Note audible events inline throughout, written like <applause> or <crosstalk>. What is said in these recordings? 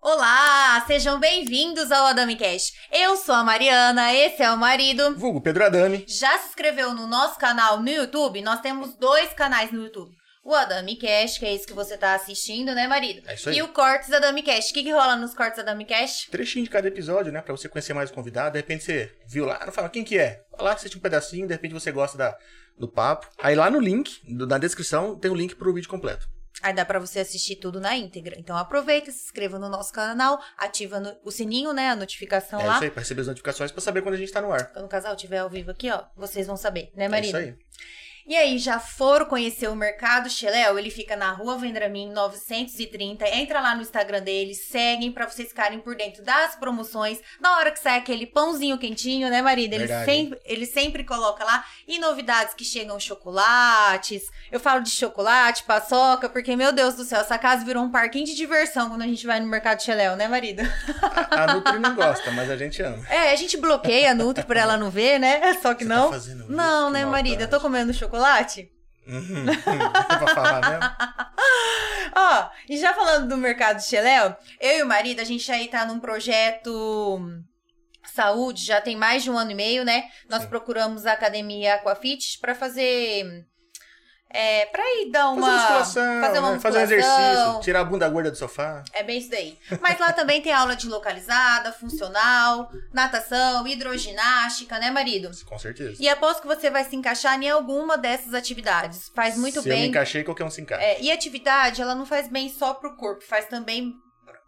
Olá, sejam bem-vindos ao AdamiCast. Eu sou a Mariana, esse é o marido. Vulgo Pedro Adami. Já se inscreveu no nosso canal no YouTube? Nós temos dois canais no YouTube. O AdamiCast, que é isso que você tá assistindo, né, marido? É isso aí. E o Cortes AdamiCast. O que, que rola nos Cortes AdamiCast? Trechinho de cada episódio, né? Pra você conhecer mais o convidado. De repente você viu lá, não fala quem que é. Vai lá, assiste um pedacinho, de repente você gosta da- do papo. Aí lá no link, do- na descrição, tem o link pro vídeo completo. Aí dá pra você assistir tudo na íntegra. Então aproveita, se inscreva no nosso canal, ativa no- o sininho, né, a notificação é lá. isso aí, pra receber as notificações pra saber quando a gente tá no ar. Quando o casal estiver ao vivo aqui, ó, vocês vão saber, né, É isso marido? aí. E aí, já foram conhecer o Mercado Cheléu? Ele fica na Rua Vendramin 930. Entra lá no Instagram dele, seguem pra vocês ficarem por dentro das promoções. Na hora que sai aquele pãozinho quentinho, né, marido? Ele, Verdade. sempre, ele sempre coloca lá. E novidades que chegam, chocolates. Eu falo de chocolate, paçoca, porque, meu Deus do céu, essa casa virou um parquinho de diversão quando a gente vai no Mercado Cheléu, né, marido? <laughs> A, a Nutri não gosta, mas a gente ama. É, a gente bloqueia a Nutri pra ela não ver, né? Só que Você não. Tá fazendo isso? Não, Que né, marido? Eu tô maldade. comendo chocolate. Uhum, uhum. <laughs> pra falar mesmo. Ó, e já falando do mercado de Cheléu, eu e o marido, a gente aí tá num projeto hum, saúde, já tem mais de um ano e meio, né? Nós Sim. procuramos a academia Aquafit pra fazer. hum, É, pra ir dar Fazer uma. musculação, fazer uma né? fazer um musculação. exercício, tirar a bunda gorda do sofá. É bem isso daí. Mas lá também tem aula de localizada, funcional, natação, hidroginástica, né, marido? Com certeza. E aposto que você vai se encaixar em alguma dessas atividades. Faz muito Se eu me bem encaixei, qualquer um se encaixa. É, e atividade, ela não faz bem só pro corpo, faz também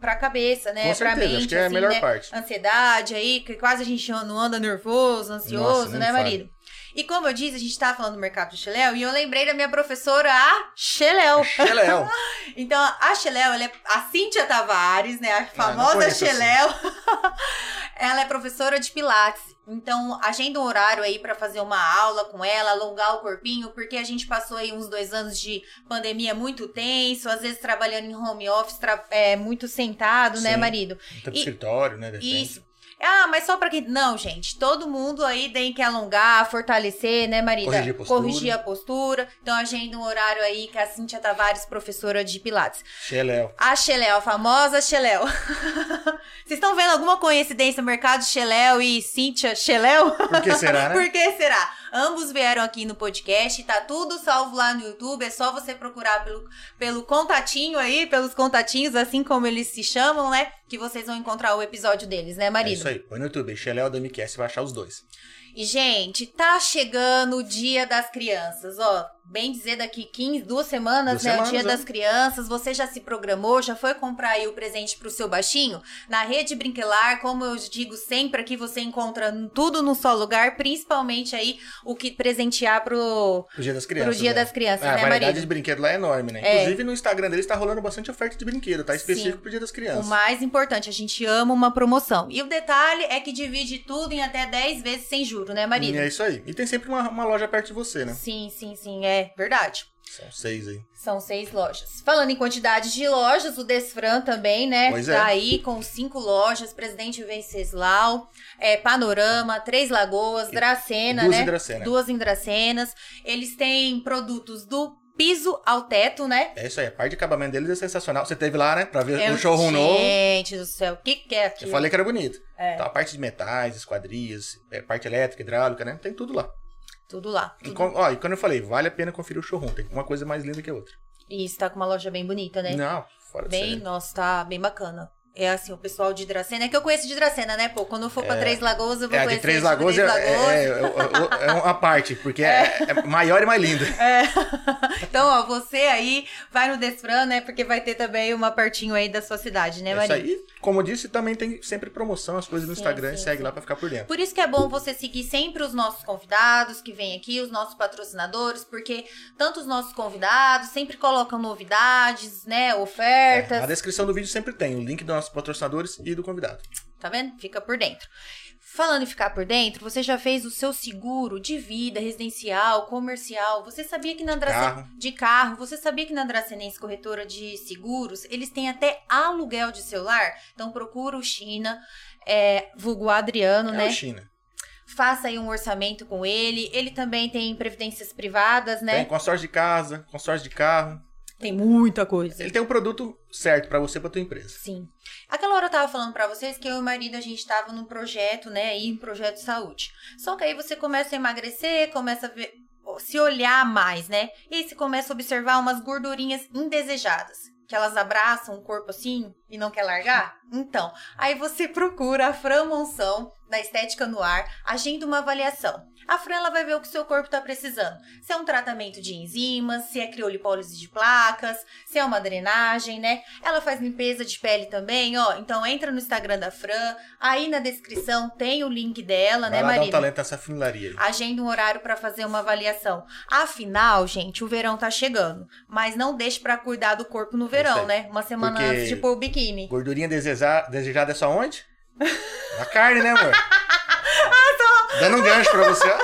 pra cabeça, né? Com pra certeza, mente, acho que é a assim, melhor né? parte. Ansiedade aí, que quase a gente não anda nervoso, ansioso, Nossa, nem né, me fale. marido? E como eu disse, a gente tá falando do mercado do Xeléu e eu lembrei da minha professora, a Xeléu. Xeléu. Então, a Xeléu, ela é a Cíntia Tavares, né? A famosa É, conheço assim. a Xeléu. <laughs> ela é professora de Pilates. Então, agenda um horário aí pra fazer uma aula com ela, alongar o corpinho, porque a gente passou aí uns dois anos de pandemia muito tenso, às vezes trabalhando em home office, tra- é, muito sentado, né, Sim. marido? Tá pro E- escritório, né? de repente. Isso. Ah, mas só pra quem. Não, gente. Todo mundo aí tem que alongar, fortalecer, né, Marida? Corrigir a postura. Corrigir a postura. Então, agenda um horário aí que a Cíntia Tavares, professora de Pilates. Xeléu. A Xeléu, a famosa Xeléu. <laughs> Vocês estão vendo alguma coincidência no mercado Xeléu e Cíntia Xeléu? Por que será, né? <laughs> Por que será? Ambos vieram aqui no podcast, tá tudo salvo lá no YouTube, é só você procurar pelo, pelo contatinho aí, pelos contatinhos, assim como eles se chamam, né? Que vocês vão encontrar o episódio deles, né, É marido? isso aí. Põe no YouTube. Xeléu da MQS, você vai achar os dois. E, gente, tá chegando o Dia das Crianças, ó. Bem dizer, daqui 15, duas semanas, Duas né? semanas, o Dia ó. das Crianças. Você já se programou, já foi comprar aí o presente pro seu baixinho? Na Rede Brinquelar, como eu digo sempre, aqui você encontra tudo num só lugar, principalmente aí o que presentear pro, O Dia das Crianças. pro Dia né? das Crianças, Ah, a né, variedade marido? de brinquedo lá é enorme, né? É. Inclusive no Instagram deles tá rolando bastante oferta de brinquedo, tá? Específico Sim. pro Dia das O Crianças. mais importante, a gente ama uma promoção. E o detalhe é que divide tudo em até 10 vezes sem juro, né, E marido? é isso aí. E tem sempre uma, uma loja perto de você, né? Sim, sim, sim, é verdade. São seis aí. São seis lojas. Falando em quantidade de lojas, o Desfran também, né? Pois é. tá aí com cinco lojas: Presidente Venceslau, é, Panorama, Três Lagoas, Dracena, Duas né? em Dracena. Duas em Dracenas. Eles têm produtos do piso ao teto, né? É isso aí. A parte de acabamento deles é sensacional. Você teve lá, né? Pra ver É o showroom novo. Gente do céu, o que, que é aquilo? Eu falei que era bonito. É. Então, a parte de metais, esquadrias, é, parte elétrica, hidráulica, né? Tem tudo lá. Tudo lá. E, tudo. com- ó, e quando eu falei, vale a pena conferir o showroom. Tem uma coisa mais linda que a outra. E isso tá com uma loja bem bonita, né? Não, fora de Bem, série. nossa, tá bem bacana. É assim, o pessoal de Dracena, é que eu conheço de Dracena, né, pô? Quando eu for pra Três Lagoas, eu vou É, a conhecer de Três Lagoas, é, é, é, é- é uma parte, <laughs> porque é, é maior e mais linda. É. <laughs> Então, ó, você aí vai no Desfran, né? Porque vai ter também uma pertinho aí da sua cidade, né, É isso Maria? aí. Como eu disse, também tem sempre promoção, as coisas no Sim, Instagram, sim, segue sim. lá pra ficar por dentro. Por isso que é bom você seguir sempre os nossos convidados que vêm aqui, os nossos patrocinadores, porque tanto os nossos convidados sempre colocam novidades, né? É, Ofertas. na descrição do vídeo sempre tem o link dos nossos patrocinadores e do convidado. Tá vendo? Fica por dentro. Falando em ficar por dentro, você já fez o seu seguro de vida, residencial, comercial. Você sabia que na Andracenense... Carro. De carro. Você sabia que na Andracenense Corretora de Seguros, eles têm até aluguel de celular? Então procura o China, é, vulgo Adriano, É né? o China. Faça aí um orçamento com ele. Ele também tem previdências privadas, né? Tem consórcio de casa, consórcio de carro. Tem muita coisa. Ele tem um produto certo pra você e pra tua empresa. Sim. Aquela hora eu tava falando pra vocês que eu e o marido a gente tava num projeto, né, aí um projeto de saúde. Só que aí você começa a emagrecer, começa a ver- se olhar mais, né? E aí você começa a observar umas gordurinhas indesejadas, que elas abraçam o corpo assim e não quer largar. Então, aí você procura a Fran Monção da Estética no Ar, agenda uma avaliação. A Fran ela vai ver o que o seu corpo tá precisando. Se é um tratamento de enzimas, se é criolipólise de placas, se é uma drenagem, né? Ela faz limpeza de pele também, ó. Então entra no Instagram da Fran, aí na descrição tem o link dela, Vai né, lá dar um marido? talento nessa funilaria aí. Agenda um horário pra fazer uma avaliação. Afinal, gente, o verão tá chegando, mas não deixe pra cuidar do corpo no verão, aí. né? Uma semana Porque- antes de pôr o biquíni. Gordurinha desejada, desejada é só <laughs> onde? Na carne, né, amor? Ah, Dando um gancho pra você, <laughs> ó.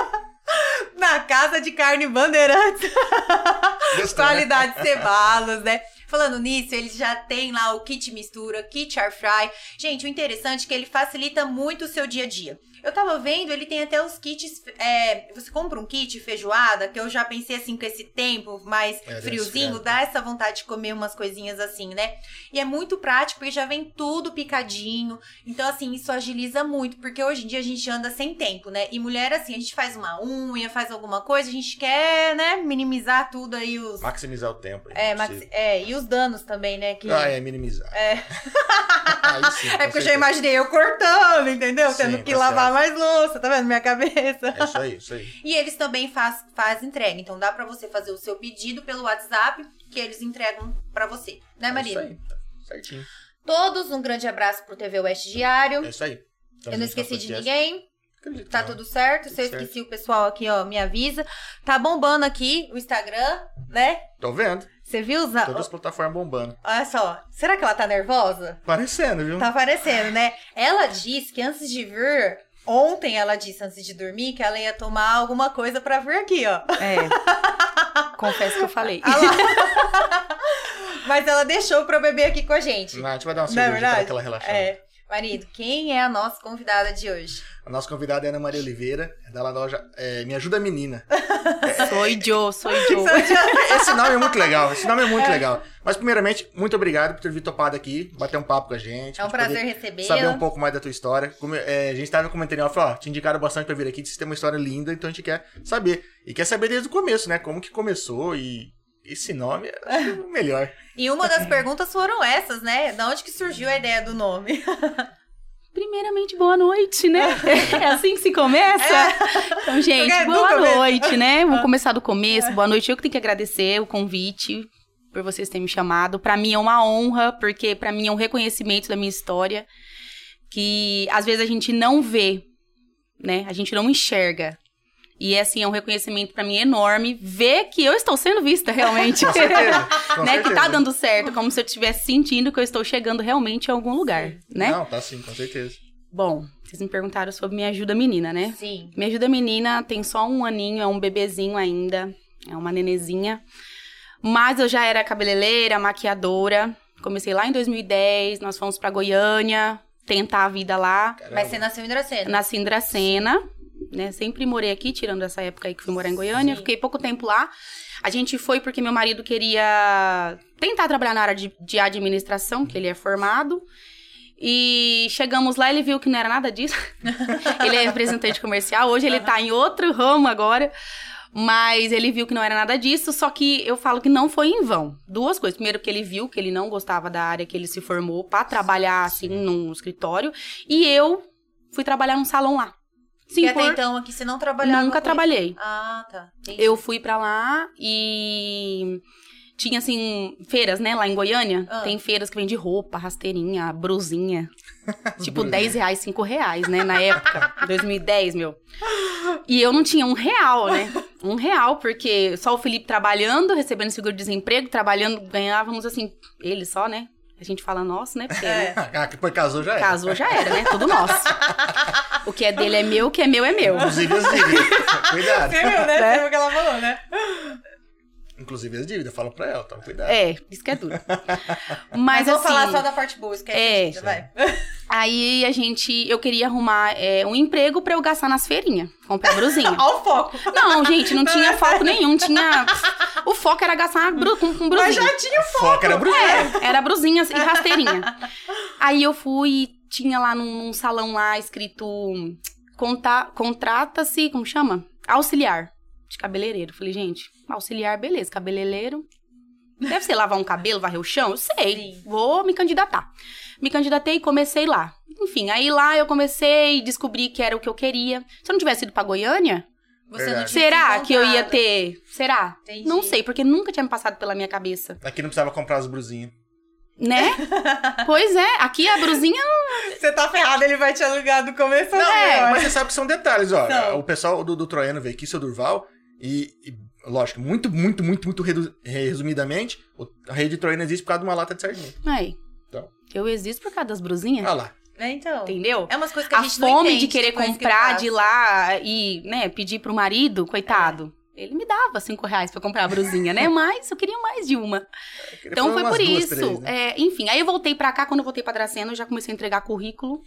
Na casa de carne bandeirantes, <laughs> Gostou, né? qualidade cebalos, né? Falando nisso, ele já tem lá o kit mistura, kit air fry. Gente, o interessante é que ele facilita muito o seu dia a dia. Eu tava vendo, ele tem até os kits. é, você compra um kit feijoada, que eu já pensei assim, com esse tempo mais É, deve friozinho, esfriar. dá essa vontade de comer umas coisinhas assim, né? E é muito prático e já vem tudo picadinho. Então, assim, isso agiliza muito, porque hoje em dia a gente anda sem tempo, né? E mulher, assim, a gente faz uma unha, faz alguma coisa, a gente quer, né, minimizar tudo aí os. Maximizar o tempo. aí, É, se maxi- possível. é, e os danos também, né? Que... Ah, é, minimizar. É. <laughs> Aí sim, É com porque eu já certeza. imaginei eu cortando, entendeu? Sim, Tendo que tá lavar mais louça, tá vendo? Minha cabeça. É isso aí, isso aí. E eles também faz, faz entrega. Então dá pra você fazer o seu pedido pelo WhatsApp que eles entregam pra você. Né, É isso Marina? aí. tá Certinho. Todos um grande abraço pro TV West Diário. É isso aí. Então, Eu não gente, esqueci nosso de podcast- ninguém. Acredito que Tá não. tudo certo. Tudo Se eu certo. esqueci o pessoal aqui, ó, me avisa. Tá bombando aqui o Instagram, né? Tô vendo. Você viu? os a- Todas as plataformas bombando. Olha só. Será que ela tá nervosa? Parecendo, viu? Tá aparecendo, né? Ela disse que antes de vir, ontem ela disse antes de dormir que ela ia tomar alguma coisa pra vir aqui, <laughs> ó. <laughs> É. Confesso que eu falei. Ah lá. <laughs> Mas ela deixou pra beber aqui com a gente. Nath, vai dar uma Não é cerveja pra verdade? aquela relaxada. É. Marido, quem é a nossa convidada de hoje? A nossa convidada é Ana Maria Oliveira, é da loja é, Me Ajuda Menina. <laughs> Sou Joe, sou Joe. Esse nome é muito legal, esse nome é muito legal. Mas, primeiramente, muito obrigado por ter vindo topado aqui, bater um papo com a gente. É um pra gente prazer poder Saber um recebê-la. pouco mais da tua história. Como, é, a gente tava comentando, ela falou, ó, te indicaram bastante pra vir aqui, disse que tem uma história linda, então a gente quer saber. E quer saber desde o começo, né? Como que começou e esse nome é o melhor. E uma das perguntas foram essas, né? Da onde que surgiu a ideia do nome? Primeiramente, boa noite, né? É assim que se começa? Então, gente, Porque é do boa começo. noite, né? Vamos começar do começo. Boa noite. Eu que tenho que agradecer o convite por vocês terem me chamado. Pra mim é uma honra, porque pra mim é um reconhecimento da minha história que às vezes a gente não vê, né? A gente não enxerga. E assim, é um reconhecimento pra mim enorme ver que eu estou sendo vista realmente. Com certeza. com <laughs> né? Que tá certeza. dando certo, como se eu estivesse sentindo que eu estou chegando realmente a algum lugar, né? Não, tá sim, com certeza. Bom, vocês me perguntaram sobre Me Ajuda Menina, né? Sim. Me Ajuda Menina tem só um aninho, é um bebezinho ainda, é uma nenezinha. Mas eu já era cabeleireira, maquiadora. Comecei lá em 2010, nós fomos pra Goiânia tentar a vida lá. Caramba. Mas você nasceu em Dracena. Nasci em Dracena, né? Sempre morei aqui, tirando essa época aí que fui morar em Goiânia. Sim. Fiquei pouco tempo lá. A gente foi porque meu marido queria tentar trabalhar na área de, de administração, que ele é formado. E chegamos lá, ele viu que não era nada disso. ele é representante comercial, hoje ele tá em outro ramo agora. Mas ele viu que não era nada disso, só que eu falo que não foi em vão. Duas coisas. Primeiro, que ele viu que ele não gostava da área que ele se formou pra trabalhar, assim, num escritório. E eu fui trabalhar num salão lá. Porque Sim, até então aqui você não trabalhava. nunca com- trabalhei. Ah, tá. Entendi. Eu fui pra lá e tinha assim feiras, né, lá em Goiânia. Ah. Tem feiras que vende roupa, rasteirinha, <laughs> brusinha. tipo 10 reais, 5 reais, né, na época, <laughs> 2010, meu. E eu não tinha um real, né? Um real, porque só o Felipe trabalhando, recebendo seguro-desemprego, trabalhando, ganhávamos assim, ele só, né? A gente fala nosso, né? Porque, né? É. Ah, que foi ah, casou já era. Casou já era, né? Tudo nosso. O que é dele é meu, o que é meu é meu. Inclusive as dívidas. <laughs> <laughs> Cuidado. Você viu, né? Né? Você viu o que ela falou, né? Inclusive as dívidas. Fala pra ela, toma cuidado. É, isso que é duro. Mas, Mas, vamos assim, falar só da parte boa, esquece. É. a gente, vai. aí a gente. Eu queria arrumar é, um emprego pra eu gastar nas feirinhas. Comprar <laughs> brusinha. Olha o foco. Não, gente, não tinha foco nenhum. Tinha. O foco era gastar bru- com, com brusinha. Mas já tinha um- o Foca era bruxa. É, era brusinhas e rasteirinha. Aí eu fui e tinha lá num, num salão lá escrito conta, contrata-se, como chama? Auxiliar de cabeleireiro. Falei, gente, auxiliar, beleza, cabeleireiro. Deve ser lavar um cabelo, varrer o chão? Eu sei. Sim. Vou me candidatar. Me candidatei e comecei lá. Enfim, aí lá eu comecei, descobri que era o que eu queria. Se eu não tivesse ido pra Goiânia, Você não tinha Verdade. será se que eu ia encontrado. ter? Será? Entendi. Não sei, porque nunca tinha me passado pela minha cabeça. Aqui não precisava comprar as brusinhas. Né? <laughs> pois é, aqui a brusinha. Você tá ferrado, ele vai te alugar do começo ao Não, fim, é, ó. Mas você sabe que são detalhes, ó. Não. O pessoal do, do Troiano veio aqui, seu Durval, e, e, lógico, muito, muito, muito, muito redu- resumidamente, o- a rede Troiano existe por causa de uma lata de sardinha. Aí. Então. Eu existo por causa das brusinhas. Olha lá. É, então. Entendeu? É umas coisas que a, A, gente não fome entende, de querer tem coisa que comprar passa. de lá e, né, pedir pro marido, coitado. É. Ele me dava cinco reais pra comprar a brusinha, <laughs> né? Mas eu queria mais de uma. Eu queria Então falar foi umas por duas, isso. três, né? É, enfim, aí eu voltei pra cá. Quando eu voltei pra Dracena, eu já comecei a entregar currículo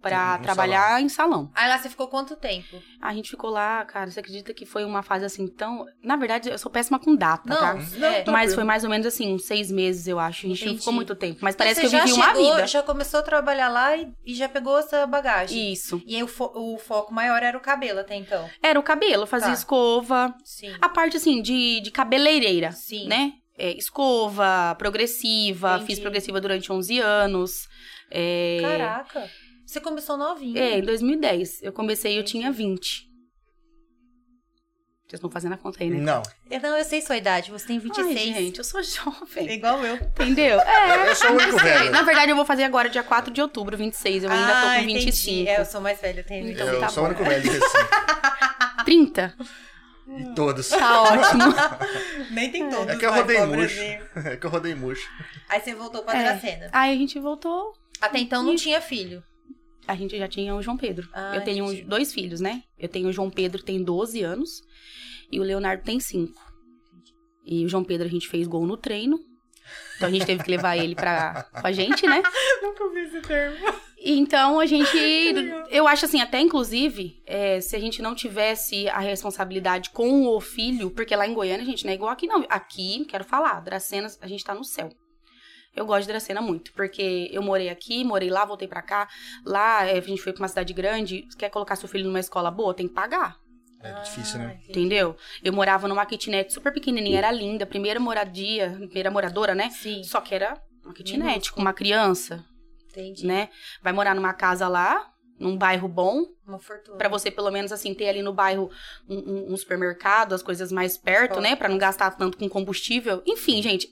pra Uhum, No trabalhar em salão. Aí lá você ficou quanto tempo? A gente ficou lá, cara. Você acredita que foi uma fase assim tão. Na verdade, eu sou péssima com data, Não, tá? não. É. Mas foi mais ou menos assim, uns seis meses, eu acho. A gente não Entendi. ficou muito tempo. Mas parece Você que eu vivi uma já chegou, vida. Já começou a trabalhar lá e, e já pegou essa bagagem. Isso. E, aí o, fo- o foco maior era o cabelo até então. Era o cabelo, eu fazia Tá. escova. Sim. A parte, assim, de, de cabeleireira, Sim. né? É, escova, progressiva. Entendi. Fiz progressiva durante 11 anos. É, Caraca. Você começou novinha. é, em 2010. Eu comecei, eu Entendi. tinha 20. Vocês estão fazendo a conta aí, né? Não. Eu- Não, eu sei sua idade. Você tem 26. Ai, gente, eu sou jovem. É Igual eu. Entendeu? É. Eu sou o único velho. Na verdade, eu vou fazer agora, dia 4 de outubro, 26. Eu ainda tô Ah, com entendi. 25. É, eu sou mais velha, eu tenho Então, eu tá sou o bom. único velho de Recife. 30? E todos. Tá ótimo. Nem tem todos. É que eu vai, rodei pobrezinho. <laughs> É que eu rodei murcho. Aí você voltou pra É. Dracena. Aí a gente voltou. Até então não tinha filho. A gente já tinha o João Pedro. Ah, eu tenho entendi. dois filhos, né? Eu tenho o João Pedro, que tem 12 anos. E o Leonardo tem 5. E o João Pedro, a gente fez gol no treino. Então a gente teve que levar ele pra, com a gente, né? <laughs> Nunca ouvi esse termo. E Então a gente. legal. Eu acho assim, até inclusive, é, se a gente não tivesse a responsabilidade com o filho, porque lá em Goiânia, gente, não é igual aqui, não. Aqui, quero falar, Dracena, a gente tá no céu. Eu gosto de Dracena muito, porque eu morei aqui, morei lá, voltei pra cá. Lá, é, a gente foi pra uma cidade grande. Quer colocar seu filho numa escola boa? Tem que pagar, É difícil, né? entendeu? Eu morava numa kitnet super pequenininha, era linda, primeira moradia, primeira moradora, né? Sim, Só que era uma kitnet com uma criança entendi. né? Vai morar numa casa lá, num bairro bom, Uma fortuna. Pra você pelo menos assim ter ali no bairro um, um- um supermercado, as coisas mais perto, né, Pra não gastar tanto com combustível. Enfim, gente,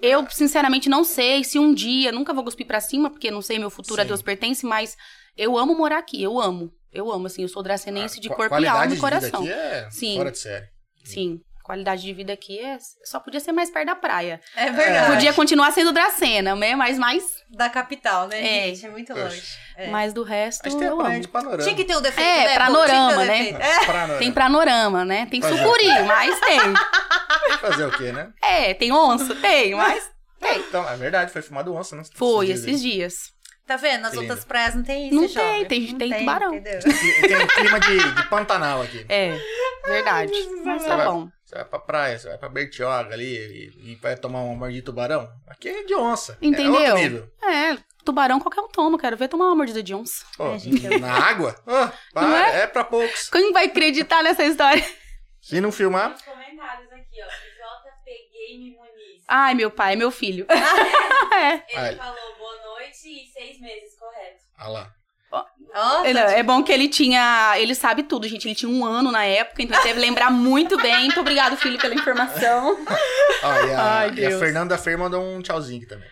eu sinceramente não sei se um dia, nunca vou cuspir pra cima, porque não sei, meu futuro a Sim. Deus pertence, mas eu amo morar aqui, eu amo. Eu amo assim, eu sou dracenense de A Ah, qua- corpo e qualidade alma de e vida coração. Aqui é Sim. fora de série. Sim. Qualidade de vida aqui é só podia ser mais perto da praia. É verdade. Podia continuar sendo Dracena, né? Mas mais, Da capital, né, É. gente? É muito Poxa. longe. É. mas do resto A gente tem a eu praia amo. de panorama. Tinha que ter um defeito, É, né? panorama, Tinha que ter um né? defeito. É. Panorama. Tem panorama, né? Tem Pois é. sucuri, <laughs> mas tem. Fazer o quê, né? É, tem onça? Tem, mas Então, é verdade, foi filmado onça, né? foi Esses dias esses dias. Tá vendo? Nas Que lindo. outras praias não tem isso, Não jovem. tem, tem- tem tubarão. entendeu? <laughs> aí. Tem um clima de, de Pantanal aqui. É, verdade. Mas tá bom. Você vai pra praia, você vai pra Bertioga ali e, e vai tomar uma mordida de tubarão. Aqui é de onça. É Entendeu? outro nível. É, tubarão qualquer um toma, quero ver tomar uma mordida de onça. Pô, É, gente, eu- <laughs> na água? Ah, para, Não é? pra poucos. Quem vai acreditar nessa história? Se não filmar, Os comentários aqui, ó. JP Game Muniz. Ai, meu pai, meu filho. <laughs> é. Ele Ai. falou boa noite e seis meses, correto. olha ah lá. Ó, Ele- tá- é bom que ele tinha. Ele sabe tudo, gente. Ele tinha um ano na época, então ele deve lembrar muito bem. Muito obrigado, filho, pela informação. Ó, e a, Ai, e a Deus. Fernanda Fer mandou um tchauzinho aqui também.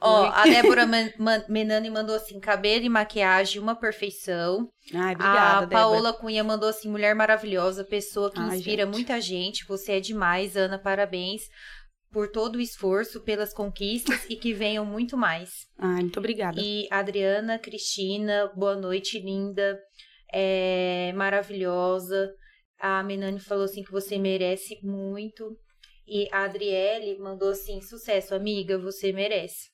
Ó, a Débora Man- Man- Menani mandou assim, cabelo e maquiagem, uma perfeição. Ai, obrigada, a Débora. Ah, Paola Cunha mandou assim, mulher maravilhosa, pessoa que Ai, inspira gente. muita gente. Você é demais, Ana, parabéns. por todo o esforço, pelas conquistas e que venham muito mais. Ai, muito obrigada. E Adriana, Cristina, boa noite, linda, é, maravilhosa. A Menane falou assim que você merece muito. E a Adriele mandou assim: sucesso, amiga, você merece.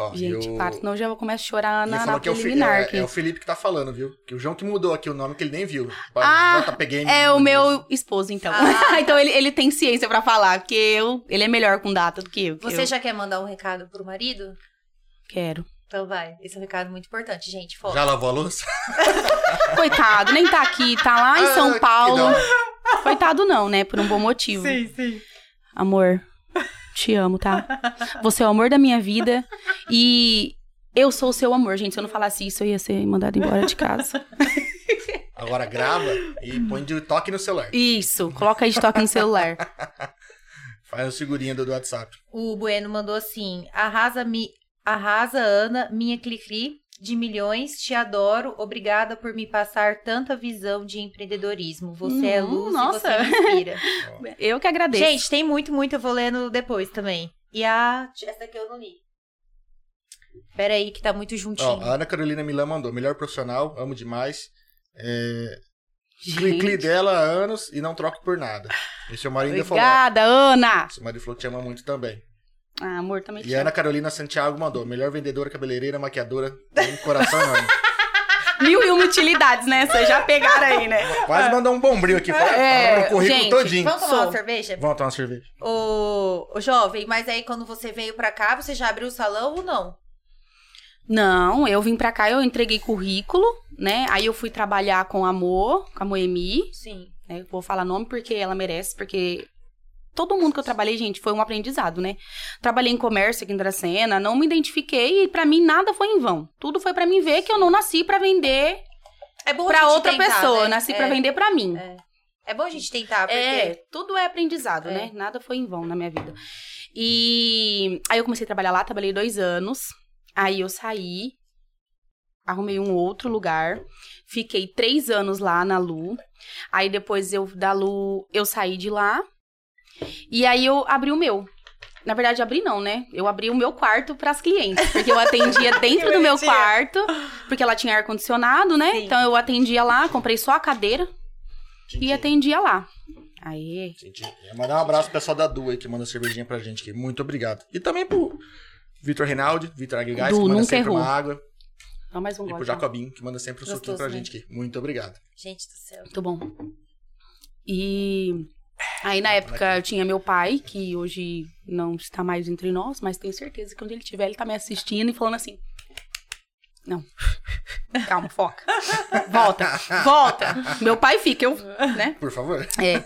Ó, Gente, e o- para, senão eu já vou começar a chorar e na, falou na que é o, Fi- preliminar. é, que- é o Felipe que tá falando, viu? Que o João que mudou aqui o nome que ele nem viu. Ah, JPG. É o meu esposo, então. <laughs> <laughs> Ah. então ele, ele tem ciência pra falar, porque eu, ele é melhor com data do que eu. que Você eu já quer mandar um recado pro marido? quero. Então vai. Esse é um recado muito importante, gente. Foca. Já lavou a louça? Coitado, nem tá aqui, tá lá em Ah, São que Paulo. dó. Coitado não, né? Por um bom motivo. sim. Amor, te amo, tá? Você é o amor da minha vida e eu sou o seu amor, gente. Se eu não falasse isso, eu ia ser mandada embora de casa. Agora grava e põe de toque no celular. Isso, coloca aí de toque no celular. Faz a figurinha do, do WhatsApp. O Bueno mandou assim: arrasa, mi... arrasa Ana, minha Clicri, de milhões, te adoro, obrigada por me passar tanta visão de empreendedorismo. Você é Hum, luz nossa. e você me <laughs> inspira. Eu que agradeço. Gente, tem muito, muito, eu vou lendo depois também. E a. Essa aqui eu não li. Peraí, que tá muito juntinho. Ó, a Ana Carolina Milan mandou. Melhor profissional, amo demais. É, Gente. Cli-cli dela há anos e não troco por nada. é E seu marido ainda falou. Obrigada, Ana. Seu marido falou que te ama muito também. Ah, amor, também te E a Ana Carolina Santiago mandou. Melhor vendedora, cabeleireira, maquiadora. Tem um coração <laughs> enorme. Mil e uma utilidades, né? Vocês já pegaram aí, né? Quase mandou um bombril aqui. Fala, É, tá no currículo gente, todinho. Vamos tomar uma Sou. cerveja? Vamos tomar uma cerveja. Ô, ô, jovem, mas aí quando você veio pra cá, você já abriu o salão ou não? Não, eu vim pra cá, eu entreguei currículo, né? Aí eu fui trabalhar com a Mo, com a Moemi, Sim. né? Eu Vou falar nome porque ela merece, porque todo mundo que eu trabalhei, gente, foi um aprendizado, né? Trabalhei em comércio aqui em Dracena, não me identifiquei e pra mim nada foi em vão. Tudo foi pra mim ver que eu não nasci pra vender É bom a pra gente outra tentar, pessoa, eu né? nasci é. pra vender pra mim. É. É bom a gente tentar, porque... É, tudo é aprendizado, É. né? Nada foi em vão na minha vida. E aí eu comecei a trabalhar lá, trabalhei dois anos. Aí eu saí, arrumei um outro lugar. Fiquei três anos lá na Lu. Aí depois eu da Lu, eu saí de lá. E aí eu abri o meu. Na verdade, abri não, né? Eu abri o meu quarto pras clientes. Porque eu atendia <laughs> dentro do meu bonitinha. quarto. Porque ela tinha ar-condicionado, né? Sim. Então eu atendia lá, comprei só a cadeira e Tintim, atendia lá. Aí, tintim. É, Mandar um abraço pro pessoal da Du aí que manda cervejinha pra gente aqui. Muito obrigado. E também pro Vitor Reinaldi, Vitor Aguigás, Du, que manda nunca sempre errou. uma água. Dá mais um E pro gole. tá? Jacobinho, que manda sempre um Gostoso, suquinho pra né? gente aqui. Muito obrigado. Gente do céu. Muito bom. E aí na época eu tinha meu pai, que hoje não está mais entre nós, mas tenho certeza que onde ele estiver, ele tá me assistindo e falando assim. Não. Calma, foca. Volta, volta. Meu pai fica, eu, né? Por favor. <laughs> É.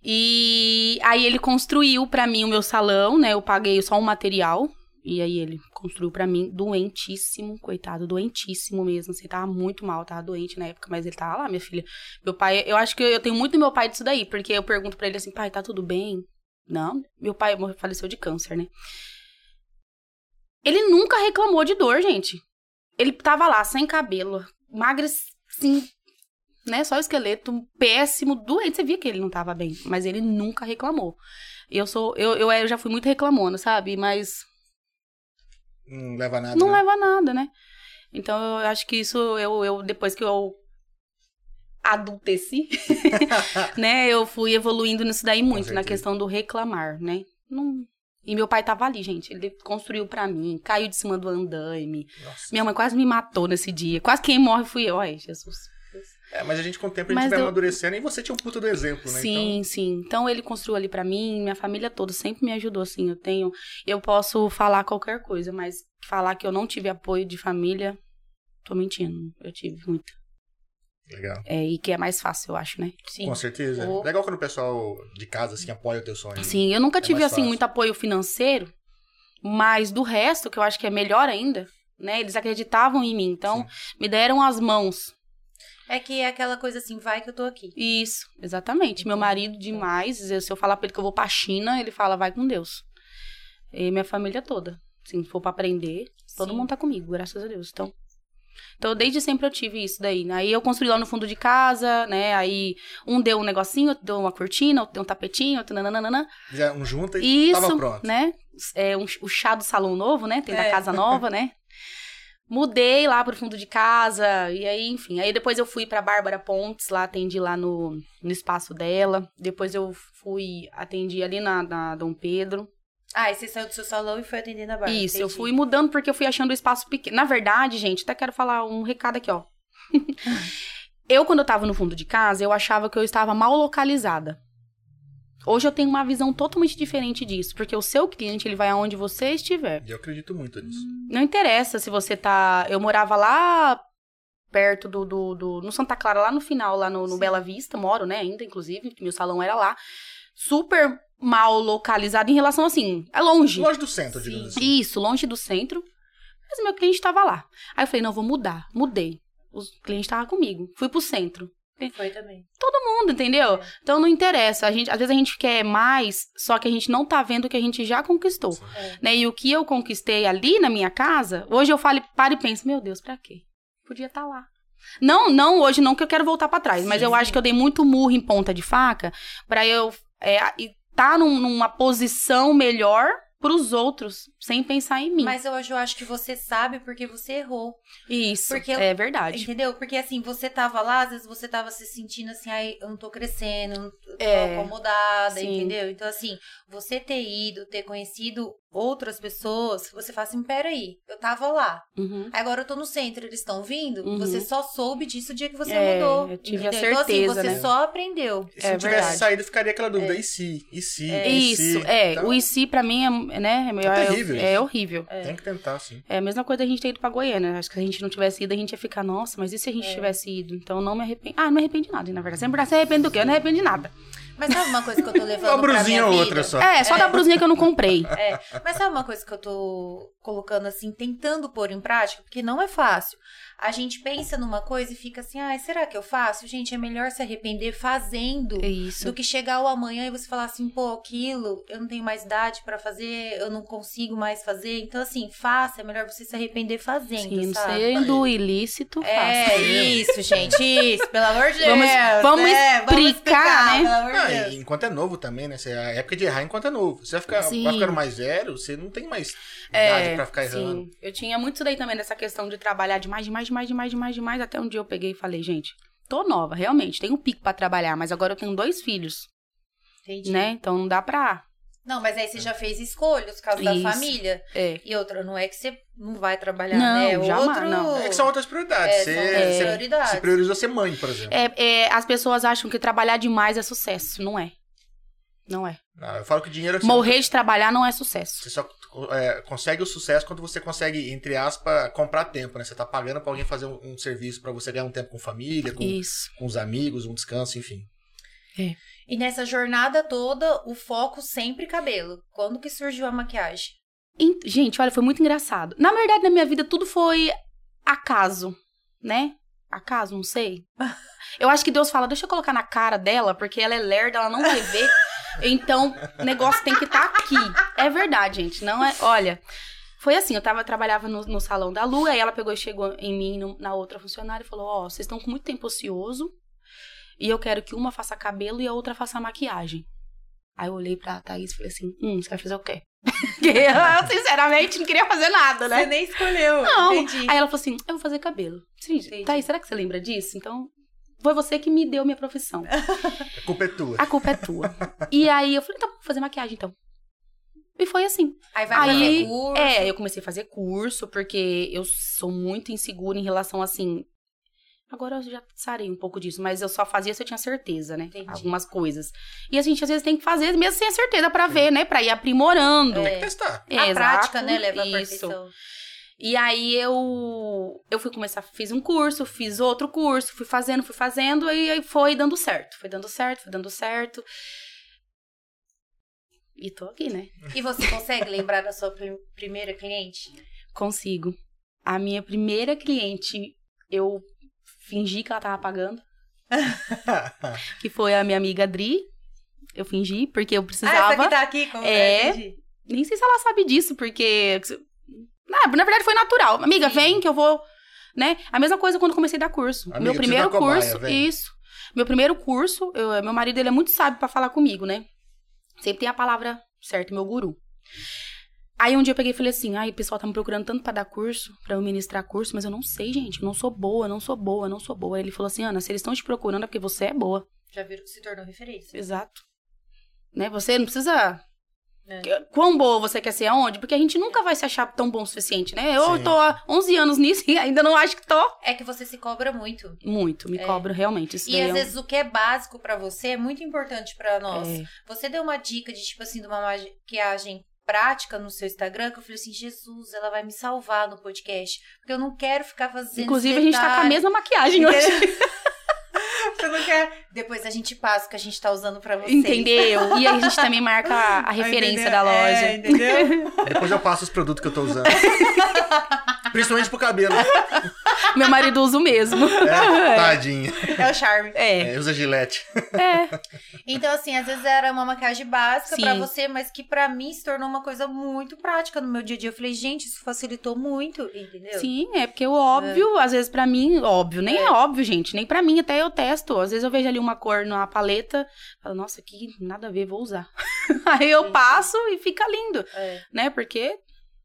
E aí ele construiu pra mim o meu salão, né? Eu paguei só um material. E aí ele construiu pra mim, doentíssimo, coitado, doentíssimo mesmo. Você tava muito mal, tava doente na época, mas ele tava lá, minha filha. Meu pai, eu acho que eu tenho muito do meu pai disso daí, porque eu pergunto pra ele assim, pai, tá tudo bem? Não, meu pai morreu- faleceu de câncer, né? Ele nunca reclamou de dor, gente. Ele tava lá, sem cabelo, magro, assim, né? Só o esqueleto, péssimo, doente. Você via que ele não tava bem, mas ele nunca reclamou. Eu sou, eu, eu, eu já fui muito reclamona, sabe? Mas Não leva nada. não né? leva a nada, né? Então eu acho que isso eu, eu depois que eu adulteci, <laughs> né? Eu fui evoluindo nisso daí muito na certeza. questão do reclamar, né? Não- E meu pai tava ali, gente. Ele construiu pra mim, caiu de cima do andaime. Nossa. Minha mãe quase me matou nesse dia. Quase quem morre fui eu. Ai, Jesus. É, mas a gente, com o tempo, a gente Mas vai eu- amadurecendo e você tinha um puto do exemplo, né? Sim, sim. Então ele construiu ali pra mim, minha família toda sempre me ajudou assim. Eu tenho, eu posso falar qualquer coisa, mas falar que eu não tive apoio de família, tô mentindo. Eu tive muito. Então, legal. É, e que é mais fácil, eu acho, né? Sim. Com certeza. O- Legal quando o pessoal de casa, assim, apoia o teu sonho. né? Sim, eu nunca É tive mais assim fácil. muito apoio financeiro, mas do resto, que eu acho que é melhor ainda, né? Eles acreditavam em mim, então me deram as mãos. É que é aquela coisa assim, vai que eu tô aqui. Isso, exatamente. Meu marido demais, se eu falar pra ele que eu vou pra China, ele fala, vai com Deus. E minha família toda. Se for pra aprender, todo tá Sim. mundo tá comigo, graças a Deus. Então, Então, desde sempre eu tive isso daí. né? Aí eu construí lá no fundo de casa, né? Aí um deu um negocinho, outro deu uma cortina, outro deu um tapetinho, outro nananana. Já um junta e Isso, tava pronto. né? É, um, ch- o chá do salão novo, né? Tem É. da casa nova, né? Mudei lá pro fundo de casa, e aí, enfim. Aí depois eu fui pra Bárbara Pontes, lá atendi lá no, no espaço dela. Depois eu fui, atendi ali na, na Dom Pedro. Ah, e você saiu do seu salão e foi atendendo a barra. Isso, eu Ah, entendi. fui mudando porque eu fui achando o espaço pequeno. Na verdade, gente, até quero falar um recado aqui, ó. <laughs> eu, quando eu tava no fundo de casa, eu achava que eu estava mal localizada. Hoje eu tenho uma visão totalmente diferente disso, porque o seu cliente, ele vai aonde você estiver. E eu acredito muito nisso. Não interessa se você tá... Eu morava lá perto do... do, do- no Santa Clara, lá no final, lá no, no Sim. Bela Vista, moro, né, ainda, inclusive, meu salão era lá. Super mal localizado em relação, assim, é longe. Longe do centro, Sim. digamos assim. Isso, longe do centro. Mas meu cliente estava lá. Aí eu falei, não, eu vou mudar. Mudei. O cliente estava comigo. Fui pro centro. Foi também. Todo mundo, entendeu? Então não interessa. A gente, às vezes a gente quer mais, só que a gente não tá vendo o que a gente já conquistou. Sim. É. Né? E o que eu conquistei ali na minha casa, hoje eu falo, paro e penso, meu Deus, pra quê? Podia estar lá. Não, não, hoje não que eu quero voltar pra trás, mas Sim, eu acho que eu dei muito murro em ponta de faca pra eu é, estar numa posição melhor pros outros, sem pensar em mim. Mas hoje eu acho que você sabe porque você errou. Isso, Porque eu- é verdade. Entendeu? Porque assim, você tava lá, às vezes você tava se sentindo assim, ai, eu não tô crescendo, não tô É. acomodada, Sim. entendeu? Então, assim, você ter ido, ter conhecido outras pessoas, você fala assim, peraí, eu tava lá, Uhum. agora eu tô no centro, eles estão vindo, Uhum. você só soube disso o dia que você É, mudou. eu tive a entendeu? então, certeza, assim, você né? só aprendeu. Se É eu tivesse verdade. saído, ficaria aquela dúvida. E se? E se? E se? Isso, é. Então, O IC pra mim é, né, é, meio- é- terrível é isso. horrível. Tem que tentar, sim. É a mesma coisa da gente ter ido pra Goiânia. Acho que se a gente não tivesse ido, a gente ia ficar, nossa, mas e se a gente tivesse ido? Então não me arrependo. Ah, não me arrependo de nada, na verdade. Você me pergunta, "Você arrepende do quê? Eu não arrependo de nada. Mas sabe uma coisa que eu tô levando Uma pra brusinha minha ou vida? outra só. É, só da brusinha que eu não comprei. É, mas sabe uma coisa que eu tô colocando assim, tentando pôr em prática, porque não é fácil. A gente pensa numa coisa e fica assim, ai, será que eu faço? Gente, é melhor se arrepender fazendo É isso. do que chegar o amanhã e você falar assim, pô, aquilo, eu não tenho mais idade pra fazer, eu não consigo mais fazer. Então, assim, faça, é melhor você se arrepender fazendo, Sim, sabe? sendo ilícito, faça. É isso, gente, isso, pelo amor de Vamos- Deus. vamos é, vamos explicar, explicar, né? Pelo amor de Ah, Deus. e enquanto é novo também, né? Você- A época de errar enquanto é novo. Você vai, ficar, Sim. vai ficando mais velho, você não tem mais idade É, pra ficar errando. sim. Eu tinha muito isso daí também, dessa questão de trabalhar demais, demais, demais, demais, demais, demais. Até um dia eu peguei e falei, gente, tô nova, realmente, tenho um pico pra trabalhar, mas agora eu tenho dois filhos, Entendi. né? Então não dá pra. Não, mas aí você já fez escolhas, por causa Isso. da família. É. E outra, não é que você não vai trabalhar, Não, né? jamais, Outro... não. É que são outras prioridades. É, você, são outras você- prioridades. você priorizou ser mãe, por exemplo. É, é, as pessoas acham que trabalhar demais é sucesso. Não é. Não é. Ah, eu falo que dinheiro é que você- Morrer de trabalhar não é sucesso. Você só é, consegue o sucesso quando você consegue, entre aspas, comprar tempo, né? Você tá pagando pra alguém fazer um, um serviço pra você ganhar um tempo com família, com, Isso. com os amigos, um descanso, enfim. E nessa jornada toda, o foco sempre cabelo. Quando que surgiu a maquiagem? Ent- Gente, olha, foi muito engraçado. Na verdade, na minha vida, tudo foi acaso, né? Acaso, não sei. Eu acho que Deus fala, deixa eu colocar na cara dela, porque ela é lerda, ela não vai ver. Então, o negócio tem que estar aqui. É verdade, gente. Não é. Olha, foi assim, eu tava, trabalhava no, no salão da Lua, aí ela pegou e chegou em mim, no- na outra funcionária, e falou: Ó, vocês estão com muito tempo ocioso, e eu quero que uma faça cabelo e a outra faça maquiagem. Aí eu olhei pra Thaís e falei assim: Hum, você vai fazer o quê? <laughs> Porque eu, sinceramente, não queria fazer nada, né? nem escolheu. Não. Entendi. Aí ela falou assim: eu vou fazer cabelo. Sim, Entendi. Thaís, será que você lembra disso? Então, foi você que me deu minha profissão. A culpa é tua. A culpa é tua. e aí eu falei: então, vou fazer maquiagem então. E foi assim. Aí vai Aí- fazer curso. É, eu comecei a fazer curso, porque eu sou muito insegura em relação assim. Agora eu já sarei um pouco disso, mas eu só fazia se eu tinha certeza, né? Entendi. Algumas coisas. E a gente às vezes tem que fazer mesmo sem a certeza pra ver, né? Pra ir aprimorando. É. Testar. <laughs> A Exato, prática, né, leva a isso. perfeição. E aí eu eu fui começar, fiz um curso, fiz outro curso, fui fazendo, fui fazendo e aí foi dando certo, foi dando certo, foi dando certo. E tô aqui, né? E você consegue lembrar da sua prim- primeira <laughs> cliente? Consigo. A minha primeira cliente, eu fingi que ela tava pagando, que foi a minha amiga Adri. Eu fingi porque eu Ah, essa precisava. que tá aqui com É. entendi. Nem sei se ela sabe disso, porque Ah, na verdade né, foi natural. Amiga, Sim. vem que eu vou né? A mesma coisa quando eu comecei a dar curso. Amiga, meu precisa primeiro dar cobaia, curso, velho. isso. Meu primeiro curso, eu- meu marido ele é muito sábio pra falar comigo, né? Sempre tem a palavra certa, meu guru. Aí um dia eu peguei e falei assim: ai, o pessoal tá me procurando tanto pra dar curso, pra eu ministrar curso, mas eu não sei, gente. Eu não sou boa, eu não sou boa, eu não sou boa. Aí ele falou assim: Ana, se eles estão te procurando é porque você é boa. Já viram que se tornou referência. Exato. Né? Você não precisa. É. Que- Quão boa você quer ser aonde? Porque a gente nunca vai se achar tão bom o suficiente, né? Eu Sim. tô há 11 anos nisso e ainda não acho que tô. É que você se cobra muito. Muito, me É. cobro realmente. Isso E daí é às um- vezes o que é básico pra você é muito importante pra nós. é. Você deu uma dica de, tipo assim, de uma maquiagem prática no seu Instagram, que eu falei assim, Jesus, ela vai me salvar no podcast. Porque eu não quero ficar fazendo. Inclusive, a gente tá com a detalhe. mesma maquiagem hoje. <laughs> Eu não quero. Depois a gente passa o que a gente tá usando pra vocês. Entendeu? E a gente também marca a, a Ah, referência entendeu? da É, loja. entendeu? Depois eu passo os produtos que eu tô usando. Principalmente pro <laughs> cabelo. <laughs> Meu marido usa o mesmo. É, <laughs> tadinho. É o charme. É. É, usa gilete. É. Então, assim, às vezes era uma maquiagem básica Sim. pra você, mas que pra mim se tornou uma coisa muito prática no meu dia a dia. Eu falei, gente, isso facilitou muito, entendeu? Sim, é porque o óbvio, às vezes pra mim, óbvio, nem é. óbvio, gente, nem pra mim, até eu testo. Às vezes eu vejo ali uma cor na paleta, falo, nossa, que nada a ver, vou usar. <laughs> Aí eu Sim. passo e fica lindo, É. né? Porque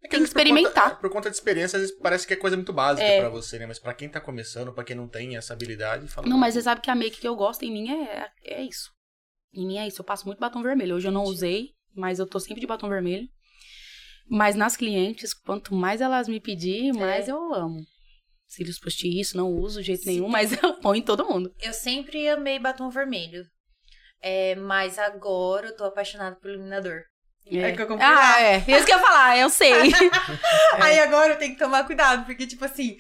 É Tem que às vezes, por experimentar. conta- Por conta, de experiência, às vezes parece que é coisa muito básica É. pra você, né? Mas pra quem tá começando, pra quem não tem essa habilidade, fala. Não, mas você sabe que a make que eu gosto em mim é, é isso. Em mim é isso. Eu passo muito batom vermelho. Hoje eu não usei, mas eu tô sempre de batom vermelho. Mas nas clientes, quanto mais elas me pedir, mais eu amo. Cílios postiço, não uso de jeito Sim. nenhum, mas <laughs> eu ponho em todo mundo. Eu sempre amei batom vermelho. É, mas agora eu tô apaixonada por iluminador. É. que eu comprei lá. ah, é. Isso que eu ia falar, eu <laughs> sei. É. Aí agora eu tenho que tomar cuidado, porque, tipo assim,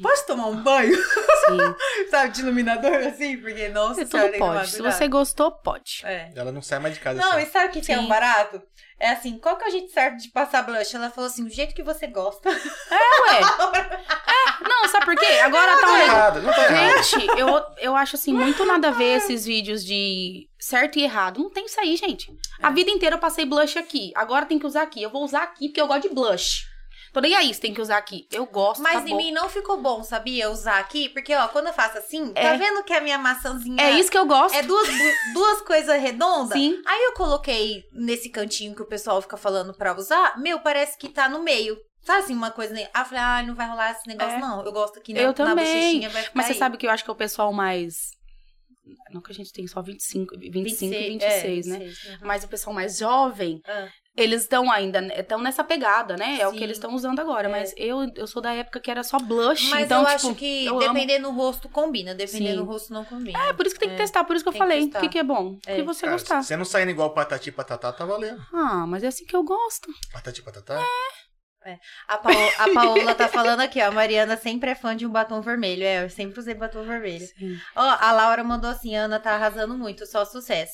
posso tomar um banho, <laughs> Sim. sabe, de iluminador assim? Porque, nossa, senhora, Tudo tem que tomar pode. Se você gostou, pode. cuidado. É. Ela não sai mais de casa. Não, assim. e sabe o que, que é um Sim. barato? É assim, qual que é o jeito certo de passar blush? Ela falou assim, do jeito que você gosta. Ué. É, não, sabe por quê? Agora tá Não tá um negócio. errado, não tá errado. Gente, eu, eu acho assim, muito nada a ver esses vídeos de certo e errado. Não tem isso aí, gente. É. A vida inteira eu passei blush aqui. Agora tem que usar aqui. Eu vou usar aqui porque eu gosto de blush. Tô nem aí se tem que usar aqui. Eu gosto, Mas tá em bom. mim não ficou bom, sabia? Usar aqui, porque, ó, quando eu faço assim, tá É. vendo que a minha maçãzinha... É isso que eu gosto. É duas, du- duas coisas redondas? Sim. Aí eu coloquei nesse cantinho que o pessoal fica falando pra usar, meu, parece que tá no meio. Sabe assim, uma coisa. né? Ah, eu falei, ah, não vai rolar esse negócio, É. não. Eu gosto aqui na, Eu na também. bochechinha, vai ficar Mas você aí. sabe que eu acho que é o pessoal mais. Não que a gente tem só 25, 25 é e 26, é, né? Mas o pessoal mais jovem, Ah. eles estão ainda, estão nessa pegada, né? É o que Sim. eles estão usando agora. É. Mas eu, eu sou da época que era só blush. Mas então, eu tipo, acho que eu amo. depender no rosto combina, depender Sim. no rosto não combina. É por isso que tem que É, testar, por isso que eu tem que falei. O testar. que, que é bom? O que É. você Cara, gostar. Você não saindo igual patati e patatá, tá valendo. Ah, mas é assim que eu gosto. Patati e patatá? A, Pao- a Paola tá falando aqui, ó. A Mariana sempre é fã de um batom vermelho. É, eu sempre usei batom vermelho. Ó, a Laura mandou assim: Ana tá arrasando muito, só sucesso.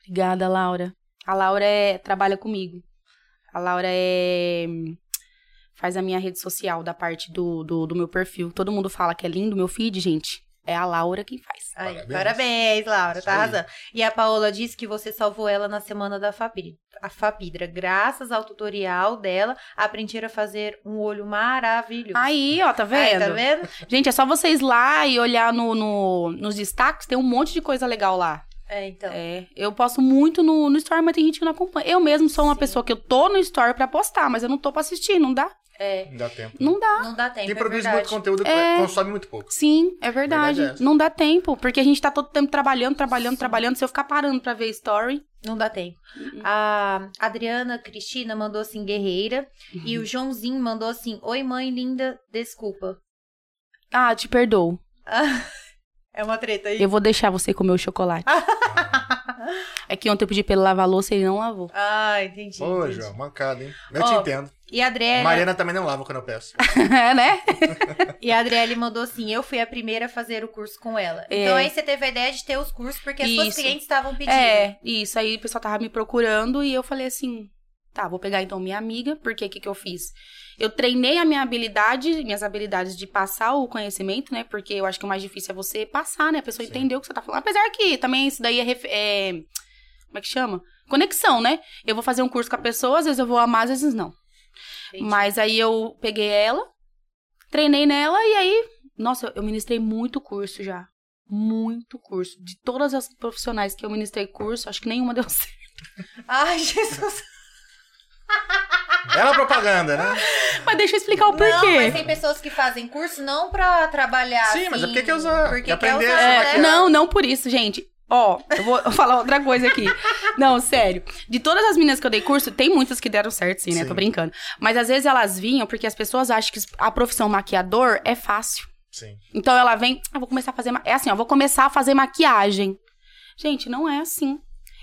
Obrigada, Laura. A Laura é- trabalha comigo. A Laura é. Faz a minha rede social da parte do, do, do meu perfil. Todo mundo fala que é lindo meu feed, gente. É a Laura quem faz. Aí, Parabéns. parabéns. Laura, Isso tá aí. arrasando. E a Paola disse que você salvou ela na semana da Fapidra. A Fapidra, graças ao tutorial dela, aprendi a fazer um olho maravilhoso. Aí, ó, tá Aí, vendo? tá vendo? Gente, é só vocês ir lá e olhar no, no- nos destaques, tem um monte de coisa legal lá. É, então. É, eu posto muito no, no Story, mas tem gente que não acompanha. Eu mesmo sou uma Sim. pessoa que eu tô no Story pra postar, mas eu não tô pra assistir, não dá? É, Não dá tempo. Não dá. não dá tempo. Quem é produz verdade. muito conteúdo É. consome muito pouco. Sim, é verdade. Verdade é essa. não dá tempo, porque a gente tá todo tempo trabalhando, trabalhando, Sim. trabalhando. Se eu ficar parando pra ver Story... Não dá tempo. A Adriana Cristina mandou assim, guerreira. E o Joãozinho mandou assim, oi mãe linda, desculpa. Ah, te perdoo. É uma treta aí. Eu vou deixar você comer o chocolate. é que ontem eu pedi pra ele lavar a louça e ele não lavou. <laughs> Ah, entendi. Ô, entendi. João, mancada, hein? Eu te Ó, entendo. E a Adriana... Mariana também não lava quando eu peço. é, né? E a Adriele mandou assim: eu fui a primeira a fazer o curso com ela. É. Então aí você teve a ideia de ter os cursos porque as suas Isso. clientes estavam pedindo. É, isso. Aí o pessoal tava me procurando e eu falei assim: tá, vou pegar então minha amiga, porque o que, que eu fiz? Eu treinei a minha habilidade, minhas habilidades de passar o conhecimento, né? Porque eu acho que o mais difícil é você passar, né? A pessoa Sim. entender o que você tá falando. Apesar que também isso daí é. ref- é- como é que chama? Conexão, né? Eu vou fazer um curso com a pessoa, às vezes eu vou amar, às vezes não. Entendi. Mas aí eu peguei ela, treinei nela e aí Nossa, eu ministrei muito curso já. Muito curso. De todas as profissionais que eu ministrei curso, acho que nenhuma <laughs> deu certo. Ai, <laughs> Jesus. Bela propaganda, né? Mas deixa eu explicar o porquê. Não, mas tem pessoas que fazem curso não pra trabalhar Sim, mas é assim, porque quer usar, Porque quer aprender quer essa usar, É, né? não, não por isso, gente. Ó, eu vou falar outra coisa aqui. Não, sério. De todas as meninas que eu dei curso, tem muitas que deram certo, sim, né? Sim. Tô brincando. Mas às vezes elas vinham porque as pessoas acham que a profissão maquiador é fácil. Sim. Então ela vem, ah, vou começar a fazer. ma- É assim, ó, vou começar a fazer maquiagem. Gente, não é assim.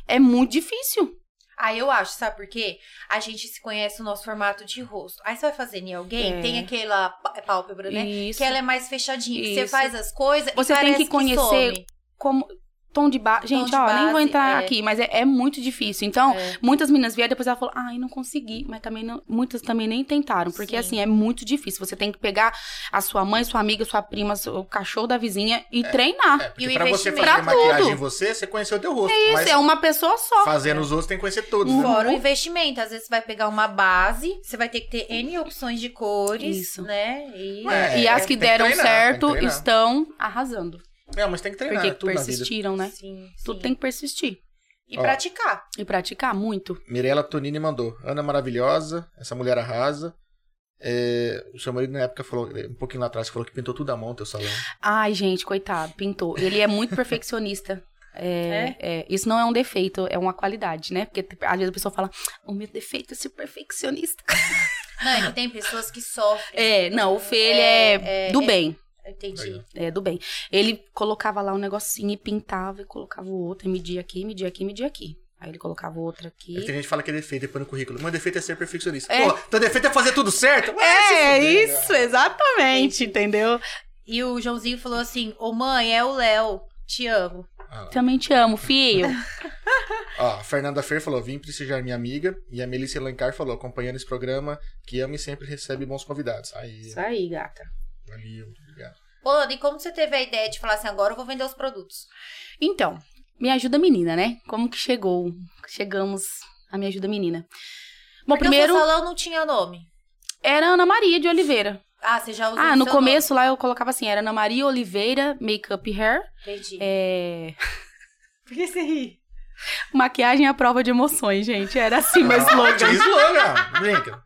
É muito difícil. Ah, eu acho, sabe por quê? A gente se conhece o nosso formato de rosto. Aí você vai fazer em alguém, É. tem aquela pá- é pálpebra, né? Isso. Que ela é mais fechadinha, que você Isso. faz as coisas Você e tem parece que conhecer some. Como tom de base. Gente, de ó, nem vou base, entrar é. aqui, mas é, é muito difícil. Então, É. Muitas meninas vieram depois ela falou, ai, não consegui. Mas também não- muitas também nem tentaram, porque Sim. assim, é muito difícil. Você tem que pegar a sua mãe, sua amiga, sua prima, seu- o cachorro da vizinha Ah, e treinar. É, porque E o pra você investimento. fazer Pra maquiagem tudo. em você, você conheceu o teu rosto. Isso, mas é uma pessoa só. fazendo os outros tem que conhecer todos, Uhum. né? Fora o investimento. Às vezes você vai pegar uma base, você vai ter que ter N opções de cores, Isso. né? E... Ué, e é, as tem que que deram treinar, tem certo que treinar. estão arrasando. É, mas tem que treinar porque tudo na vida. persistiram, né? Sim, Tudo sim. tem que persistir. E Ó. praticar. E praticar muito. Mirela Tonini mandou. Ana maravilhosa, essa mulher arrasa. É, o seu marido na época falou, um pouquinho lá atrás, falou que pintou tudo à mão o teu salão. Ai, gente, coitado, pintou. Ele é muito perfeccionista. <laughs> É, é, isso não é um defeito, é uma qualidade, né? Porque às vezes a pessoa fala, o meu defeito é ser perfeccionista. Não, e tem pessoas que sofrem. É, não, o Fê, ele É, é, é, do é. bem. Entendi. Legal. É, do bem. Ele colocava lá um negocinho e pintava e colocava o outro, e media aqui, media aqui, media aqui. Aí ele colocava Aí outro aqui. Tem gente que fala que é defeito, depois no currículo. Meu defeito é ser perfeccionista. É. Pô, teu defeito é fazer tudo certo? Vai se É, fuder, né? isso, exatamente, entendeu? E o Joãozinho falou assim: Ô mãe, é o Léo. Te amo. Ah, Também te amo, filho. ó, a Fernanda Fer falou, vim prestigiar minha amiga. E a Melissa Lancar falou, acompanhando esse programa, que ama e sempre recebe bons convidados. Aí, Isso aí, gata. valeu, obrigado. Ô, e como você teve a ideia de falar assim, agora eu vou vender os produtos? Então, me ajuda menina, né? Como que chegou? Chegamos a me ajuda menina. Bom, Porque primeiro o seu salão não tinha nome. era Ana Maria de Oliveira. Ah, você já usou Ah, o no seu começo lá eu colocava assim, era Ana Maria Oliveira Makeup Hair. Nome. Entendi. É, Por que você ri? <laughs> Maquiagem é a prova de emoções, gente. Era assim Ah, meu slogan. Tinha slogan, brinca.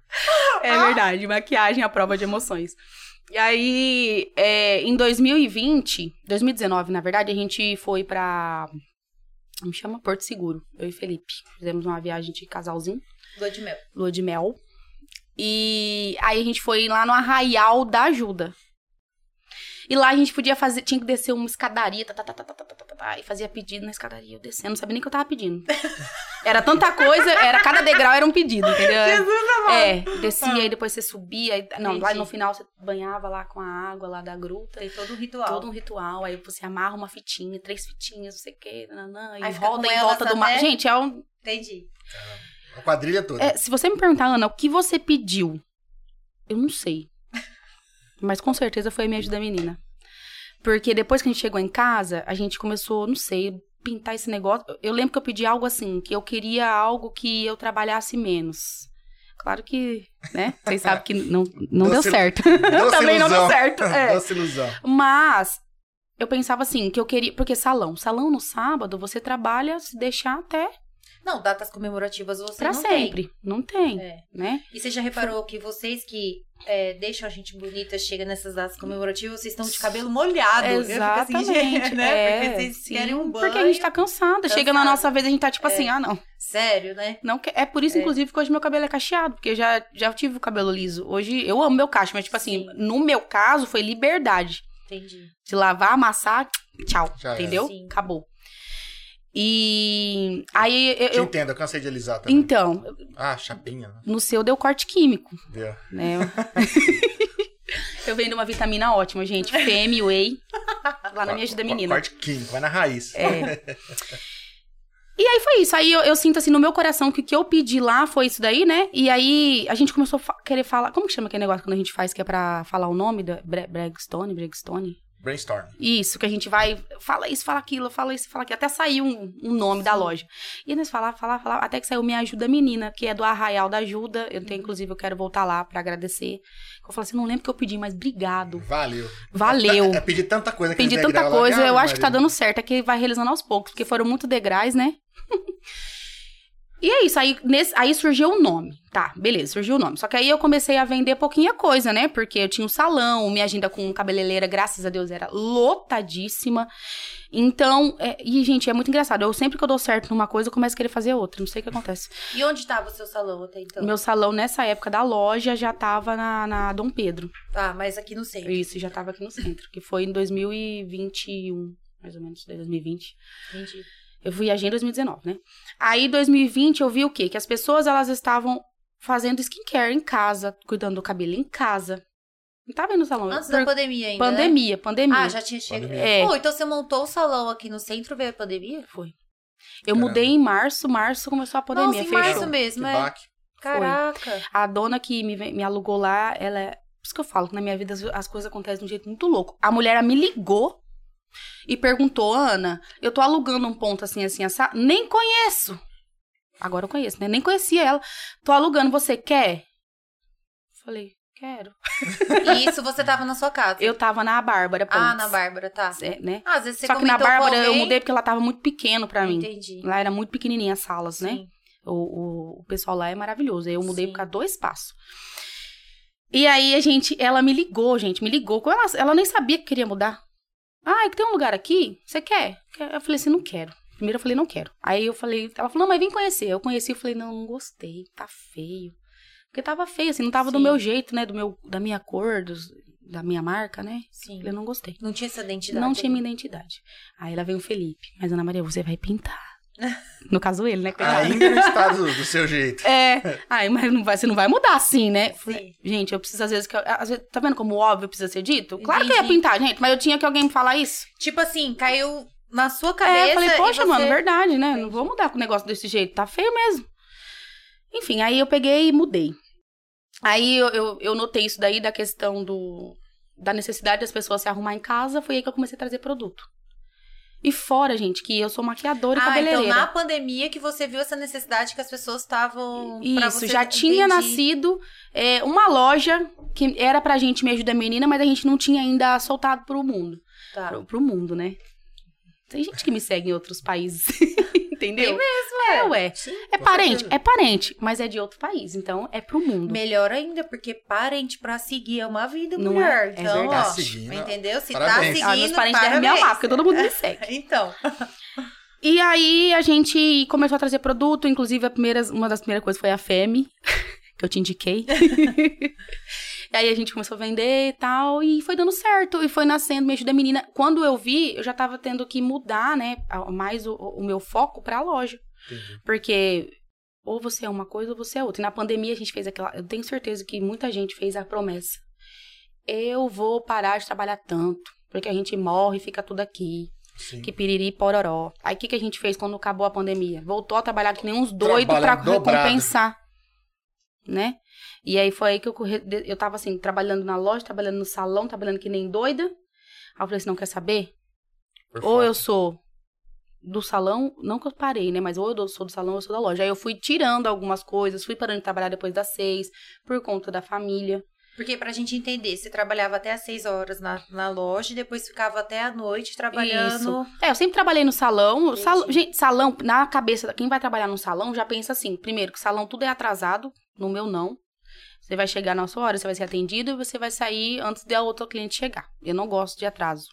É verdade, maquiagem é a prova de emoções. E aí, é, em 2020, 2019, na verdade, a gente foi pra. Me chama Porto Seguro, eu e Felipe. Fizemos uma viagem de casalzinho, Lua de mel. lua de mel. E aí a gente foi lá no Arraial da Ajuda. E lá a gente podia fazer, tinha que descer uma escadaria, tá, tá, tá, tá, tá, tá, tá, tá, tá, e fazia pedido na escadaria, eu descendo, não sabia nem o que eu tava pedindo. <laughs> Era tanta coisa, era cada degrau era um pedido, entendeu? É, descia e depois você subia. e- não, lá Entendi. no final você banhava lá com a água lá da gruta. Tem todo um ritual. Todo um ritual. Aí você amarra uma fitinha, três fitinhas, não sei o que, nanã, e Aí fica roda com né? em elas volta do mar. até- Gente, é um. Entendi. A quadrilha toda. é, <laughs> se você me perguntar, Ana, o que você pediu? Eu não sei. Mas com certeza foi a minha ajuda menina. Porque depois que a gente chegou em casa, a gente começou, não sei, pintar esse negócio. Eu- Eu lembro que eu pedi algo assim, que eu queria algo que eu trabalhasse menos. Claro que, né? Vocês sabem que não, não deu Doce- certo. Doce <laughs> Também não deu ilusão. certo. é. Doce ilusão. Mas eu pensava assim, que eu queria. Porque salão. Salão no sábado, você trabalha se deixar até Não, datas comemorativas você pra não sempre. Não tem, tem. É. né? E você já reparou que vocês que é, deixam a gente bonita, chega nessas datas comemorativas, vocês estão de cabelo molhado. Eu fico assim, <laughs> gente, né? é, porque vocês sim, querem um banho. Porque a gente tá cansada. Chega na Cansada. É. nossa vez, a gente tá tipo assim, ah, não. Sério, né? não que- É por isso, inclusive, que hoje meu cabelo é cacheado. Porque eu já, já tive o cabelo liso. Hoje eu amo meu cacho, mas tipo assim, Sim. no meu caso, foi liberdade. Entendi. Se lavar, amassar, tchau. Já era. entendeu? Sim. Acabou. E aí eu- Te eu entendo, eu cansei de alisar também. então, Ah, chapinha, né? No seu deu corte químico, Deu. né? Eu vendo uma vitamina ótima, gente. PM Whey. Lá na minha ajuda Co- menina. Corte químico, vai na raiz. É. E aí foi isso. Aí eu, eu sinto assim no meu coração que o que eu pedi lá foi isso daí, né? E aí a gente começou a fa- querer falar. Como que chama aquele negócio quando a gente faz que é pra falar o nome da Bre Bregstone? Bregstone? Brainstorm. Isso, que a gente vai, fala isso, fala aquilo, fala isso, fala aquilo, até sair um, um nome da loja. E nós falava, falava, falava, até que saiu Me Ajuda Menina, que é do Arraial da Ajuda. Eu tenho, inclusive, eu quero voltar lá pra agradecer. Eu falo assim, não lembro o que eu pedi, mas obrigado. Valeu. Valeu. É pedir tanta coisa que Pedi eles tanta degraus lá. coisa, Ave eu acho que tá Maria. dando certo. É que vai realizando aos poucos, porque foram muito degraus, né? <laughs> e é isso, aí, nesse- aí surgiu o nome. Tá, beleza, surgiu o nome. Só que aí eu comecei a vender pouquinha coisa, né? Porque eu tinha um salão, minha agenda com cabeleireira, graças a Deus, era lotadíssima. Então, é- e gente, é muito engraçado. Eu sempre que eu dou certo numa coisa, eu começo a querer fazer outra. Não sei o que acontece. E onde tava o seu salão até então? Meu salão, nessa época da loja, já tava na, na Dom Pedro. Ah, mas aqui não sei. Isso, já tava aqui no centro, que foi em 2021, mais ou menos, 2020. Entendi. Eu viajei em 2019, né? Aí, 2020, eu vi o quê? Que as pessoas, elas estavam fazendo skincare em casa, cuidando do cabelo em casa. Não tava indo no salão. Antes Por- da pandemia ainda, né? pandemia, pandemia. Ah, já tinha chegado. Pandemia. É. Pô, então você montou o salão aqui no centro, veio a pandemia? Foi. Eu Caramba. mudei em março, março começou a pandemia, Nossa, em fechou. março mesmo, Que é. baque. Caraca. <laughs> A dona que me, ve- me alugou lá, ela é. Por isso que eu falo que na minha vida as, as coisas acontecem de um jeito muito louco. A mulher ela me ligou e perguntou, Ana, eu tô alugando um ponto assim, assim, essa. Nem conheço. Agora eu conheço, né? Nem conhecia ela. Tô alugando, você quer? Falei, quero. E isso você tava na sua casa? Eu tava na Bárbara. Pontes, Ah, na Bárbara, tá. é, né? Ah, às vezes você Só que na comentou com Bárbara eu alguém. mudei porque ela tava muito pequeno pra mim. né? Entendi. Lá era muito pequenininha as salas, né? Sim. O, o, o pessoal lá é maravilhoso. Aí eu mudei Sim. por causa do espaço. E aí a gente, ela me ligou, gente, me ligou. Quando Ela, ela nem sabia que queria mudar. Ah, é que tem um lugar aqui? Você quer? Quer? Eu falei assim, não quero. Primeiro eu falei, não quero. Aí eu falei, ela falou, não, mas vem conhecer. Eu conheci, eu falei, não, não gostei, tá feio. Porque tava feio, assim, não tava do Sim. meu jeito, né? Do meu, da minha cor, dos- da minha marca, né? Sim. Eu não gostei. Não tinha essa identidade. Não tinha minha identidade. Aí ela veio o Felipe. Mas, Ana Maria, você vai pintar. <laughs> No caso, ele, né? coitado? Ainda não está do, do seu jeito. É. Aí, mas não vai, você não vai mudar assim, né? Eu falei, Sim. Gente, eu preciso, às vezes, que eu- às vezes- tá vendo como óbvio precisa ser dito? Claro que eu ia Entendi. pintar, gente, mas eu tinha que alguém me falar isso. Tipo assim, caiu na sua cabeça. É, eu falei, e poxa, você... mano, verdade, né? Não vou mudar com o negócio desse jeito, tá feio mesmo. Enfim, aí eu peguei e mudei. Aí eu, eu, eu notei isso daí da questão do, da necessidade das pessoas se arrumar em casa, foi aí que eu comecei a trazer produto. E fora, gente, que eu sou maquiadora e Ah, cabeleireira. então na pandemia que você viu essa necessidade que as pessoas estavam. pra Isso, você... já tinha Entendi. nascido é, uma loja que era pra gente Me Ajuda Menina, mas a gente não tinha ainda soltado pro mundo. Tá. Pro, pro mundo, né? Tem gente que me segue em outros países, <laughs> entendeu? Tem mesmo, é. ué. É com parente, certeza. é parente, mas é de outro país, então é pro mundo. Melhor ainda, porque parente pra seguir é uma vida, Não mulher. é? É então, Tá ó, verdade. seguindo. entendeu? Se Parabéns. tá Ah, seguindo, meus parentes devem me parabéns. amar, porque todo mundo me segue. <laughs> Então, E aí a gente começou a trazer produto, inclusive a primeira, uma das primeiras coisas foi a Femi, <laughs> que eu te indiquei. e aí a gente começou a vender e tal, e foi dando certo, e foi nascendo, me ajuda menina. Quando eu vi, eu já tava tendo que mudar, né, a- mais o, o meu foco pra loja. Entendi. Porque ou você é uma coisa ou você é outra. E na pandemia a gente fez aquela. Eu tenho certeza que muita gente fez a promessa. Eu vou parar de trabalhar tanto, porque a gente morre e fica tudo aqui. Sim. Que piriri pororó. Aí o que, que a gente fez quando acabou a pandemia? Voltou a trabalhar que nem uns doidos pra Trabalhar dobrado. recompensar. Né? E aí foi aí que eu, corre- de- eu tava assim, trabalhando na loja, trabalhando no salão, trabalhando que nem doida. Aí eu falei assim: não quer saber? Por Ou favor. eu sou do salão, não que eu parei, né? Mas ou eu dou- sou do salão ou eu sou da loja. Aí eu fui tirando algumas coisas, fui parando de trabalhar depois das seis, por conta da família. porque pra gente entender, você trabalhava até às seis horas na, na loja e depois ficava até a noite trabalhando. É, eu sempre trabalhei no salão. Entendi. Sal- gente, salão, na cabeça, quem vai trabalhar num salão já pensa assim: primeiro, que salão tudo é atrasado, no meu não. Você vai chegar na sua hora, você vai ser atendido e você vai sair antes da outra cliente chegar. Eu não gosto de atraso.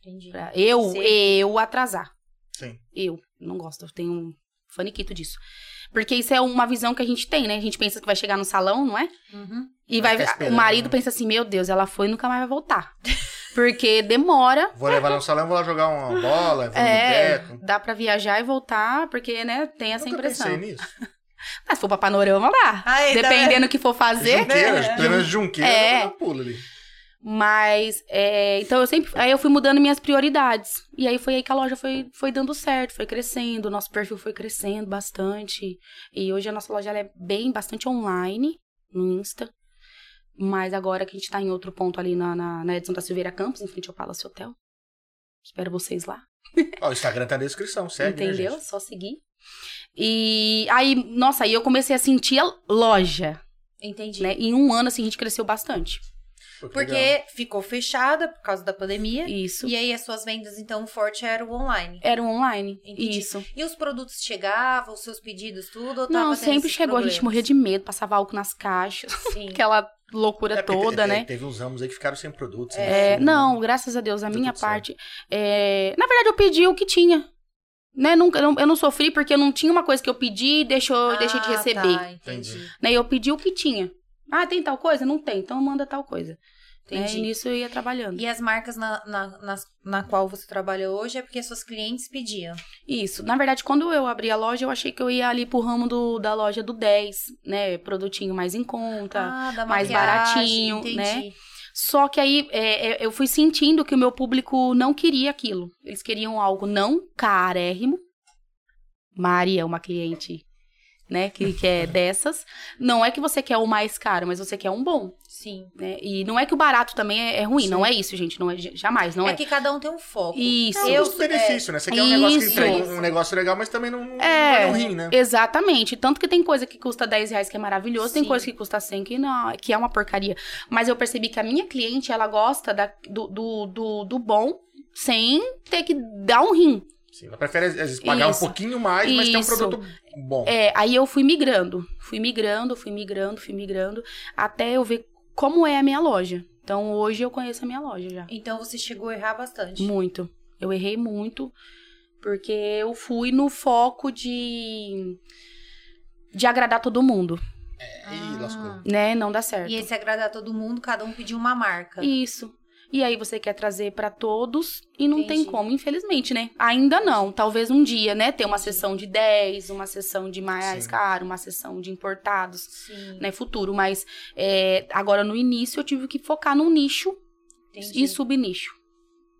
Entendi. Pra Eu, Sim. eu atrasar. Sim. Eu não gosto, eu tenho um faniquito disso. Porque isso é uma visão que a gente tem, né? A gente pensa que vai chegar no salão, não é? Uhum. E Vai vai, ficar esperando, o marido né? pensa assim: meu Deus, ela foi e nunca mais vai voltar. <laughs> Porque demora Vou levar lá no salão, vou lá jogar uma bola, vou É, no boteco. dá pra viajar e voltar, porque, né, tem essa Nunca pensei impressão. nisso. Ah, se for pra panorama, lá. Aí, tá Dependendo do que for fazer. Junqueira, É. pelo menos Junqueira, É. eu vou dar um pulo ali. Mas, é, então eu sempre. Aí eu fui mudando minhas prioridades. E aí foi aí que a loja foi, foi dando certo, foi crescendo, o nosso perfil foi crescendo bastante. E hoje a nossa loja ela é bem, bastante online, no Insta. Mas agora que a gente tá em outro ponto ali na, na, na Edson da Silveira Campos, em frente ao Palácio Hotel. Espero vocês lá. Ó, o Instagram tá na descrição, segue, né, entendeu? gente? Só seguir. E aí, nossa, aí eu comecei a sentir a loja, Entendi. né? Em um ano, assim, a gente cresceu bastante. Pô, que legal. Porque ficou fechada por causa da pandemia. Isso. E aí as suas vendas, então, o forte era o online. Era um online. Entendi. Isso. E os produtos chegavam, os seus pedidos, tudo? Ou Não, tava tendo sempre esses chegou, a gente morria problemas? de medo, passava álcool nas caixas, <laughs> Sim. aquela loucura É, porque te- toda, te- né? Teve uns ramos aí que ficaram sem produtos. né? É, não, graças a Tá Deus, a Deu minha tudo certo. parte. é, na verdade, eu pedi o que tinha. Né? Nunca, eu não- eu não sofri porque eu não tinha uma coisa que eu pedi e deixou, eu deixei de Ah, receber. Tá, entendi. Né? Eu pedi o que tinha. Ah, tem tal coisa? Não tem, então manda tal coisa. Né? Entendi. E nisso eu ia trabalhando. E as marcas na, na, nas- na qual você trabalha hoje é porque suas clientes pediam. Isso. Na verdade, quando eu abri a loja, eu achei que eu ia ali pro ramo do- da loja do 10, né? Produtinho mais em conta. Ah, da Tá. mais maquiagem, baratinho, entendi. né? Só que aí é, é, eu fui sentindo que o meu público não queria aquilo. Eles queriam algo não carérrimo. Mari é uma cliente, né? Que, <laughs> que é dessas. Não é que você quer o mais caro, mas você quer um bom. Sim. né? E não é que o barato também é, é ruim. Sim. Não é isso, gente. Não é, jamais, não é, é. que cada um tem um foco. Isso. É um Eu- custo-benefício, né? Você quer um negócio que é, Isso. entrega um negócio legal, mas também não, não É. vai no rim, né? Exatamente. Tanto que tem coisa que custa 10 reais que é maravilhoso, tem Sim. coisa que custa 100 que, não, que é uma porcaria. Mas eu percebi que a minha cliente, ela gosta da- do, do, do, do bom sem ter que dar um rim. Sim, ela prefere, às vezes, pagar Isso. um pouquinho mais, mas ter um Isso. produto bom. É, aí eu fui migrando, fui migrando, fui migrando, fui migrando, até eu ver como é a minha loja. Então hoje eu conheço a minha loja já. Então você chegou a errar bastante. Muito. Eu errei muito, porque eu fui no foco de. de agradar todo mundo, É. Ih, lascou. né? Não dá certo. Ah. E esse agradar todo mundo, cada um pediu uma marca. Isso. E aí você quer trazer pra todos e não tem Entendi. como, infelizmente, né? Ainda não. Talvez um dia, né? Ter uma Entendi. sessão de 10, uma sessão de mais Sim. caro, uma sessão de importados, Sim. né? Futuro. Mas é, agora no início eu tive que focar num nicho entendi, e subnicho.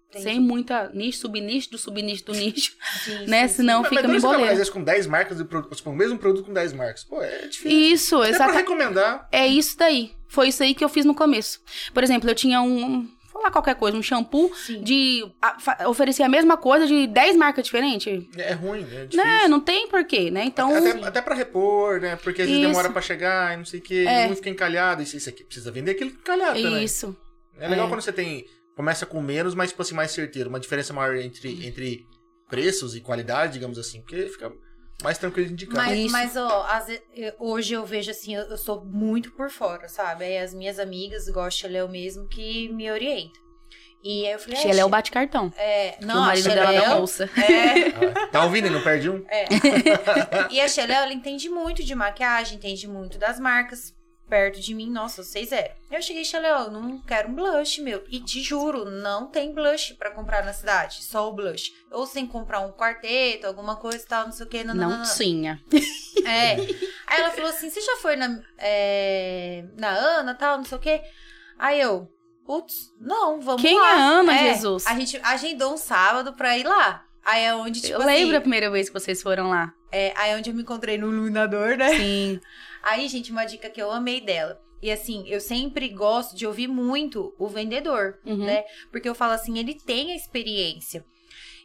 entendi. Sem muita nicho, subnicho, do subnicho do nicho, Sim, né? sim, Senão Mas- mas dois fica meio trabalhos, Às boleiro. vezes com 10 marcas, de produtos, com o mesmo produto com 10 marcas. Pô, é difícil. Isso, Até pra exatamente. recomendar. É isso daí. Foi isso aí que eu fiz no começo. Por exemplo, eu tinha um. Vou falar qualquer coisa, um shampoo sim. de a- fa- oferecer a mesma coisa de 10 marcas diferentes. É ruim, é difícil. Né? Não tem porquê, né? Então. até, até pra repor, né? Porque às vezes Isso. demora pra chegar e não sei o quê. É. Não fica encalhado. Isso, isso aqui precisa vender aquilo encalhado também. Isso. É legal É. quando você tem. Começa com menos, mas tipo assim, mais certeiro. Uma diferença maior entre, entre preços e qualidade, digamos assim. Porque fica mais tranquilo de indicar. Mas, Isso. mas, ó, às ve- eu- hoje eu vejo assim, eu, eu sou muito por fora, sabe? Aí as minhas amigas, igual a Xeléu mesmo, que me orientam. E aí eu falei, Xelé é o bate-cartão. é, que o não, a marido dela dá um Xeléu, bolsa. <laughs> é, Ah, tá ouvindo e não perde um? e a Xeléu, ela entende muito de maquiagem, entende muito das marcas. Perto de mim, nossa, vocês é. Eu cheguei, Xeléu, eu não quero um blush, meu. E te juro, não tem blush pra comprar na cidade, só o blush. Ou sem comprar um quarteto, alguma coisa e tal, não sei o que. Não tinha. É. Aí ela falou assim: você já foi na, é, na Ana tal, não sei o quê? Aí eu, putz, não, vamos Quem lá. a ama, É, Jesus? A gente agendou um sábado pra ir lá. Aí é onde, tipo eu assim, lembro a primeira vez que vocês foram lá. é, aí é onde eu me encontrei no iluminador, né? Sim. Aí, gente, uma dica que eu amei dela. E assim, eu sempre gosto de ouvir muito o vendedor. Uhum. Né? Porque eu falo assim, ele tem a experiência.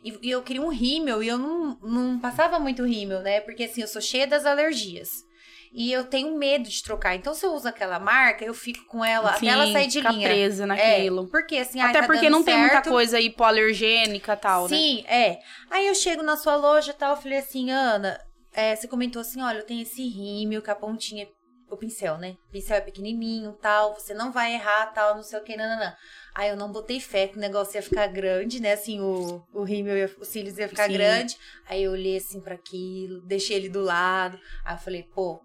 E, e eu queria um rímel e eu não, não passava muito rímel, né? Porque assim, eu sou cheia das alergias. E eu tenho medo de trocar. Então, se eu uso aquela marca, eu fico com ela Sim, até ela sair de ficar linha. presa É, naquilo. porque assim, ai, Até tá porque dando não tem muita certo. coisa hipoalergênica e tal, né? Sim, é. Aí eu chego na sua loja e tal, eu falei assim, Ana, é, você comentou assim, olha, eu tenho esse rímel com a pontinha, o pincel, né? O pincel é pequenininho, tal, você não vai errar, tal, não sei o que, nananã. Aí eu não botei fé que o negócio ia ficar grande, né? Assim, o, o rímel, ia, os cílios ia ficar Sim. grande. Aí eu olhei assim pra aquilo, deixei ele do lado. Aí eu falei, pô,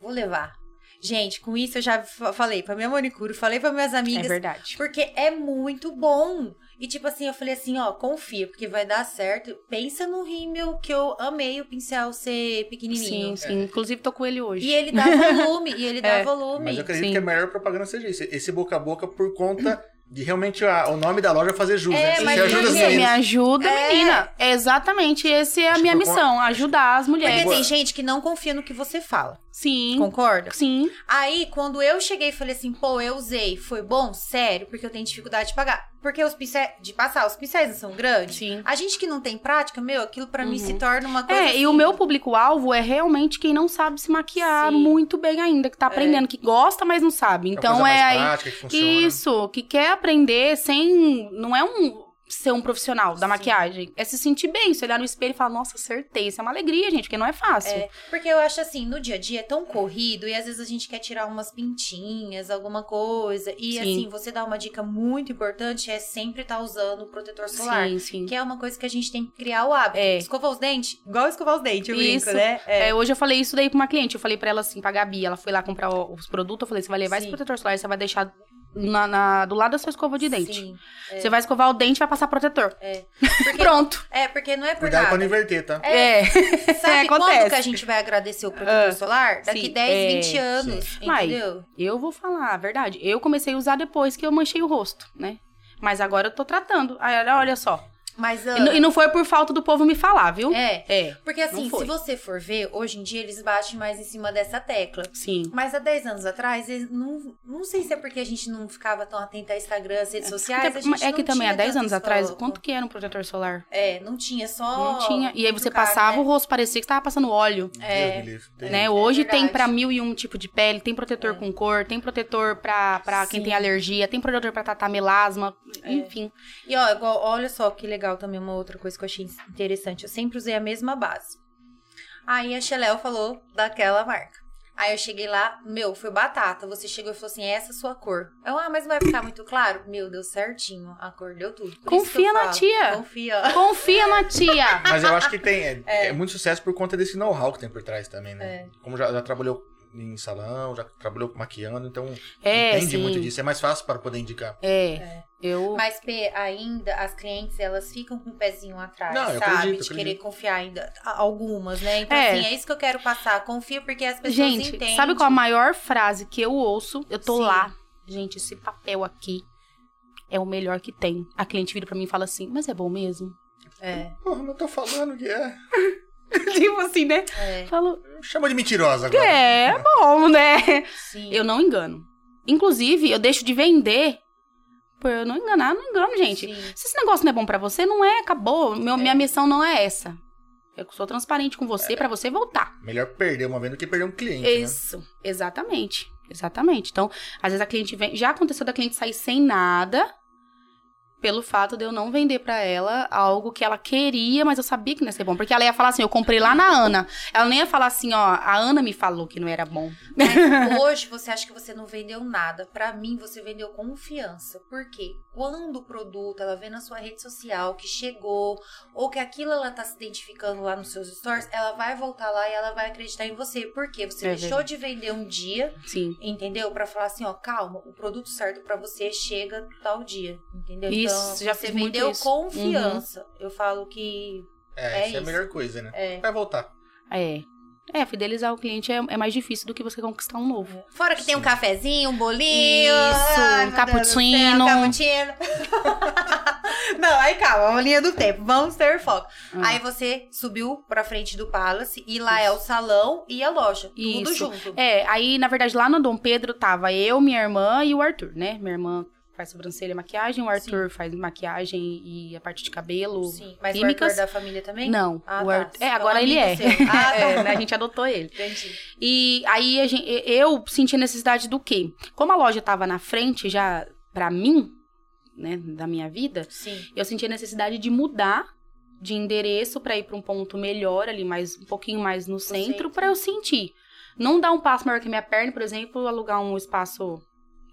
vou levar. Gente, com isso eu já fa- falei pra minha manicure, falei pra minhas É amigas, verdade. porque é muito bom. E tipo assim, eu falei assim, ó, confia, porque vai dar certo. Pensa no rímel que eu amei o pincel ser Sim, pequenininho. sim. Inclusive, tô com ele hoje. É. E ele <laughs> dá volume, e ele dá É. volume. Mas eu acredito é Sim. que a melhor propaganda seja isso. Esse boca a boca por conta De realmente a- o nome da loja fazer jus, né? É, Você mas ajuda as me, meninas. me ajuda, É. menina. É exatamente essa é a Acho minha que eu con- missão, ajudar as Porque mulheres. Boa. tem gente que não confia no que você fala. Sim. Concorda? Sim. Aí, quando eu cheguei e falei assim, pô, eu usei, foi bom? Sério, porque eu tenho dificuldade de pagar. Porque os pincéis, de passar, os pincéis não são grandes. Sim. A gente que não tem prática, meu, aquilo pra mim Uhum. se torna uma coisa. É, e o assim, meu público-alvo é realmente quem não sabe se maquiar Sim. É. muito bem ainda, que tá aprendendo, que gosta, mas não sabe. Uma Então coisa é mais aí. prática, que funciona. Isso, que quer aprender sem. Não é um ser um profissional da Sim. maquiagem. É se sentir bem, se olhar no espelho e falar, nossa, acertei. Isso é uma alegria, gente, porque não é fácil. É, Porque eu acho assim, no dia a dia é tão corrido e às vezes a gente quer tirar umas pintinhas, alguma coisa. E Sim. assim, você dá uma dica muito importante é sempre estar usando o protetor solar. Sim, sim. Que é uma coisa que a gente tem que criar o hábito. É. Escovar os dentes, igual escovar os dentes, eu brinco, Isso. né? É. É, hoje eu falei isso daí pra uma cliente. Eu falei pra ela assim, pra Gabi. Ela foi lá comprar o- os produtos. Eu falei: você vai levar esse Sim. protetor solar, você vai deixar na- na- do lado da sua escova de dente. Sim. Você vai escovar o dente e vai passar protetor. É. <laughs> Porque- Pronto. É, porque não é por Cuidado pra nada. não inverter, tá? É. Sabe quando acontece. que a gente vai agradecer o protetor Ah, solar? Daqui sim, 10, é, 20 anos, Mas- entendeu? Eu vou falar a verdade. Eu comecei a usar depois que eu manchei o rosto, né? Mas agora eu tô tratando. Aí, ela, olha só. Mas, E não- E não foi por falta do povo me falar, viu? ah, é. É. Porque assim, foi. se você for ver, hoje em dia eles batem mais em cima dessa tecla. Sim. Mas há 10 anos atrás, eles não, não sei se é porque a gente não ficava tão atento a Instagram, às redes sociais. Até- a gente é não que também tinha há 10 tanto anos atrás, foco. quanto que era um protetor solar? É, não tinha só. não tinha. E aí você trocar, passava Oh, né? o rosto, parecia que você tava passando óleo. É. Deus me livre. Tem- né? Hoje tem verdade. É. pra mil e um tipo de pele, tem protetor com cor, tem protetor pra, pra quem Sim. É. tem alergia, tem protetor pra tratar melasma, enfim. E ó, igual- olha só que legal também, uma outra coisa que eu achei interessante. Eu sempre usei a mesma base. Aí a Xeléu falou daquela marca. Aí eu cheguei lá, meu, foi batata. Você chegou e falou assim: essa é a sua cor. Eu, ah, mas não vai ficar muito claro? Meu, deu certinho. A cor deu tudo. Por isso que eu Confia na falo, tia. Confia. Confia <laughs> na tia! Mas eu acho que tem. <laughs> É, é muito sucesso por conta desse know-how que tem por trás também, né? É. Como já, já trabalhou em salão, já trabalhou maquiando, então É, entende sim. muito disso. É mais fácil para poder indicar. É. É. Eu. Mas P, ainda as clientes elas ficam com o pezinho atrás, Não, eu sabe? acredito, de eu querer confiar ainda A- algumas, né? Então É. assim, é isso que eu quero passar. Confia porque as pessoas Gente, entendem. sabe qual é a maior frase que eu ouço? Eu tô Sim. lá. Gente, esse papel aqui é o melhor que tem. A cliente vira pra mim e fala assim, mas é bom mesmo? <laughs> É, Porra, não tô falando que é. tipo assim, né? é, Eu falo, Chama de mentirosa agora. é, é bom, né? sim. Eu não engano. Inclusive, eu deixo de vender por eu não enganar, eu não engano, gente. Sim. <laughs> Se esse negócio não é bom pra você, não é, acabou. Meu- Minha missão não é essa. Eu sou transparente com É. você pra você voltar. Melhor perder uma venda do que perder um cliente. Né? Isso, exatamente. Exatamente. Então, às vezes a cliente vem. Já aconteceu da cliente sair sem nada pelo fato de eu não vender pra ela algo que ela queria, mas eu sabia que não ia ser bom. Porque ela ia falar assim: eu comprei lá na Ana. Ela nem ia falar assim: ó, a Ana me falou que não era bom. Mas hoje você acha que você não vendeu nada. Pra mim, você vendeu confiança. Por quê? Quando o produto ela vê na sua rede social que chegou, ou que aquilo ela tá se identificando lá nos seus stories, ela vai voltar lá e ela vai acreditar em você. Por quê? Você É deixou de vender um dia Sim. Entendeu? Pra falar assim, ó, calma, o produto certo pra você chega tal dia, entendeu? Então, Isso, já você fiz muito vendeu isso. confiança. Eu falo que É, É isso é a isso. melhor coisa, né? é. Vai voltar. É. É, fidelizar o cliente é, é mais difícil do que você conquistar um novo. Fora que tem um Sim. cafezinho, um bolinho, Isso, ai, meu Deus um do céu, cappuccino. um cappuccino. <laughs> Não, aí calma, a linha do tempo, vamos ter foco. Ah. Aí você subiu pra frente do Palace e lá é o salão e a loja, tudo Isso. junto. É, aí, na verdade, lá no Dom Pedro tava eu, minha irmã e o Arthur, né? Minha irmã faz sobrancelha e maquiagem, o Arthur faz maquiagem e a parte de cabelo. Sim, mas Químicas? o Arthur da família também? Não, Ah, o tá. Arthur. É, Então, agora ele é. amigo seu. <laughs> Ah, tá. É, né, A gente adotou ele. Entendi. <laughs> E aí a gente- eu senti necessidade do quê? Como a loja tava na frente já pra mim, né, da minha vida, Sim. eu senti a necessidade de mudar de endereço pra ir pra um ponto melhor ali, mais um pouquinho mais no centro, centro. pra eu sentir. Não dar um passo maior que a minha perna, por exemplo, alugar um espaço,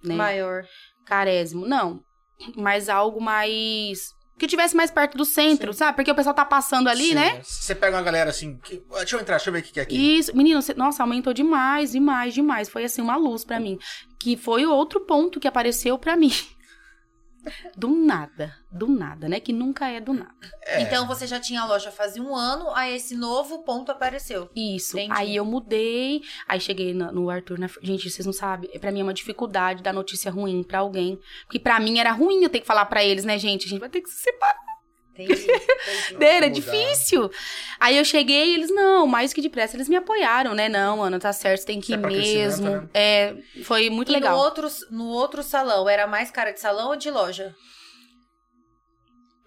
né, Maior. carésimo, não. Mas algo mais que tivesse mais perto do centro, sabe? Porque o pessoal tá passando ali, Sim, é. né? Você pega uma galera assim. que- Deixa eu entrar, deixa eu ver o que que é aqui. Isso, menino, você- nossa, aumentou demais, demais, demais. Foi assim uma luz pra mim, que foi outro ponto que apareceu pra mim. <laughs> Do nada, do nada, né? Que nunca é do nada. É. Então você já tinha a loja fazia um ano, aí esse novo ponto apareceu. Isso. Entendi. Aí eu mudei, aí cheguei na- no, Arthur na. Gente, vocês não sabem, pra mim é uma dificuldade dar notícia ruim pra alguém. Porque pra mim era ruim eu ter que falar pra eles, né, gente? A gente vai ter que se separar. <laughs> Entendi. entendi. mudar. Era difícil. Aí eu cheguei e eles, não, mais que depressa, eles me apoiaram, né? Não, Ana, tá certo, você tem que É ir pra crescimento, mesmo. né? É, foi muito E legal. no outro, no outro salão, era mais cara de salão ou de loja?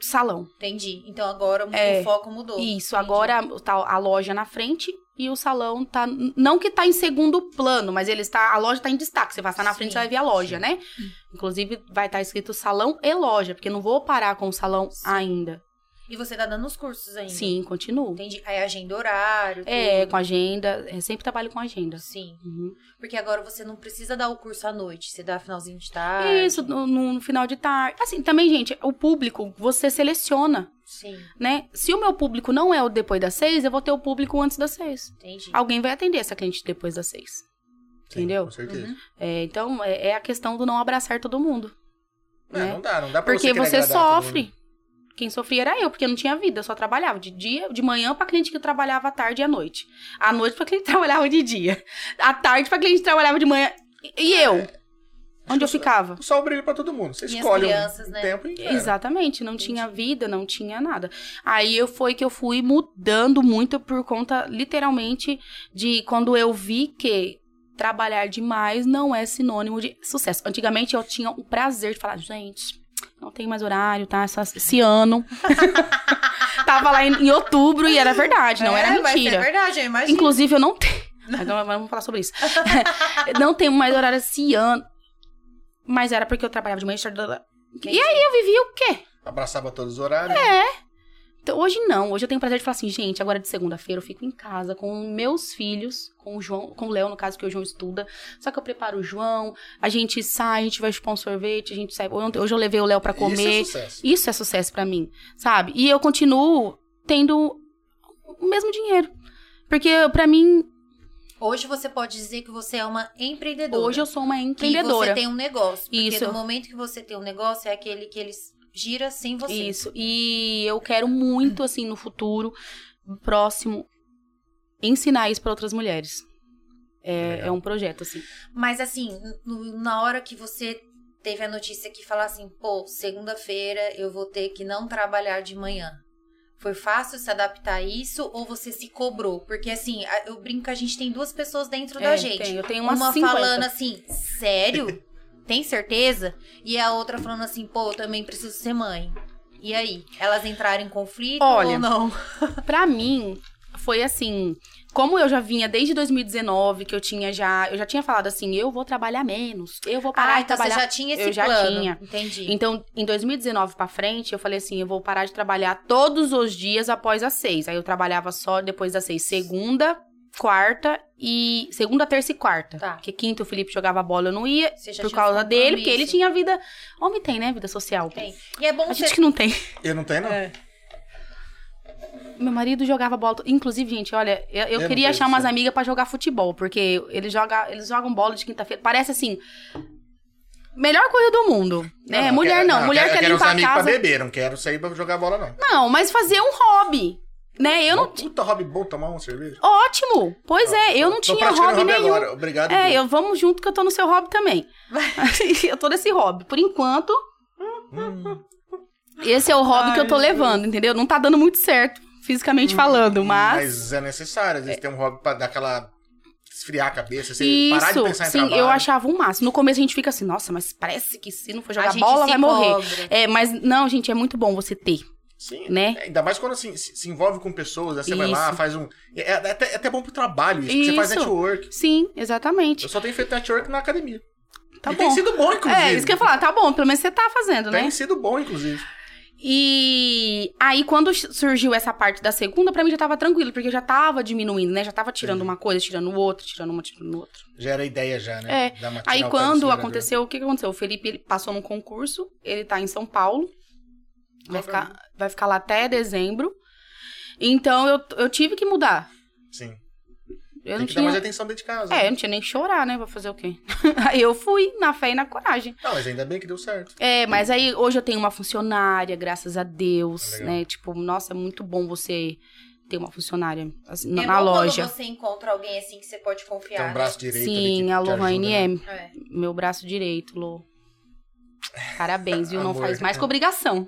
Salão. Entendi. Então agora É. o foco mudou. Isso, Entendi. agora tá a loja na frente e o salão tá. Não que tá em segundo plano, mas ele está. A loja tá em destaque. Você passar na Sim, Hum. frente, você vai ver a loja, sim. né? Inclusive, vai estar escrito salão e loja, porque eu não vou parar com o salão Sim. ainda. E você tá dando os cursos ainda? Sim, continuo. Entendi. Aí agenda horário. É, tudo. com agenda. é, sempre trabalho com agenda. Sim. Uhum. Porque agora você não precisa dar o curso à noite, você dá finalzinho de tarde. Isso, no, no- no final de tarde. Assim, também, gente, o público, você seleciona, Sim, né? Se o meu público não é o depois das seis, eu vou ter o público antes das seis. entendi. Alguém vai atender essa cliente depois das seis. Sim, entendeu? Com certeza. Uhum. É, então, é, é a questão do não abraçar todo mundo. Não, né? não dá, não dá pra Porque querer você, agradar todo mundo. sofre. Quem sofria era eu, porque eu não tinha vida, eu só trabalhava de dia, de manhã pra cliente que trabalhava à tarde e à noite. À noite pra cliente que <laughs> trabalhava de dia. À tarde pra cliente que trabalhava de manhã. E, e eu? Onde eu Acho que ficava? O sol brilha pra todo mundo. Você Minhas escolhe crianças, um, um né? tempo e espera. Exatamente, não Entendi. tinha vida, não tinha nada. Aí eu foi que eu fui mudando muito por conta, literalmente, de quando eu vi que trabalhar demais não é sinônimo de sucesso. Antigamente eu tinha o prazer de falar, gente, não tem mais horário, tá? Só <laughs> esse ano. Tava lá em, em outubro e era verdade, não era É, mas mentira. É verdade, eu imagino. Inclusive, eu não tenho. Agora vamos falar sobre isso. <laughs> não tenho mais horário esse ano. Mas era porque eu trabalhava de manhã. E aí eu vivia o quê? Abraçava todos os horários. É. Então, hoje não. Hoje eu tenho o prazer de falar assim, gente, agora de segunda-feira eu fico em casa com meus filhos, com o João, com o Léo, no caso, que o João estuda. Só que eu preparo o João, a gente sai, a gente vai chupar um sorvete, a gente sai. Ontem- Hoje eu levei o Léo pra comer. Isso é sucesso. Isso é sucesso pra mim, sabe? E eu continuo tendo o mesmo dinheiro. Porque pra mim, Hoje você pode dizer que você é uma empreendedora. hoje eu sou uma que você empreendedora. tem um negócio. Porque Isso. no momento que você tem um negócio, é aquele que eles gira é sem você. Isso. E eu <clears throat> quero muito, assim, no futuro próximo, ensinar isso pra outras mulheres. É, Legal. é um projeto, assim. Mas assim, no- na hora que você teve a notícia que fala assim, pô, segunda-feira eu vou ter que não trabalhar de manhã. Foi fácil se adaptar a isso ou você se cobrou? Porque assim, a- eu brinco que a gente tem duas pessoas dentro da É, gente. tem. eu tenho Uma, umas 50. falando assim, sério? Tem certeza? E a outra falando assim, pô, eu também preciso ser mãe. E aí? Elas entraram em conflito ou Olha, não? Pra mim, foi assim. Como eu já vinha desde 2019, que eu tinha já. Eu já tinha falado assim, eu vou trabalhar menos. Eu vou parar Ah, de então você trabalhar. já tinha esse eu já plano. tinha. Entendi. Então, em 2019 pra frente, eu falei assim, eu vou parar de trabalhar todos os dias após as seis. Aí eu trabalhava só depois das seis, segunda, quarta e segunda, terça e quarta. Tá. Porque quinta o Felipe jogava bola, eu não ia Você já por tinha causa esse dele, porque ele compromisso. tinha vida. Homem tem, né, vida social. Tem. E é bom A você gente que não tem. Eu não tenho, não. Meu marido jogava bola. Inclusive, gente, olha, eu, eu Eu não queria tenho achar umas isso. amigas pra jogar futebol, porque eles, joga, eles jogam bola de quinta-feira. Parece assim. Melhor coisa do mundo. Né? Não, não, mulher quero- não. Mulher quero- quer quero os limpar a amigos casa. pra beber, não quero sair pra jogar bola, não. Não, mas fazer um hobby. Né? Eu não. Puta hobby bom tomar uma cerveja. Ótimo! Pois é, eu não Tô tinha praticando hobby nenhum. agora. Obrigado. É, Deus. eu vamos junto que eu tô no seu hobby também. <laughs> eu tô nesse hobby. Por enquanto, Hum, esse é o hobby que eu tô levando, entendeu? Não tá dando muito certo, fisicamente falando, mas. Hum, mas é necessário. Às vezes tem um hobby pra dar aquela... Esfriar a cabeça, você parar de Isso, pensar em sim, trabalho. eu achava um máximo. No começo a gente fica assim, nossa, mas parece que se não for A jogar gente bola, se vai morrer. cobra. É, mas não, gente, é muito bom você ter, Sim. né? É, Ainda mais quando assim, se se envolve com pessoas, né? você vai lá, Isso. faz um. É, é até, é até bom pro trabalho isso, porque você faz Isso. network. Sim, exatamente. Eu só tenho feito network na academia. Tá e bom. tem sido bom, inclusive. É, isso que eu ia falar, tá bom, pelo menos você tá fazendo, né? Tem sido bom, inclusive. E aí, quando surgiu essa parte da segunda, pra mim já tava tranquilo, porque eu já tava diminuindo, né? Já tava tirando Entendi. uma coisa, tirando outra, tirando uma, tirando outra. Já era ideia já, né? É. Da matinal Aí, pra quando acelerador. aconteceu, o que que aconteceu? O Felipe ele passou num concurso, ele tá em São Paulo, vai Só pra ficar, vai ficar lá até dezembro. Então, eu, eu tive que mudar. Sim. Eu Tem não que dar mais tinha. atenção dentro de casa. É, eu não tinha nem que chorar, né? Vou fazer o quê? <laughs> aí eu fui na fé e na coragem. Não, mas ainda bem que deu certo. É, mas aí hoje eu tenho uma funcionária, graças a Deus, Legal. né? Tipo, nossa, é muito bom você ter uma funcionária assim, na, é na bom loja. Quando você encontra alguém assim que você pode confiar. Tem um né? braço direito ali que Sim, a te ajuda, Lohane né? é É. meu braço direito, Lô. Parabéns, viu? Não Amor. faz mais <laughs> que obrigação.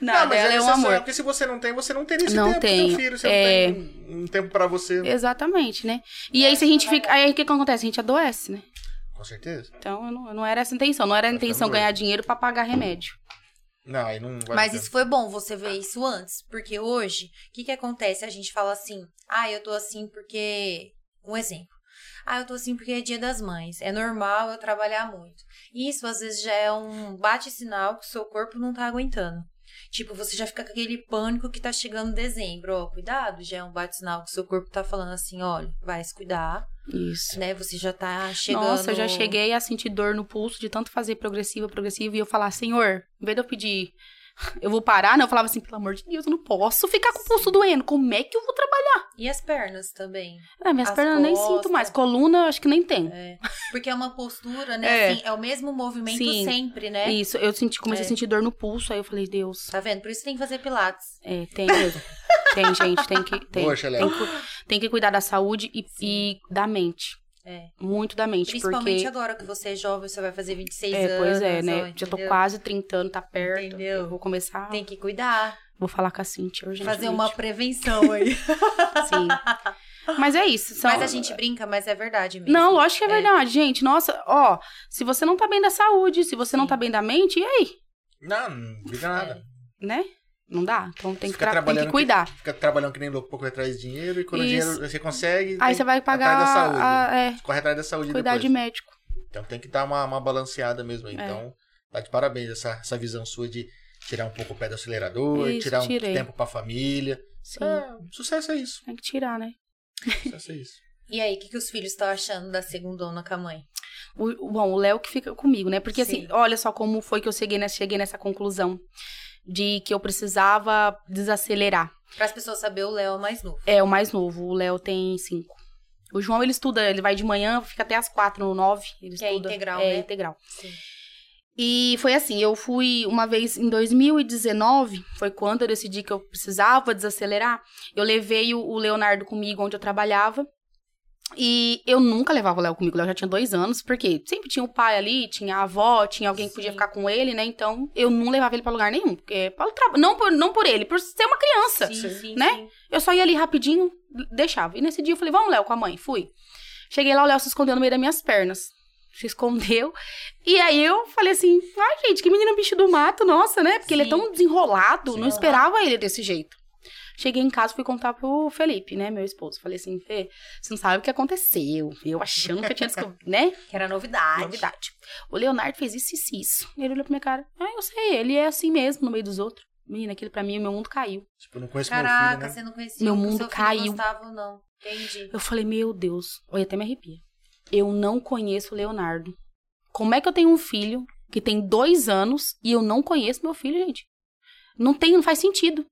Não, Nada, mas ela é um necessário, amor. Porque se você não tem, você não teria esse Não tempo tenho, pro teu filho. Você é. não tem um, um tempo pra você. Exatamente, né? E aí se a gente fica. Aí o que que acontece? A gente adoece, né? Com certeza. Então eu não, não era essa a intenção. Não era a Tá ficando intenção doido. ganhar dinheiro pra pagar remédio. Não, aí não vai Mas dar. isso foi bom você ver isso antes, porque hoje, o que que acontece? A gente fala assim, ah, eu tô assim porque... Um exemplo. Ah, eu tô assim porque é dia das mães, é normal eu trabalhar muito. E Isso, às vezes, já é um bate-sinal que o seu corpo não tá aguentando. Tipo, você já fica com aquele pânico que tá chegando dezembro, ó, cuidado, já é um bate-sinal que o seu corpo tá falando assim, olha, vai se cuidar, Isso. né, você já tá chegando... Nossa, eu já cheguei a sentir dor no pulso de tanto fazer progressiva, progressiva, e eu falar, senhor, em vez de eu pedir, eu vou parar, né? Eu falava assim, pelo amor de Deus, eu não posso ficar com o pulso doendo. Como é que eu vou trabalhar? E as pernas também. Ah, minhas As pernas eu nem sinto costas. mais. Coluna, eu acho que nem tem. É, porque é uma postura, né? É. assim, É, o mesmo movimento Sim. sempre, né? Isso, eu senti, comecei É. a sentir dor no pulso, aí eu falei, Deus, Tá vendo? Por isso tem que fazer pilates. é, tem mesmo. tem, gente, tem que. Tem, Boa, tem, Xelé. cu- tem que cuidar da saúde e, e da mente. É. Muito da mente. Principalmente porque. agora que você é jovem, você vai fazer 26 É, anos. pois é, né? ó, Já tô entendeu? quase 30 anos, tá perto. Entendeu? Eu vou começar. Tem que cuidar, Vou falar com a Cintia urgentemente. fazer uma prevenção <laughs> aí. <laughs> Sim. Mas é isso. São... Mas a gente brinca, mas é verdade mesmo. Não, lógico que é, É. verdade, gente. Nossa, ó, se você não tá bem da saúde, se você não Sim. tá bem da mente, e aí? Não, não fica nada. né? Não dá. Então tem que, Fica tra- tem trabalhando que que- cuidar. Fica trabalhando que nem louco, pouco atrás de dinheiro. E quando o Isso. dinheiro você consegue, Aí tem- você vai pagar. atrás da saúde. a- é, corre atrás da saúde cuidar de depois. médico. Então tem que dar uma, uma balanceada mesmo. aí. É. Então, tá de parabéns essa, essa visão sua de tirar um pouco o pé do acelerador, Isso, tirar um tirei. tempo pra família. Sim. É, sucesso é isso. Tem que tirar, né? Sucesso é isso. E aí, o que, que os filhos estão achando da segundona com a mãe? O, o- bom, o Léo que fica comigo, né? Porque Sim. assim, olha só como foi que eu cheguei nessa, cheguei nessa conclusão. De que eu precisava desacelerar. Para as pessoas saberem, o Léo é o mais novo. É o mais novo, o Léo tem cinco. O João, ele estuda, ele vai de manhã, fica até às quatro, no nove. Ele Que é estuda. integral, é né? integral. Sim. E foi assim, eu fui uma vez em 2019, foi quando eu decidi que eu precisava desacelerar. Eu levei o, o Leonardo comigo onde eu trabalhava. E eu nunca levava o Léo comigo, o Léo já tinha dois anos, porque sempre tinha o pai ali, tinha a avó, tinha alguém que podia Sim. ficar com ele, né? Então eu não levava ele pra lugar nenhum. Porque, pra, tra- não, por, não por ele, por ser uma criança. Sim, sim, né? sim. Eu só ia ali rapidinho, deixava. E nesse dia eu falei, vamos, Léo, com a mãe. Fui. Cheguei lá, o Léo se escondeu no meio das minhas pernas. Se escondeu. E aí eu falei assim, ai, gente, que menino bicho do mato, nossa, né? Porque ele é Sim. tão desenrolado, Sim, não aham. esperava ele desse jeito. Cheguei em casa, fui contar pro Felipe, né, meu esposo. Falei assim, Fê, você não sabe o que aconteceu. Eu achando que eu tinha descoberto, <laughs> né? Que era novidade. Novidade. O Leonardo fez isso, isso, e isso. Ele olhou pra minha cara, ah, eu sei, ele é assim mesmo, no meio dos outros. Menina, aquilo pra mim, meu mundo caiu. Tipo, eu não conheço Caraca, meu filho, né? você não conhecia. Meu o que o mundo seu filho caiu. gostava ou não. Entendi. Eu falei, meu Deus, olha, até me arrepia. Eu não conheço o Leonardo. Como é que eu tenho um filho que tem dois anos e eu não conheço meu filho, gente? Não tem, não faz sentido.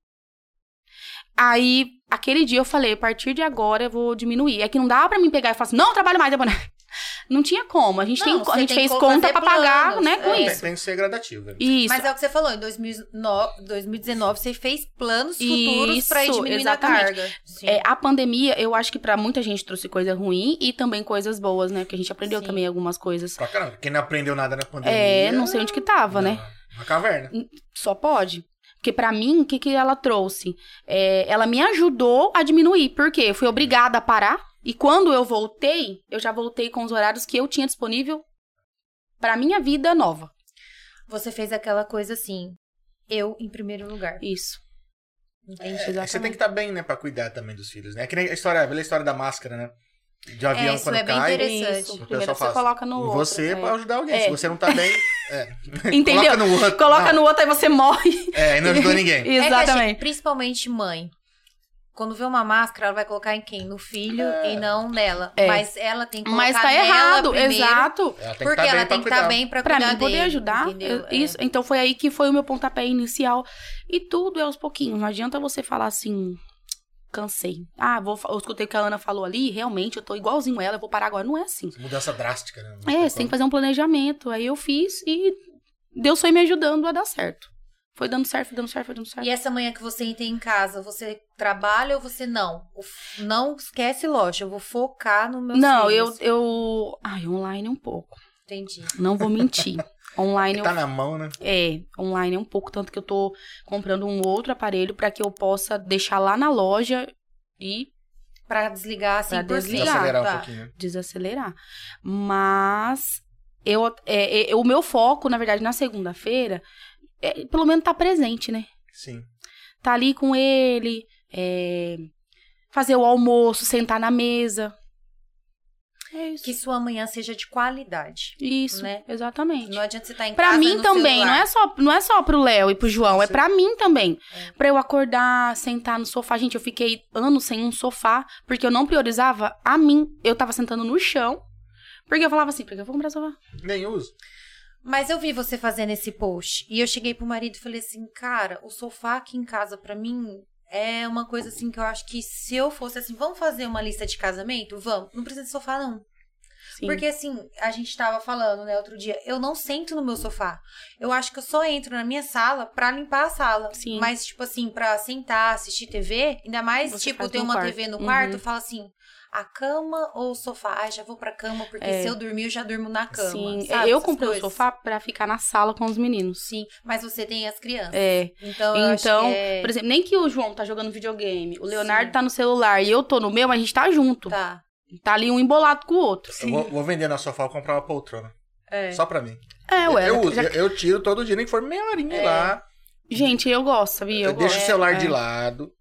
Aí, aquele dia eu falei, a partir de agora eu vou diminuir. É que não dá pra mim pegar e falar assim, não, eu trabalho mais, Débora. <laughs> Não tinha como. A gente, Não, tem, a você gente tem fez como conta fazer pra pagar, planos, né, com é. Tem, isso. tem que ser gradativo. né? velho. Isso. Mas é o que você falou, em 2009 2019 você fez planos futuros para Isso, diminuir exatamente. a carga. Sim. É, a pandemia, eu acho que pra muita gente trouxe coisa ruim e também coisas boas, né? Porque a gente aprendeu Sim. também algumas coisas. Pra caramba, quem não aprendeu nada na pandemia. É, não sei onde que tava, né? na- Na caverna. só pode. Porque pra mim, o que, que ela trouxe? É, ela me ajudou a diminuir, porque eu fui obrigada a parar. E quando eu voltei, eu já voltei com os horários que eu tinha disponível pra minha vida nova. Você fez aquela coisa assim, eu em primeiro lugar. Isso. Entendi. É, Exatamente. Você tem que estar bem, né, pra cuidar também dos filhos, né? É Que nem a história, a bela história da máscara, né? De um avião isso quando é bem cai. interessante. Isso. O pessoal Primeiro você faz. coloca no outro. você é. pra ajudar alguém. É. Se você não tá bem, é. Entendeu? Coloca no outro. Coloca não, no outro, aí você morre. É, e não ajudou <laughs> ninguém. É que a gente- Exatamente. principalmente mãe. Quando vê uma máscara, ela vai colocar em quem? No filho É. e não nela. É. Mas ela tem que colocar Mas tá nela errado, primeiro, exato. Ela tem que Porque tá ela bem tem pra que cuidar. estar bem pra É Pra cuidar mim poder dele, ajudar. entendeu? eu- É. isso. Então foi aí que foi o meu pontapé inicial. E tudo é aos pouquinhos. Não adianta você falar assim. cansei. Ah, vou, fa- eu escutei o que a Ana falou ali, realmente eu tô igualzinho ela, eu vou parar agora. Não é assim. Mudança drástica, né? É, você tem que fazer um planejamento. Aí eu fiz e Deus foi me ajudando a dar certo. Foi dando certo, foi dando certo, foi dando certo. E é essa manhã que você entra em casa, você trabalha ou você não? O f- Não esquece, lógico, eu vou focar no meu Não, eu, eu. Ai, online é um pouco. Entendi. Não <laughs> vou mentir. Online eu Tá na mão, né? É, online é um pouco, tanto que eu tô comprando um outro aparelho pra que eu possa deixar lá na loja e Pra desligar, assim, Pra por Pra cima, desligar, acelerar tá. um pouquinho. né? desacelerar. Mas eu, é, é, é, o meu foco, na verdade, na segunda-feira, é, pelo menos tá presente, né? Sim. Tá ali com ele, é, fazer o almoço, sentar na mesa. É isso. Que sua manhã seja de qualidade. Isso, né? exatamente. Não adianta você estar em Pra casa mim no também, celular. não é só não é só pro Léo e pro João, é Sim. pra mim também. É. Pra eu acordar, sentar no sofá, gente, eu fiquei anos sem um sofá porque eu não priorizava a mim. Eu tava sentando no chão. Porque eu falava assim, porque eu vou comprar sofá. Nem uso. Mas eu vi você fazendo esse post e eu cheguei pro marido e falei assim, cara, o sofá aqui em casa pra mim é uma coisa assim que eu acho que se eu fosse assim, vamos fazer uma lista de casamento? Vamos. Não precisa de sofá não. Sim. Porque assim, a gente tava falando, né, outro dia, eu não sento no meu sofá. Eu acho que eu só entro na minha sala pra limpar a sala. Sim. Mas tipo assim, pra sentar, assistir TV, ainda mais Você tipo faz tem no uma quarto. TV no Uhum. quarto, eu falo assim, a cama ou o sofá? Ah, já vou pra cama porque É. se eu dormir eu já durmo na cama. Sim, É, sabe? eu Essas comprei o coisas. sofá pra ficar na sala com os meninos. Sim, mas você tem as crianças. É. Então, eu acho Então, que é- por exemplo, nem que o João tá jogando videogame, o Leonardo Sim. tá no celular e eu tô no meu, mas a gente tá junto. Tá, Tá. ali um embolado com o outro. Eu vou, vou vender nosso sofá e comprar uma poltrona. É. Só pra mim. É, ué. eu uso. já- Eu, eu tiro todo dia, nem que for meia horinha lá. Gente, eu gosto, sabia? Eu, Eu, deixo gosto. o celular é. de lado.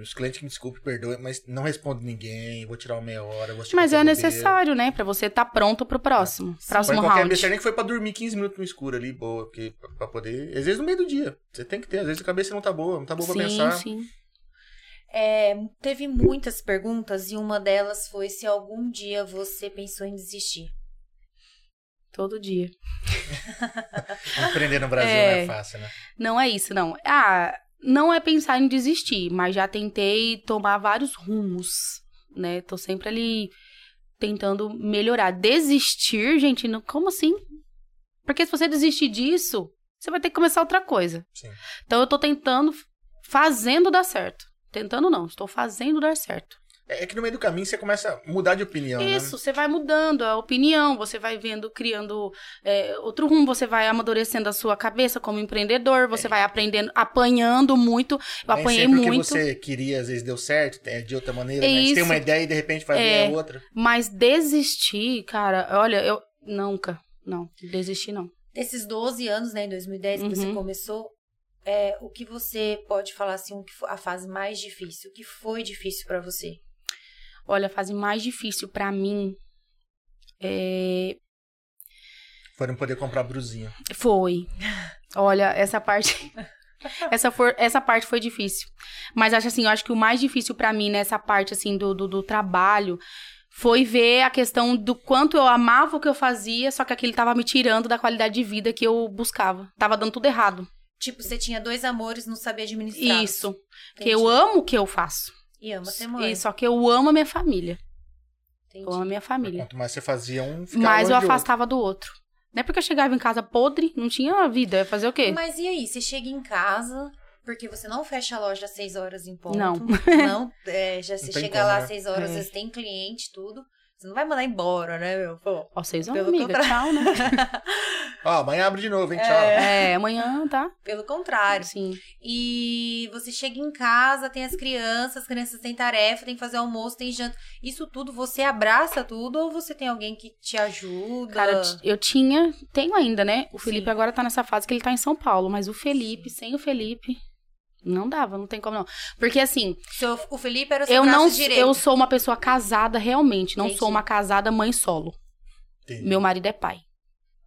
Os clientes que me desculpem, perdoem, mas não respondo ninguém. Vou tirar uma meia hora. Vou assistir Mas uma é bobeira. necessário, né? Pra você estar pronto pro próximo. É. Põe Próximo qualquer round. besteira, nem que foi pra dormir 15 minutos no escuro ali, boa. Porque, pra, pra poder. Às vezes no meio do dia. Você tem que ter. Às vezes a cabeça não tá boa, não tá boa pra pensar. sim. É, teve muitas perguntas e uma delas foi se algum dia você pensou em desistir. Todo dia. Empreender no Brasil É. não é fácil, né? Não é isso, não. Ah, não é pensar em desistir, mas já tentei tomar vários rumos, né? Tô sempre ali tentando melhorar. Desistir, gente, não, como assim? Porque se você desistir disso, você vai ter que começar outra coisa. Sim. Então eu tô tentando, fazendo dar certo. Tentando não, estou fazendo dar certo. É que no meio do caminho você começa a mudar de opinião, né? Isso, você vai mudando a opinião, você vai vendo, criando é, outro rumo, você vai amadurecendo a sua cabeça como empreendedor, você vai aprendendo, apanhando muito. Eu É. Nem apanhei sempre o que muito, você queria, às vezes deu certo, é de outra maneira, É né? Você tem isso. uma ideia e de repente vai É. ver a outra. mas desistir, cara, olha, eu nunca, não, desistir não. Desses 12 anos, né, em 2010 que você Uhum. começou, é, o que você pode falar assim, o que foi a fase mais difícil, o que foi difícil pra você? Olha, a fase mais difícil pra mim é, Foram poder comprar brusinha. Foi. Olha, <laughs> essa parte. Essa, for, essa parte foi difícil. Mas acho assim, eu acho que o mais difícil pra mim nessa parte assim do, do, do trabalho foi ver a questão do quanto eu amava o que eu fazia, só que aquilo tava me tirando da qualidade de vida que eu buscava. Tava dando tudo errado. Tipo, você tinha dois amores, não sabia administrar. Isso. Que Entendi. eu amo o que eu faço. E ama ser mãe. E só que eu amo a minha família. Eu amo a Entendi. minha família. É. Quanto mais você fazia um, ficava Mas longe eu de outro. afastava do outro. Não é porque eu chegava em casa podre, não tinha vida. Eu ia fazer o quê? Mas e aí, você chega em casa, porque você não fecha a loja às 6 horas em ponto. Não. <laughs> Não, é, já você tem chega como, lá né? às 6 horas, às É. vezes tem cliente, tudo. Você não vai mandar embora, né, meu? Pô. Ó, vocês vão, Pelo amiga. contrário. Tchau, né? Ó, amanhã abre de novo, hein? Tchau. É, amanhã, tá? Pelo contrário. Sim. E você chega em casa, tem as crianças, as crianças têm tarefa, tem que fazer almoço, tem janta. Isso tudo, você abraça tudo ou você tem alguém que te ajuda? Cara, eu ti- eu tinha, tenho ainda, né? O Felipe agora tá nessa fase que ele tá em São Paulo, mas o Felipe, sem o Felipe, não dava, não tem como não. Porque assim, Seu- o Felipe era o seu eu braço não, direito. eu sou uma pessoa casada realmente, não é Entendi. sou uma casada mãe solo. Entendi. Meu marido é pai.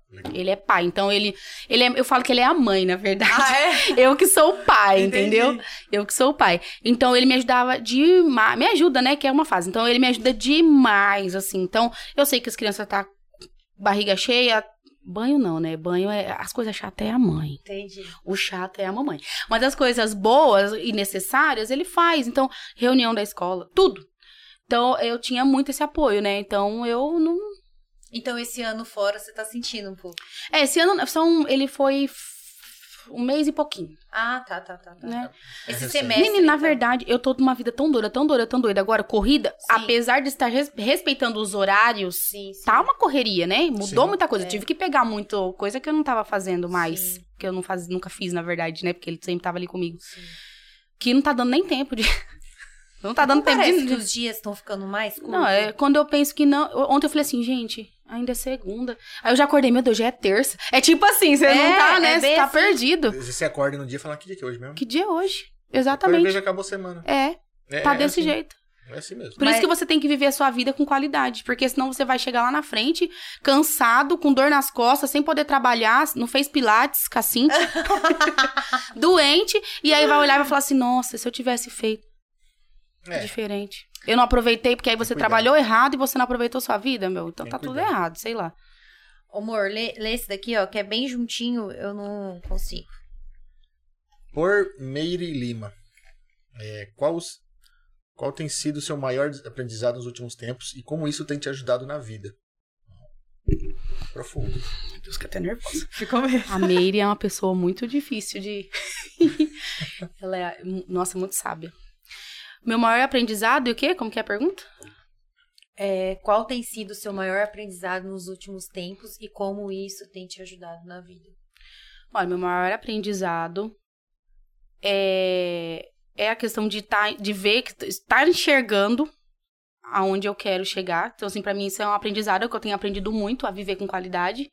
Legal. Ele é pai, então ele, ele é- eu falo que ele é a mãe, na verdade. Ah, é? <laughs> Eu que sou o pai, entendeu? Entendi. Eu que sou o pai. Então ele me ajudava demais. Me ajuda, né? Que é uma fase. Então ele me ajuda demais, assim. Então eu sei que as crianças tá com barriga cheia, Banho não, né? Banho é. As coisas chatas é a mãe. Entendi. O chato é a mamãe. Mas as coisas boas e necessárias ele faz. Então, reunião da escola, tudo. Então, eu tinha muito esse apoio, né? Então, eu não. Então esse ano fora você tá sentindo um pouco. É, esse ano são, ele foi f- um mês e pouquinho, Ah, tá, tá, tá. tá. né? Esse recente. semestre. Menino, na então. verdade, eu tô numa vida tão doida, tão doida, tão doida. Agora, corrida, Sim. apesar de estar res- respeitando os horários, Sim, sim. tá uma correria, né? Mudou Sim. muita coisa. É. Tive que pegar muito coisa que eu não tava fazendo mais. Sim. Que eu não faz, nunca fiz, na verdade, né? Porque ele sempre tava ali comigo. Sim. Que não tá dando nem tempo de. <laughs> Não tá dando Não tempo parece de. que os dias estão ficando mais curtos. Não, é quando eu penso que não. Ontem eu falei assim, gente, ainda é segunda. Aí eu já acordei, meu Deus, já é terça. É tipo assim, você É, não tá, né? é Você bem tá assim. perdido. Você acorda no dia e fala, que dia que é hoje mesmo? Que dia é hoje? Quando eu Exatamente. vejo, acabou a semana. É, É, tá é desse assim, jeito. É assim mesmo. Por Mas- isso que você tem que viver a sua vida com qualidade, porque senão você vai chegar lá na frente cansado, com dor nas costas, sem poder trabalhar, não fez pilates, cacinte, <laughs> doente, e aí vai olhar e vai falar assim: "Nossa, se eu tivesse feito É. diferente. Eu não aproveitei porque aí você Cuidado. trabalhou errado e você não aproveitou sua vida, meu. Então Tem tá que tudo cuidar. errado, sei lá. Ô, Amor, lê, lê esse daqui, ó, que é bem juntinho, eu não consigo. Por Meire Lima. É, qual, os- qual tem sido o seu maior des- aprendizado nos últimos tempos e como isso tem te ajudado na vida? Profundo. Meu Deus, que até nervosa. Ficou mesmo. A Meire é uma pessoa muito difícil de. <laughs> Ela é, nossa, muito sábia. Meu maior aprendizado e o quê? Como que é a pergunta? É, qual tem sido o seu maior aprendizado nos últimos tempos e como isso tem te ajudado na vida? Olha, meu maior aprendizado é, é a questão de, tá, de ver, que estar enxergando aonde eu quero chegar. Então, assim, pra mim isso é um aprendizado que eu tenho aprendido muito a viver com qualidade.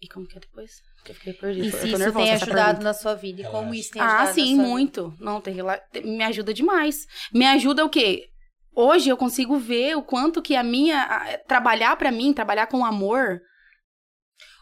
E como que é depois? Porque eu fiquei perdida. E eu tô se isso nervosa tem com essa ajudado na sua vida? E Relaxa. como isso tem Ah, ajudado sim, na sua muito. Não, tem rela- te- me ajuda demais. Me ajuda o quê? Hoje eu consigo ver o quanto que a minha a- trabalhar pra mim, trabalhar com amor, vida?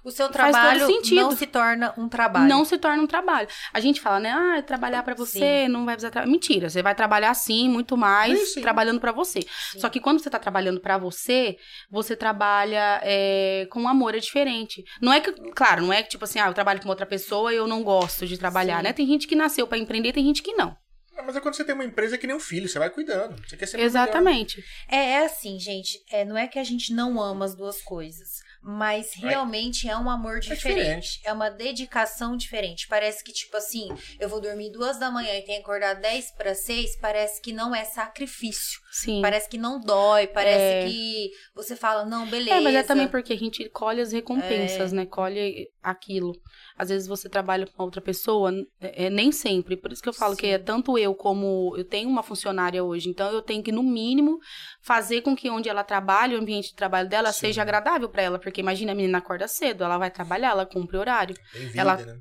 O seu Faz todo trabalho sentido. não se torna um trabalho. não se torna um trabalho. A gente fala, né? Ah, trabalhar pra você, não vai precisar trabalhar. Mentira, você vai trabalhar sim, muito mais, Sim, sim. trabalhando pra você. Sim. Só que quando você tá trabalhando pra você, você trabalha é, com amor, é diferente. Não é que, claro, não é que tipo assim, ah, eu trabalho com outra pessoa e eu não gosto de trabalhar, Sim. né? Tem gente que nasceu pra empreender, tem gente que não. Ah, Mas é quando você tem uma empresa é que nem um filho, você vai cuidando. Você quer ser Exatamente. É, é assim, gente. É, não é que a gente não ama as duas coisas, mas Vai. realmente é um amor diferente. diferente. É uma dedicação diferente. Parece que, tipo assim, eu vou dormir duas da manhã e tenho que acordar dez para seis. Parece que não é sacrifício. Sim. Parece que não dói. Parece É. que você fala, não, beleza. É, mas é também porque a gente colhe as recompensas, né? Colhe aquilo. Às vezes você trabalha com outra pessoa, é, é, nem sempre. Por isso que eu falo que Sim. é tanto eu como eu tenho uma funcionária hoje, então eu tenho que, no mínimo, fazer com que onde ela trabalha, o ambiente de trabalho dela, Sim. seja agradável pra ela. Porque imagina, a menina acorda cedo, ela vai trabalhar, ela cumpre horário. Tem vida, Ela- né?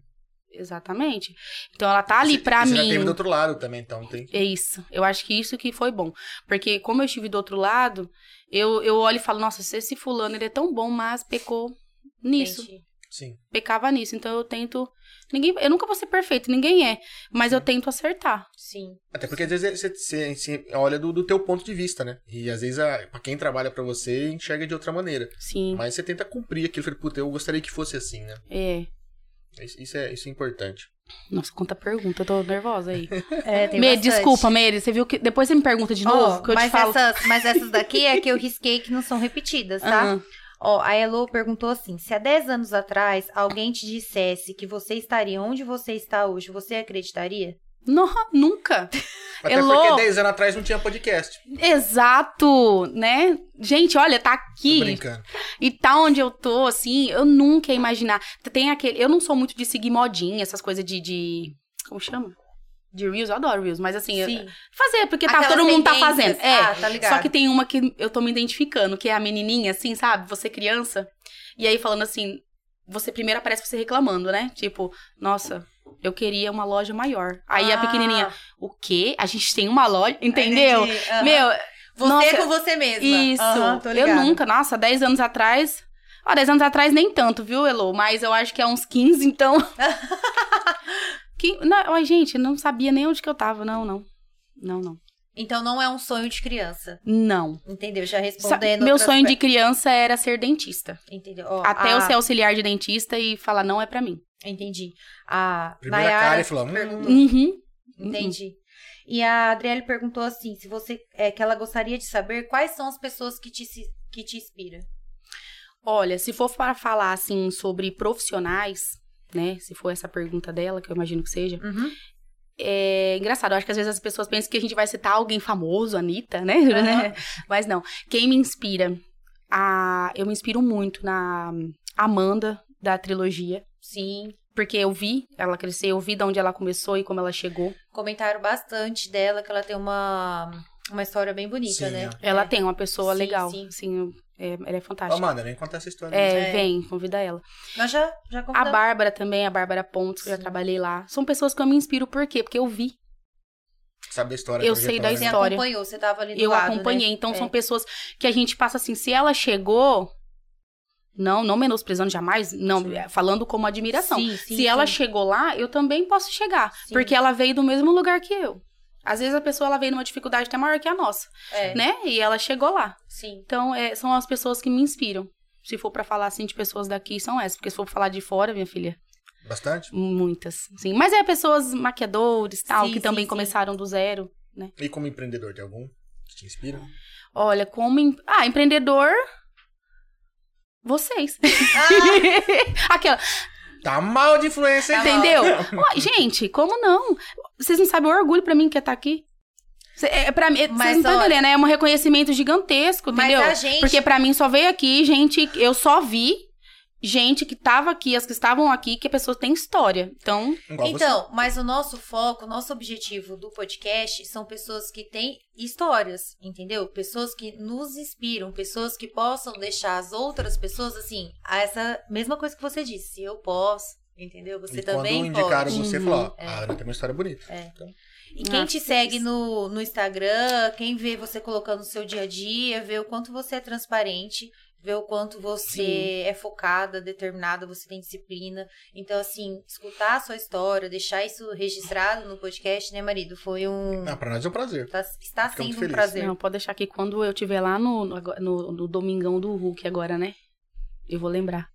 Exatamente. Então ela tá ali Você- pra você mim. já teve é do outro lado também, então tem. É isso. Eu acho que isso que foi bom. Porque como eu estive do outro lado, eu, eu olho e falo, nossa, se esse fulano ele é tão bom, mas pecou nisso. Sim. Pecava nisso. Então eu tento. Ninguém, eu nunca vou ser perfeito, ninguém é. Mas eu tento acertar. Sim. Até porque às vezes é, você, você- você olha do, do teu ponto de vista, né? E às vezes a, pra quem trabalha pra você enxerga de outra maneira. Sim. Mas você tenta cumprir aquilo. Falei, puta, eu gostaria que fosse assim, né? É. Isso isso é, isso é importante. Nossa, quanta pergunta, eu tô nervosa aí. É, tem Meire, bastante. desculpa, Meire, você viu que. Depois você me pergunta de novo, Ó, que eu mas, te falo. essas, mas essas daqui é que eu risquei que não são repetidas, tá? Aham. Ó, a Elo perguntou assim: se há 10 anos atrás alguém te dissesse que você estaria onde você está hoje, você acreditaria? Não, nunca. Até Elô! porque 10 anos atrás não tinha podcast. Exato, né? Gente, olha, tá Tô aqui. brincando. E tá onde eu tô, assim, eu nunca ia imaginar. Tem aquele. Eu não sou muito de seguir modinha, essas coisas de. de- como chama? De Reels, eu adoro Reels, mas assim, eu- fazer, porque tá, é, Aquelas todo mundo tá tendências. fazendo. É. Ah, tá ligado. Só que tem uma que eu tô me identificando, que é a menininha, assim, sabe? Você criança. E aí falando assim, você primeiro aparece você reclamando, né? Tipo, nossa, eu queria uma loja maior. Aí a Ah, pequenininha, o quê? A gente tem uma loja, entendeu? entendi. Aham. Meu, você nossa, com você mesma. isso. Aham, tô eu ligada. nunca, nossa, 10 anos atrás. Ó, 10 anos atrás nem tanto, viu, Elo? Mas eu acho que é uns <laughs> 15, então. que, não, ó, gente, não sabia nem onde que eu tava, não, não. Não, não. Então não é um sonho de criança. Não. Entendeu? Já Sa- respondendo. Meu outro sonho de aspecto. criança era ser dentista. Entendeu? Ó, ah. Até a- eu ser auxiliar de dentista e falar, não é pra mim. Entendi. A Primeira Nayara cara e falou, hum. perguntou. Uhum. Entendi. E a Adriele perguntou assim, se você é que ela gostaria de saber quais são as pessoas que te se- que te inspira. Olha, se for para falar, assim, sobre profissionais, né? Se for essa pergunta dela, que eu imagino que seja. Uhum. É engraçado, eu acho que às vezes as pessoas pensam que a gente vai citar alguém famoso, Anitta, né? Aham. <laughs> Mas não. Quem me inspira? A... Eu me inspiro muito na Amanda, da trilogia. Sim, Porque eu vi ela crescer, eu vi de onde ela começou e como ela chegou. comentaram bastante dela que ela tem uma uma história bem bonita, Sim, né? é. Ela É. tem uma pessoa Sim, legal. sim. Sim, é, ela é fantástica. Amanda, vem contar essa história. É, É. vem, convida ela. Nós já já A convidamos. Bárbara também, a Bárbara Pontes, que eu já Sim. trabalhei lá. São pessoas que eu me inspiro, por quê? Porque eu vi. Sabe da história. Eu que sei ia da falar, Você né? história. acompanhou, você tava ali do eu lado, acompanhei. Então, É. são pessoas que a gente passa assim, se ela chegou. Não, não menosprezando jamais, não, Sim. é, falando como né? admiração. Sim, sim, se ela sim. chegou lá, eu também posso chegar. Sim. Porque ela veio do mesmo lugar que eu. Às vezes a pessoa ela veio numa dificuldade até maior que a nossa, é, né? E ela chegou lá. sim. <laughs> Então, é, são as pessoas que me inspiram. Se for pra falar assim de pessoas daqui, são essas. Porque se for pra falar de fora, minha filha, Bastante. muitas. Sim. Mas é pessoas maquiadores, tal, Sim, que sim, também sim. começaram do zero. E como empreendedor, tem algum que te inspira? Olha, como. em- Ah, empreendedor. Vocês. <laughs> Ah, Aquela. Tá mal de influência, hein? Tá mal. Entendeu? Ué, gente, como não? Vocês não sabem o orgulho pra mim que é estar aqui. Cê, é, pra mim, Mas, vocês não estão olha- entendendo, né? É um reconhecimento gigantesco, Mas entendeu? a gente Porque pra mim só veio aqui, gente, eu só vi gente que tava aqui, as que estavam aqui, que a pessoa tem história. Então, Igual você. Então, mas o nosso foco, o nosso objetivo do podcast são pessoas que têm histórias, entendeu? Pessoas que nos inspiram, pessoas que possam deixar as outras pessoas assim, a essa mesma coisa que você disse, eu posso, entendeu? Você e quando também indicaram pode. você, Uhum, falou, ó, a Ana tem uma história bonita. É. Então, E quem Ah, te fiz. segue no, no Instagram, quem vê você colocando o seu dia a dia, vê o quanto você é transparente, vê o quanto você Sim. é focada, determinada, você tem disciplina. Então, assim, escutar a sua história, deixar isso registrado no podcast, né, marido? Foi um. ah, pra nós é um prazer. tá- está Ficamos sendo um felizes. prazer. não, pode deixar que quando eu tiver lá no, no, agora- no- no Domingão do Hulk agora, né? Eu vou lembrar.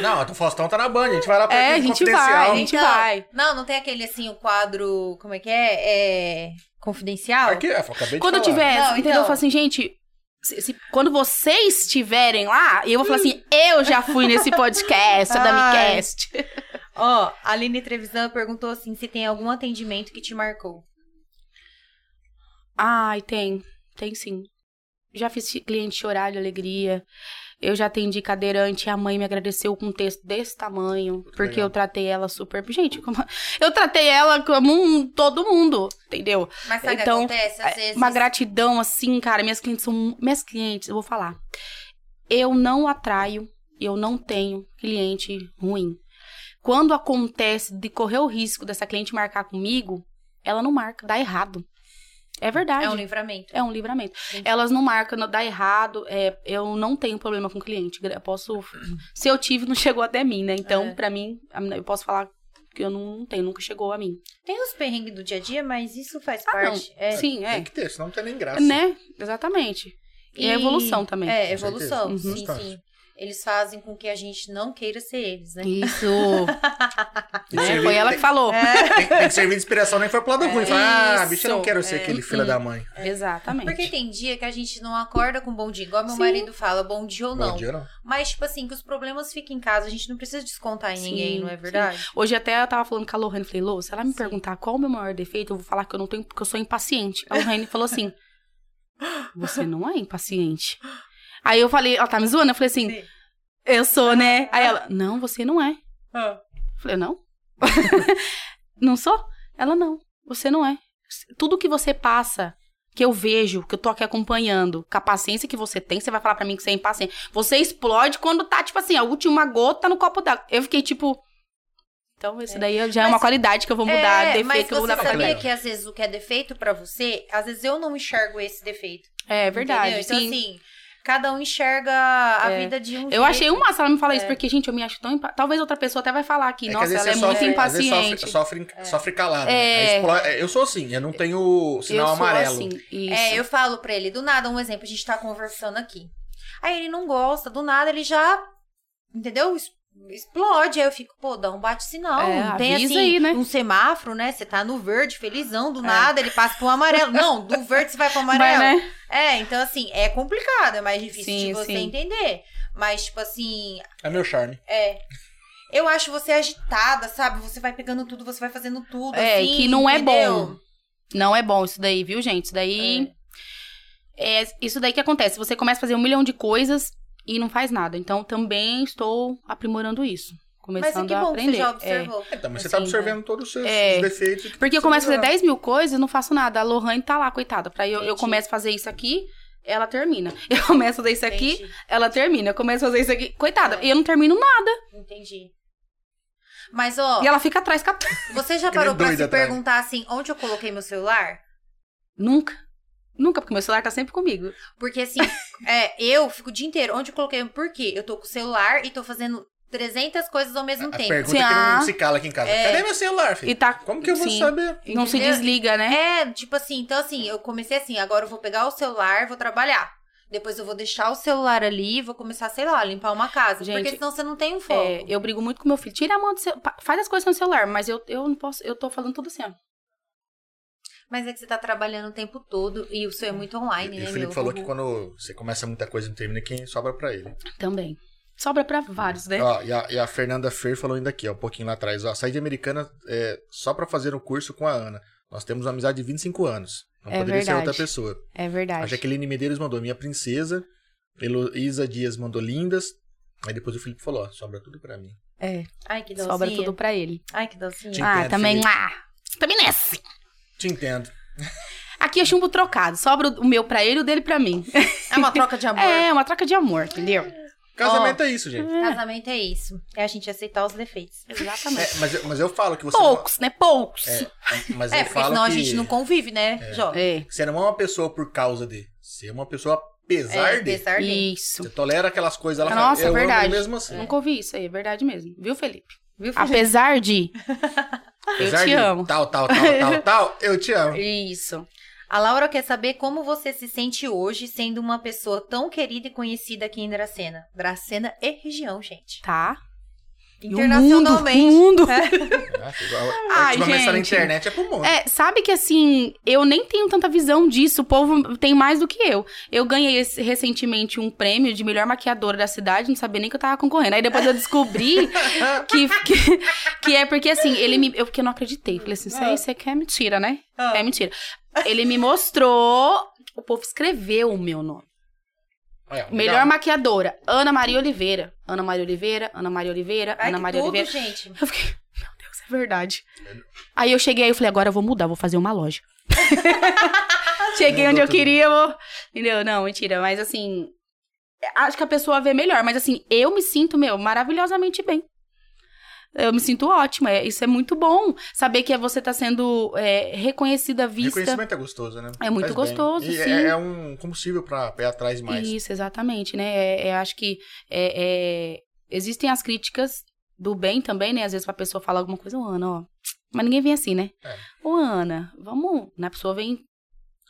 Não, o Faustão tá na banda, a gente vai lá pra É, a aquele gente vai, confidencial. a gente Então, vai. Não, não tem aquele assim, o quadro. Como é que é? É. Confidencial? Aqui, eu acabei de Quando eu falar. tiver, Não, entendeu? então. Eu falo assim, gente, se- se- quando vocês estiverem lá, eu vou falar assim, eu já fui nesse podcast, da <laughs> Ai. Micast. Ó, a Aline Trevisan perguntou assim: se tem algum atendimento que te marcou. Ai, tem, tem sim. Já fiz cliente chorar de alegria. Eu já atendi cadeirante e a mãe me agradeceu com um texto desse tamanho, porque legal. eu tratei ela super. Gente, como... <laughs> eu tratei ela como um- todo mundo, entendeu? Mas sabe o que Então, acontece? Às vezes. é um uma gratidão assim, cara. Minhas clientes são. mu- Minhas clientes, eu vou falar. Eu não atraio, eu não tenho cliente ruim. Quando acontece de correr o risco dessa cliente marcar comigo, ela não marca, dá errado. É verdade. É um livramento. É um livramento. Entendi. Elas não marcam, não dá errado. é, eu não tenho problema com cliente. gra- Posso. Se eu tive, não chegou até mim, né? Então, É. pra mim, a mina- eu posso falar que eu não tenho, nunca chegou a mim. Tem os perrengues do dia a dia, mas isso faz Ah, não. parte. É, Sim, é. Tem que ter, senão não tem nem graça. Né? Exatamente. E, E- a evolução também. é Com evolução. certeza. Uhum. Sim, Bastante. sim. Eles fazem com que a gente não queira ser eles, né? <laughs> Isso. Tem que servir- É, Né? Foi ela que tem, falou. tem, tem que servir de inspiração, nem foi pro lado ruim. Fala, ah, É Isso. é, bicho, eu não quero ser aquele filho da mãe. <laughs> Exatamente. Porque tem dia que a gente não acorda com bom dia, igual meu Sim. marido fala, bom dia ou não. Bom dia, não. Mas, tipo assim, que os problemas fiquem em casa, a gente não precisa descontar em Sim, ninguém, não é sim. verdade? Hoje até eu tava falando com a Lorraine, falei, Lô, se ela me Sim. perguntar qual o meu maior defeito, eu vou falar que eu não tenho, porque eu sou impaciente. A Lorraine falou assim: Você não é impaciente. Aí eu falei, ela tá me zoando? Eu falei assim, Sim. eu sou, né? Aí ela, não, você não é. Eu falei, não? <laughs> não sou? Ela, não, você não é. Tudo que você passa, que eu vejo, que eu tô aqui acompanhando, com a paciência que você tem, você vai falar pra mim que você é impaciente. Você explode quando tá, tipo assim, a última gota no copo d'água. Eu fiquei, tipo... Então, isso daí já é Mas- uma qualidade que eu vou mudar, é, mas defeito que eu vou você mudar pra sabe- sabia galera. que às vezes o que é defeito pra você, às vezes eu não enxergo esse defeito. É entendeu? verdade, Então, sim. assim, Cada um enxerga a É. vida de um Eu achei jeito. o máximo ela me falar isso, É. porque, gente, eu me acho tão impaciente. Talvez outra pessoa até vai falar aqui, nossa, ela é você muito sofre- às vezes impaciente. Sofre, sofre, sofre calado. É. né? Aí explora- é, Eu sou assim, eu não tenho eu sinal sou amarelo. assim, isso. É, eu falo pra ele, do nada, um exemplo, a gente tá conversando aqui. Aí ele não gosta, do nada ele já, entendeu? Es- Explode. Aí eu fico, pô, dá um bate-sinal. É, não tem avisa assim, aí, né? É. um semáforo, né? Você tá no verde, felizão, do nada, ele passa pro amarelo. <laughs> Não, do verde você vai pro amarelo. Vai, né? É, então assim, é complicado, é mais difícil Sim, de você sim. entender. Mas, tipo assim, É meu charme. é. Eu acho você agitada, sabe? Você vai pegando tudo, você vai fazendo tudo. É, assim, que não é entendeu? bom. Não é bom isso daí, viu, gente? Isso daí. É. isso daí que acontece. Você começa a fazer um milhão de coisas e não faz nada. Então, também estou aprimorando isso. Mas é Começando que a bom que aprender. você já É. observou. Então, mas você tá Assim, absorvendo todos os seus É. os defeitos. tá Porque eu começo a fazer dez 10 mil coisas e não faço nada. A Lohane tá lá, coitada. Pra eu, eu Entendi. começo a fazer isso aqui, ela termina. <laughs> Eu começo a fazer isso aqui, Entendi. ela termina. Eu começo a fazer isso aqui, coitada. É. E eu não termino nada. Entendi. Mas, ó, E ela fica atrás catando. você já Que nem parou pra doida se atrás. perguntar assim, onde eu coloquei meu celular? Nunca. Nunca, porque meu celular tá sempre comigo. Porque <laughs> assim, é, eu fico o dia inteiro, onde eu coloquei? Por quê? Eu tô com o celular e tô fazendo 300 coisas ao mesmo A tempo. pergunta é Sim, que ah. não se cala aqui em casa. É. Cadê meu celular, E filho? tá. Como que eu vou sim. saber? Não se Entendeu? desliga, né? É, tipo assim, então assim, eu comecei assim, agora eu vou pegar o celular, vou trabalhar. Depois eu vou deixar o celular ali, vou começar, sei lá, limpar uma casa. Gente, porque senão você não tem um foco. É, eu brigo muito com meu filho. Tira a mão do seu. pa- Faz as coisas no celular, mas eu, eu não posso. Eu tô falando tudo assim, ó. Mas é que você tá trabalhando o tempo todo e o Hum. seu é muito online, E né, o Felipe meu? falou que quando você começa muita coisa e não termina, quem sobra pra ele. Também. Sobra pra vários, né? Ó, e, a, e a Fernanda Fer falou ainda aqui, ó, um pouquinho lá atrás. Ó, saí de Americana é, só pra fazer um curso com a Ana. Nós temos uma amizade de 25 anos. Não É poderia ser verdade. outra pessoa. É verdade. A Jaqueline Medeiros mandou Minha Princesa. Heloísa Dias mandou Lindas. Aí depois o Felipe falou, ó, sobra tudo pra mim. É, Ai, que docinha. sobra tudo pra ele. Ai, que docinha. Te ah, entendo, também. Felipe. Ah, também nesse. Te entendo. Aqui é chumbo trocado. Sobra o meu pra ele e o dele pra mim. É uma troca de amor. É, uma troca de amor, entendeu? Casamento é isso, Hum. gente. Casamento é isso. É a gente aceitar os defeitos. Exatamente. É, mas, eu, mas eu falo que você. Poucos, né? Poucos. Não, mas É, eu porque falo senão a que gente não convive, né, Jó? É. Você não é uma pessoa por causa de. Você é uma pessoa apesar É, de. apesar de. Isso. Você tolera aquelas coisas lá Nossa, eu amo verdade. mesmo assim. Nunca ouvi isso aí, é verdade mesmo. Viu, Felipe? Viu, Felipe? Apesar de. Apesar eu te de amo. Tal, tal, tal, <laughs> tal, tal, eu te amo. Isso. A Laura quer saber como você se sente hoje sendo uma pessoa tão querida e conhecida aqui em Dracena. Dracena e região, gente. Tá? E o Internacionalmente. <laughs> É. mundo, o mundo. <laughs> Nossa, igual- Ai, ultimamente tá na gente. internet é pro mundo. É, sabe que assim, eu nem tenho tanta visão disso, o povo tem mais do que eu. Eu ganhei esse- recentemente um prêmio de melhor maquiadora da cidade, não sabia nem que eu tava concorrendo. Aí depois eu descobri <laughs> que, que, que é porque assim, ele me. Eu porque eu não acreditei. Falei assim, isso aí, isso aqui é mentira, né? Ah. É mentira. Ele me mostrou. O povo escreveu o meu nome. Olha, legal. Melhor maquiadora, Ana Maria Oliveira. Ana Maria Oliveira, Ana Maria Oliveira, Ai, Ana que Maria tudo, Oliveira. <laughs> gente. Eu fiquei, meu Deus, é verdade. Aí eu cheguei aí e falei, agora eu vou mudar, vou fazer uma loja. cheguei Mudou onde eu tudo. queria, eu vou... Entendeu? Não, mentira. Mas assim, acho que a pessoa vê melhor. Mas assim, eu me sinto, meu, maravilhosamente bem. Eu me sinto ótima. é- Isso é muito bom. Saber que você tá sendo é, reconhecida, vista. Reconhecimento é gostoso, né? É muito bem. gostoso, E é- sim. É, um combustível pra pé atrás mais. Isso, exatamente, né? É, é, acho que é, é, existem as críticas do bem também, né? Às vezes a pessoa fala alguma coisa, ô Ana, ó. Mas ninguém vem assim, né? É. Ô Ana, vamos. né? A pessoa vem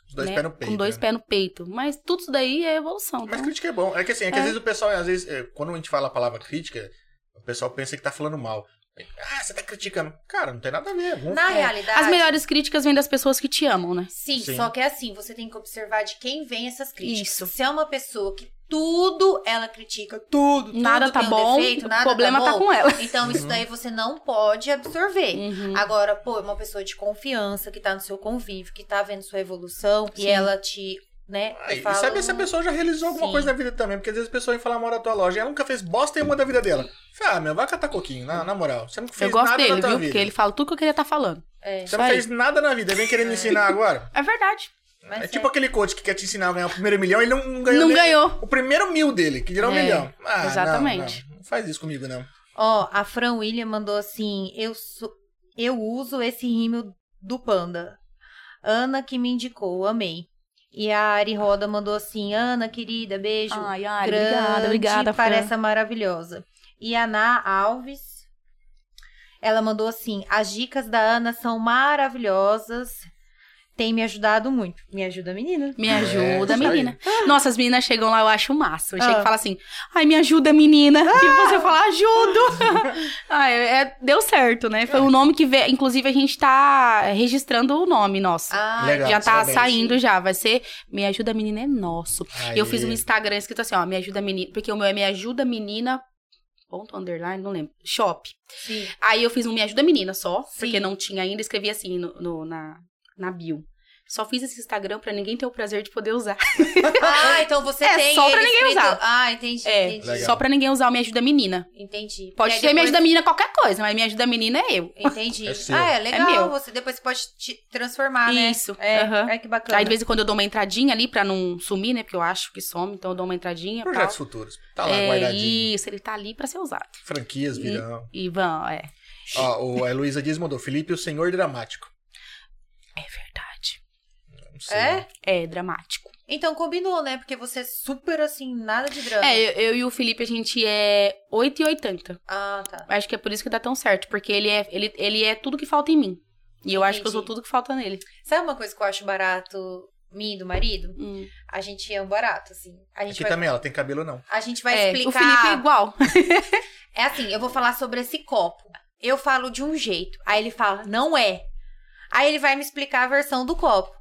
Os dois né, pés no peito. com dois né? pés no peito. Mas tudo isso daí é evolução. Mas então- crítica é bom. É que assim, é que É. às vezes o pessoal, às vezes, é, quando a gente fala a palavra crítica, o pessoal pensa que tá falando mal. Ah, você tá criticando. Cara, não tem nada a ver. Vamos... Na É. realidade. As melhores críticas vêm das pessoas que te amam, né? Sim, Sim. só que é assim, você tem que observar de quem vem essas críticas. Isso. Se é uma pessoa que tudo ela critica, tudo, tudo nada tá tem um bom, defeito, nada o problema tá, bom, É. com ela. Então isso Uhum. daí você não pode absorver. Uhum. Agora, pô, é uma pessoa de confiança que tá no seu convívio, que tá vendo sua evolução, que Sim. ela te, né? Ah, eu e sabe um se a pessoa já realizou alguma Sim. coisa na vida também? Porque às vezes a pessoa vem falar mal da tua loja e ela nunca fez bosta nenhuma da vida dela. Fala, ah, meu, vai catar coquinho, na, na moral. Você não fez Eu gosto nada dele, na tua viu? vida. Porque ele fala tudo que eu queria estar falando. É, Você não Isso aí. fez nada na vida, vem querer me ensinar agora? É verdade. mas é tipo aquele coach que quer te ensinar a ganhar o primeiro milhão, ele não, não ganhou Não nem ganhou. o primeiro mil dele, que dirá um É, milhão. Ah, exatamente. Não, não, não faz isso comigo, não. Ó, a Fran William mandou assim: eu, sou, eu uso esse rímel do Panda. Ana que me indicou, amei. E a Ari Roda mandou assim: Ana, querida, beijo. Ai, ai, grande obrigada, obrigada, Fran. para essa maravilhosa. E a Ana Alves, ela mandou assim: as dicas da Ana são maravilhosas, tem me ajudado muito. Me ajuda, menina. Me É, ajuda, isso aí. menina. Nossa, as meninas chegam lá, eu acho o máximo. Chega Ah. e fala assim, ai, me ajuda, menina. E você fala, <laughs> ajudo. ai, é- deu certo, né? É. Foi o nome que veio. Inclusive, a gente tá registrando o nome nosso. Ah, Legal. já tá parabéns. saindo já. Vai ser Me Ajuda Menina é nosso. E eu fiz um Aê. Instagram escrito assim, ó, Me Ajuda Menina. Porque o meu é Me Ajuda Menina. Ponto underline, não lembro. Shop. <laughs> sim. Aí eu fiz um Me Ajuda Menina só, Sim. porque não tinha ainda, escrevi assim no, no- na, na bio. Só fiz esse Instagram pra ninguém ter o prazer de poder usar. Ah, então você É, tem. só pra ele ninguém escrito- usar. Ah, entendi. É. Entendi. Legal. Só pra ninguém usar o Me Ajuda Menina. Entendi. Pode E ser aí Me depois- Ajuda Menina qualquer coisa, mas Me Ajuda Menina é eu. Entendi. É seu. ah, é legal. meu. Você depois você pode te transformar, né? Isso. É, aham. é que bacana. Aí de vez em quando eu dou uma entradinha ali pra não sumir, né? Porque eu acho que some, então eu dou uma entradinha. tal. Projetos futuros. Tá lá, é, guardadinho. isso, ele tá ali pra ser usado. Franquias E- <laughs> virão. Ivan, é. Ó, o- a Heloísa Dias mandou. Felipe, o senhor dramático. É verdade. Não sei. É? É dramático. Então combinou, né? Porque você é super assim, nada de drama. É, eu, eu e o Felipe, a gente é 8 e 80. Ah, tá. Acho que é por isso que dá tão certo, porque ele é, ele, ele é tudo que falta em mim. E eu acho que eu sou Entendi. tudo que falta nele. Sabe uma coisa que eu acho barato, mim e do marido? Hum. A gente ama barato, assim. A gente Aqui vai, também ela tem cabelo ou não. a gente vai É, O Felipe é explicar. igual. É assim, eu vou falar sobre esse copo. Eu falo de um jeito. Aí ele fala, não é. Aí ele vai me explicar a versão do copo.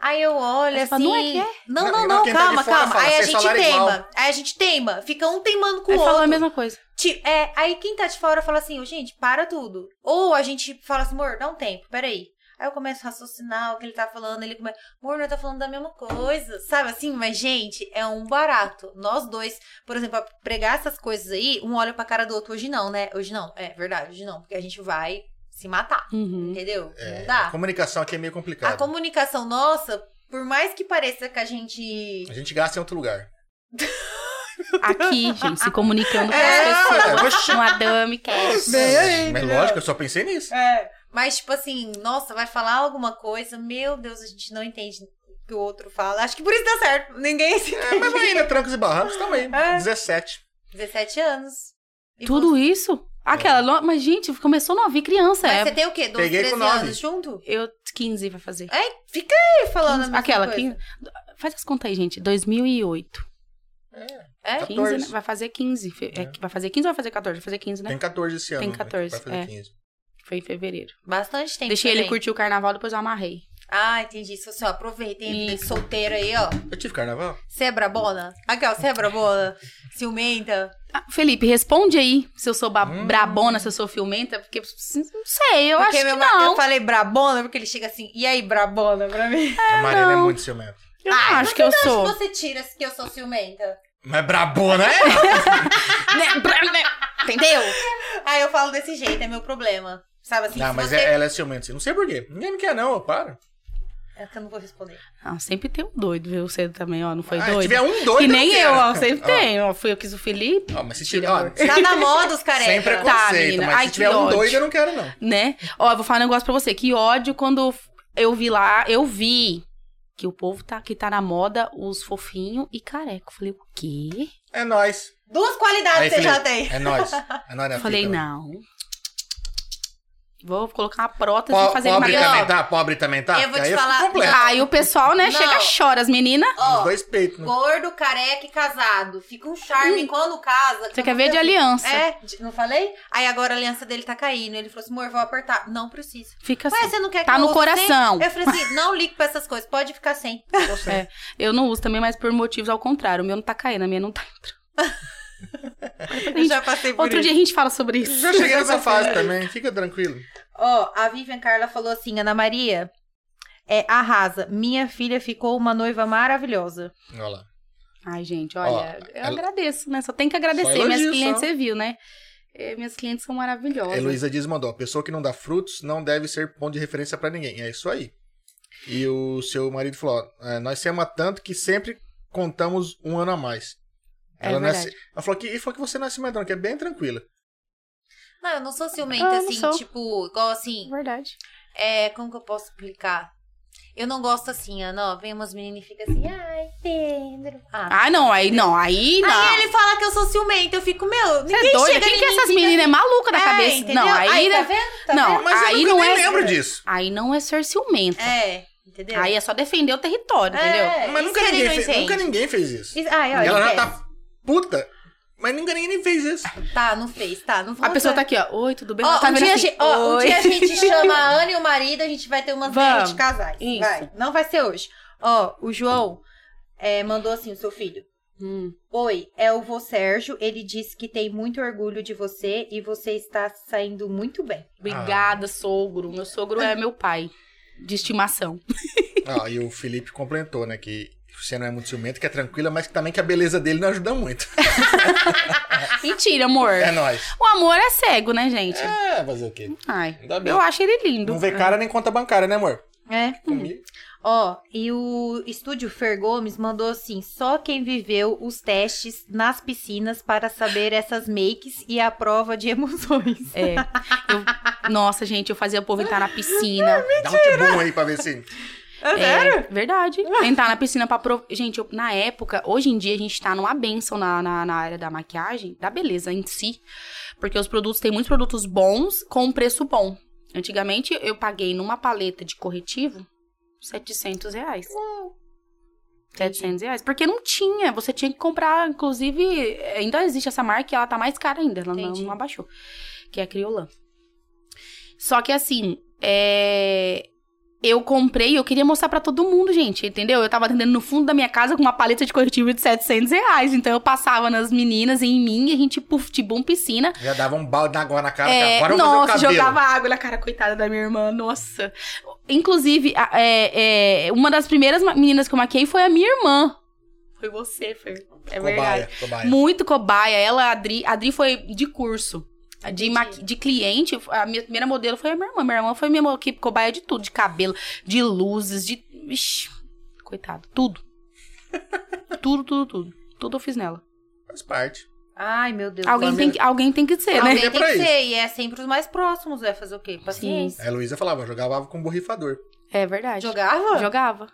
Aí eu olho Aí você assim. fala, não é que é? Não, Não, não, e não, quem tá de calma, fora calma. fala, aí a vocês gente falaram teima. igual. Aí a gente teima. Fica um teimando com <laughs> o Ele falou outro. a mesma coisa. Ti- é, aí quem tá de fora fala assim, "Ô, gente, para tudo. Ou a gente fala assim, amor, dá um tempo, peraí. Aí eu começo a raciocinar o que ele tá falando, ele começa, amor, nós tá falando da mesma coisa, sabe assim? Mas, gente, é um barato. Nós dois, por exemplo, pra pregar essas coisas aí, um olha pra cara do outro, hoje não, né? Hoje não, é verdade, hoje não, porque a gente vai se matar, Uhum. entendeu? não A dá. Ah, comunicação aqui é meio complicada. A comunicação nossa, por mais que pareça que a gente... A gente gasta em outro lugar. Aqui, gente, se comunicando com É, as pessoas. é, oxi. No Adame Cash. Bem aí, Mas entendeu? lógico, eu só pensei nisso. É. Mas, tipo assim, nossa, vai falar alguma coisa, meu Deus, a gente não entende o que o outro fala. Acho que por isso dá certo. Ninguém se <laughs> É, mas vai indo, <laughs> trancos e barrancos também. É. 17. 17 anos. E Tudo isso? Aquela, lo- mas gente, começou novinha, criança. Mas é. você tem o quê? 12, Peguei 13 com nove. anos junto? Eu, 15 vai fazer. Ih, falando É, a 15, mesma aquela, coisa. 15. Faz as contas aí, gente. 2008. É? 15, 14. né? vai fazer 15. fe- é, É. vai fazer 15 ou vai fazer 14? Vai fazer 15, né? Tem 14 esse ano. Tem né? 14, Vai fazer é. 15. Foi em fevereiro. Bastante tempo. Deixei ele também. curtir o carnaval, depois eu amarrei. Ah, entendi. Isso assim, ó, aproveitem Isso. solteiro aí, ó. Eu tive carnaval? Você é brabona? Aquela, você é brabona? Ciumenta? Ah, Felipe, responde aí se eu sou ba- Hum. brabona, se eu sou filmenta, porque assim, não sei, eu porque acho meu que mar- não. Eu falei brabona porque ele chega assim, e aí, brabona pra mim? a Mariana é muito ciumenta. Eu não "Ah, acho que eu sou. Você tira que eu sou ciumenta? Mas brabona é? <laughs> <laughs> Né, bra- né, Entendeu? Aí eu falo desse jeito, é meu problema. Sabe assim, não, se mas você... é- ela é ciumenta. sim. Não sei por quê. Ninguém me quer não, eu paro. É que eu não vou responder. Ah, sempre tem um doido, viu? Você também, ó, não foi Ah, doido? Se tiver um doido, que nem eu, quero. ó, sempre Ó, tem. Ó, fui eu que quis o Felipe, ó, mas se tiver, ó, Tá na moda os Tá. carecas. sem preconceito, tá, menina. mas Ai, se que tiver um ódio. doido, eu não quero não. né? Ó, eu vou falar um negócio pra você. Que ódio quando eu vi lá, eu vi que o povo tá, que tá na moda, os fofinhos e careca. Eu falei, o quê? É <laughs> nóis. Duas qualidades Aí, você já Felipe, tem. É nóis. É nóis na Eu falei, fita. não. Vou colocar uma prótese Po- e fazer pobre ele também maior. tá? Pobre também tá? Eu vou Aí te fico falar- completo. Aí o pessoal, né, Não. chega e chora. As meninas, Os Ó, dois peitos, né? gordo, careca e casado. Fica um charme quando casa. você quando quer ver de você- aliança. É, de- não falei? Aí agora a aliança dele tá caindo. Ele falou assim, amor, vou apertar. Não precisa. Fica Ué, assim. você não quer Tá que eu no use coração. sem? Eu falei assim, não ligue pra essas coisas. Pode ficar sem. <laughs> É, eu não uso também, mas por motivos ao contrário. O meu não tá caindo, a minha não tá entrando. Eu já passei por Outro isso. dia a gente fala sobre isso. <laughs> Já cheguei nessa fase também, fica tranquilo. Ó, a Vivian Carla falou assim, Ana Maria... É, arrasa. Minha filha ficou uma noiva maravilhosa. Olha lá. Ai, gente, olha, Ó, eu ela- agradeço, né? Só tem que agradecer. Só minhas elogio, clientes, só. você viu, né? Eh, Minhas clientes são maravilhosas. Heloísa Dias mandou: pessoa que não dá frutos não deve ser ponto de referência pra ninguém. É isso aí. E o seu marido falou: ó, é, nós se ama tanto que sempre contamos um ano a mais. É Ela, verdade. nasce- ela falou que e foi que você nasce medrão, que é bem tranquila. Não, eu não sou ciumenta, Ah, eu não assim, sou. tipo, igual assim, Verdade. É, como que eu posso explicar? Eu não gosto assim, Ana. ó, Vem umas meninas e fica assim, ai, Pedro. Ah. Ah, não, aí não, aí não. Aí ele fala que eu sou ciumenta, eu fico, meu, Você é ninguém doida? chega Quem em que é mim e essas fica- meninas? É maluca da É, cabeça. entendeu? Não, aí, tá não- vendo? Tá não, vendo? Mas aí eu nunca não nem é. lembro disso. Aí não é ser ciumenta. É, entendeu? Aí é só defender o território, entendeu? É, Mas isso nunca que ele ninguém, não fez, entende. nunca ninguém fez isso. Isso- é Ai, olha, ela não já fez. tá puta, mas nunca ninguém fez isso. <laughs> Tá, não fez, tá. Não A vamos- pessoa tá aqui, ó. Oi, tudo bem? Ela Ó, tá um, vendo dia a assim, gente, ó, um "Oi". dia a <laughs> gente chama a Ana e o marido, a gente vai ter umas Vamos. meias de casais. Isso. Vai. Não vai ser hoje. Ó, o João é, mandou assim, o seu filho. Hum. Ah. Oi, é o vô Sérgio. Ele disse que tem muito orgulho de você e você está saindo muito bem. Obrigada, sogro. Meu sogro é meu pai. <laughs> De estimação. Ah, e o Felipe complementou, né, que você não é muito ciumento, que é tranquila, mas que também que a beleza dele não ajuda muito. <laughs> Mentira, amor. É nóis. O amor é cego, né, gente? É, fazer o quê? Ai. Ainda bem. Eu acho ele lindo. Não vê cara nem conta bancária, né, amor? É. Comigo. Ó, e o estúdio Fer Gomes mandou assim: só quem viveu os testes nas piscinas para saber essas makes e a prova de <laughs> emoções. É. Eu- Nossa, gente, eu fazia o povo entrar na piscina. Dá um tibum aí pra ver se... É, verdade. Entrar na piscina pra provar. Gente, eu- na época, hoje em dia a gente tá numa benção na, na, na área da maquiagem, da beleza em si. Porque os produtos, tem muitos produtos bons com um preço bom. Antigamente eu paguei numa paleta de corretivo 700 reais. 700 reais. Porque não tinha. Você tinha que comprar, inclusive, ainda existe essa marca e ela tá mais cara ainda. Ela não, Entendi. não abaixou. Que é a Criolan. Só que assim, é, eu comprei, eu queria mostrar pra todo mundo, gente, entendeu? Eu tava atendendo no fundo da minha casa com uma paleta de corretivo de 700 reais. Então eu passava nas meninas e em mim, e a gente, puf, de bom piscina. Já dava um balde na água na cara, É, cara. Agora eu vou nossa, fazer o cabelo. jogava água na cara, coitada da minha irmã, nossa. Inclusive, a- é- é, uma das primeiras ma- meninas que eu maquei foi a minha irmã. Foi você, Fer. É verdade. Cobaia, cobaia. Muito cobaia. Ela, a Adri, a Adri foi de curso. A De, maqui- de cliente, a minha primeira modelo foi a minha irmã. Minha irmã foi minha mo- que cobaia de tudo, de cabelo, de luzes, de. Ixi, coitado, tudo. <laughs> tudo, tudo, tudo. Tudo eu fiz nela. Faz parte. Ai, meu Deus. Alguém tem, Flamengo. que, alguém tem que ser, né? Alguém Ele é tem pra que isso. ser, e é sempre os mais próximos, vai fazer o quê? Paciência. A Heloísa É, falava, jogava água com borrifador. É verdade. Jogava? Jogava.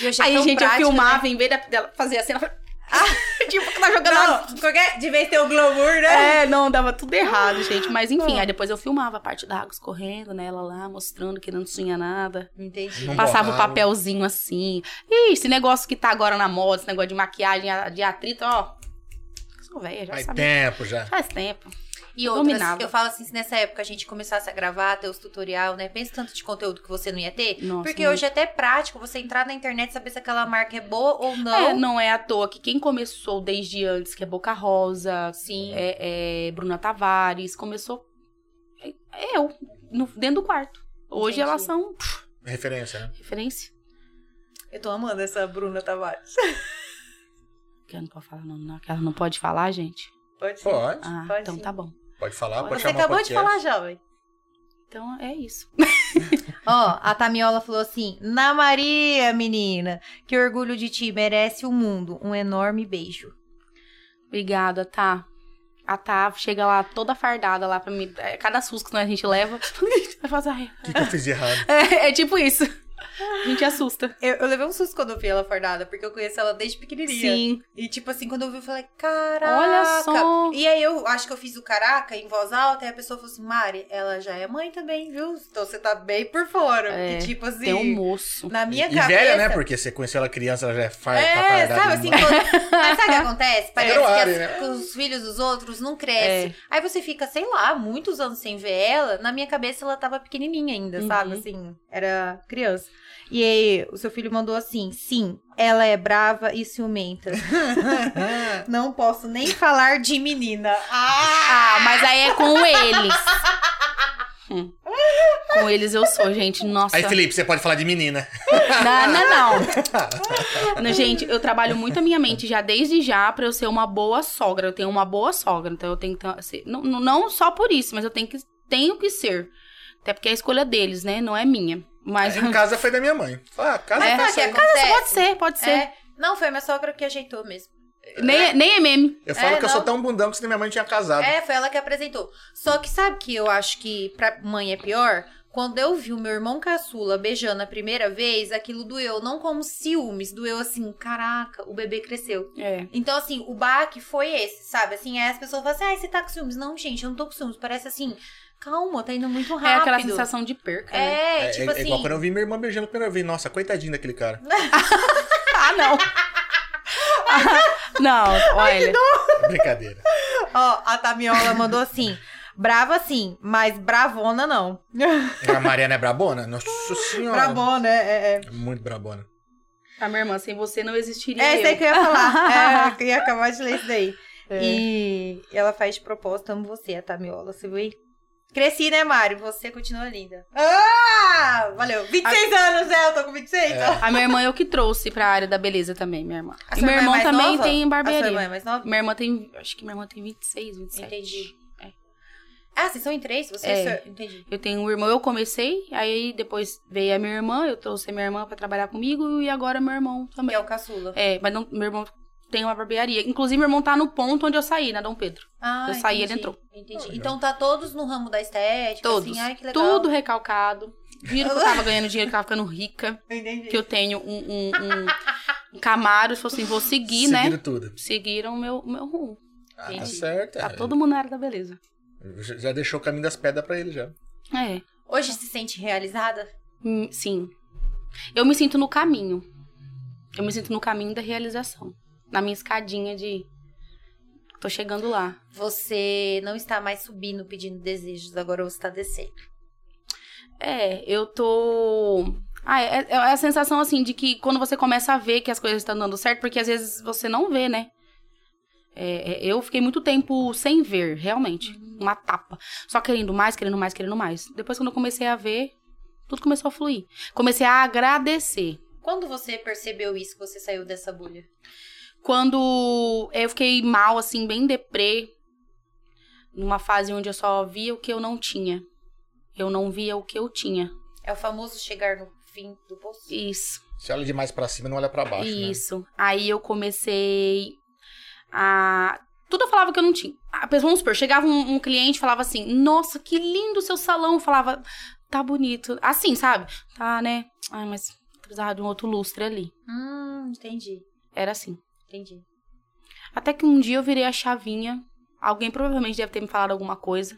E eu já Aí, tão gente, prática, eu filmava, né? em vez da- dela fazer assim, ela falava... <laughs> tipo, que tá jogando... Não, água. porque de vez tem o glamour, né? É, não, Ah. dava tudo errado, gente. Mas enfim, aí depois eu filmava a parte da água escorrendo, né? Ela lá, mostrando que não tinha nada. Entendi. Não Passava o borrava. papelzinho assim. Ih, esse negócio que tá agora na moda, esse negócio de maquiagem, a- de atrito, ó. Sou velha, já Faz sabe. tempo já. Faz tempo. E outras, Dominava. eu falo assim, se nessa época a gente começasse a gravar, ter os tutorial, né? Pensa tanto de conteúdo que você não ia ter. Nossa, porque não. hoje é até prático você entrar na internet e saber se aquela marca é boa ou não. É, não é à toa que quem começou desde antes, que é Boca Rosa, Sim. é, é, Bruna Tavares, começou é, eu, no- dentro do quarto. Hoje Entendi. elas são pff, Referência, né? referência. Eu tô amando essa Bruna Tavares. Que eu não posso falar o nome, não. Que ela não pode falar, gente. Pode ser. Pode, Ah, Pode então sim. tá bom. pode falar, Você pode Você chamar acabou o de podcast. falar, jovem. Então é isso. Ó, a Tamiola falou assim: Na Maria, menina, que orgulho de ti, merece o mundo. Um enorme beijo. Obrigada, tá. A Tá chega lá toda fardada lá pra mim. é, Cada susto que a <laughs> gente leva, vai fazer. "Ai, O que, que eu fiz de errado? É, é tipo isso. A gente assusta. Eu, eu levei um susto quando eu vi ela fardada, porque eu conheço ela desde pequenininha. Sim. E tipo assim, quando eu vi, eu falei, caraca. Olha só. E aí eu acho que eu fiz o caraca em voz alta, e a pessoa falou assim, Mari, ela já é mãe também, viu? Então você tá bem por fora. É, porque tipo assim, Tem um moço. na minha e cabeça... velha, né? Porque você conheceu ela criança, ela já é farta, É, fardada, sabe assim, demais. quando... mas <laughs> sabe o que acontece? Parece que, Droari, as- né? que os filhos dos outros não É. crescem. Aí você fica, sei lá, muitos anos sem ver ela. Na minha cabeça ela tava pequenininha ainda, Uhum. sabe? Assim, era criança. E aí o seu filho mandou assim, sim, ela é brava e <laughs> ciumenta. Não posso nem falar de menina. Ah, mas aí é com eles. Hum. Com eles eu sou, gente. Nossa. Aí, Felipe, você pode falar <laughs> de menina. Não, não, não. Não, Gente, eu trabalho muito a minha mente já desde já pra eu ser uma boa sogra. Eu tenho uma boa sogra, então eu tenho que ter- ser, não, não- não só por isso, mas eu tenho que tenho que ser. Até porque é a escolha deles, né? Não é minha. Mas Em casa foi da minha mãe. Ah, casa É. foi Sabe o que sua. acontece? pode ser, pode ser. É. Não, foi minha sogra que ajeitou mesmo. Nem, nem é meme. Eu falo É, que eu sou não. tão bundão que se minha mãe tinha casado. É, foi ela que apresentou. Só que sabe que eu acho que pra mãe é pior? Quando eu vi o meu irmão caçula beijando a primeira vez, aquilo doeu. Não como ciúmes, doeu assim, caraca, o bebê cresceu. É. Então, assim, o baque foi esse, sabe? Assim, aí as pessoas falam assim, ai, você tá com ciúmes. Não, gente, eu não tô com ciúmes. Parece assim, calma, tá indo muito É rápido. aquela sensação de perca, né? É, É, tipo é assim. igual quando eu vi minha irmã beijando a primeira vez. Nossa, coitadinho daquele cara. Ah, não. <laughs> Ah, não, olha. Brincadeira. Ó, a Tamiola mandou assim. Brava sim, mas bravona não. A Mariana é brabona? Nossa senhora. Brabona, é. é, é. É Muito brabona. A Ah, minha irmã, sem você não existiria É isso aí eu. que eu ia <laughs> falar. É, eu ia acabar de ler isso daí. É. E ela faz de propósito, amo você, a Tamiola, você viu aí? Cresci, né, Mário? Você continua linda. Ah! Valeu. 26 anos, né? Eu tô com 26. É. ó. A minha irmã eu que trouxe pra área da beleza também, minha irmã. A E sua meu irmã é irmão mais também nova? A sua tem irmã barbearia. é mais nova? Minha irmã tem, acho que minha irmã tem 26, 27. Entendi. É. Ah, vocês são em três? Você É. é. Entendi. Eu tenho um irmão, eu comecei, aí depois veio a minha irmã, eu trouxe a minha irmã pra trabalhar comigo e agora meu irmão Que também. é o caçula. É, mas não, meu irmão tem uma barbearia. Inclusive, meu irmão tá no ponto onde eu saí, na Dom Pedro. Ah, Eu saí, ele entrou. Entendi. Legal. então tá todos no ramo da estética, Todos. assim, ai, que legal. Tudo recalcado. Dinheiro que eu <laughs> tava ganhando, dinheiro que eu tava ficando rica. Entendi. Que eu tenho um, um, um, um Camaro, eles falaram assim, vou seguir, né? Seguindo tudo. Seguiram o meu, o meu rumo. Ah, tá Entendi. certo. Tá é. todo mundo na área da beleza. Já já deixou o caminho das pedras pra ele já. É. Hoje se sente realizada? Hum, Sim. Eu me sinto no caminho. Eu me sinto no caminho da realização. Na minha escadinha de. Tô chegando lá. Você não está mais subindo pedindo desejos, agora você está descendo. É, eu tô. Ah, é, é a sensação assim de que quando você começa a ver que as coisas estão dando certo, porque às vezes você não vê, né? É, é, eu fiquei muito tempo sem ver, realmente. Uma tapa. Só querendo mais, querendo mais, querendo mais. Depois, quando eu comecei a ver, tudo começou a fluir. Comecei a agradecer. Quando você percebeu isso, que você saiu dessa bolha? Quando eu fiquei mal, assim, bem deprê, numa fase onde eu só via o que eu não tinha. Eu não via o que eu tinha. É o famoso chegar no fim do poço? Isso. Você olha demais pra cima e não olha pra baixo, né? Isso. Aí eu comecei a. Tudo eu falava que eu não tinha. A pessoa, vamos supor, chegava um, um cliente e falava assim: Nossa, que lindo o seu salão. Eu falava, tá bonito. Assim, sabe? Tá, né? Ai, mas precisava de um outro lustre ali. Hum, entendi. Era assim. Entendi. Até que um dia eu virei a chavinha. Alguém provavelmente deve ter me falado alguma coisa.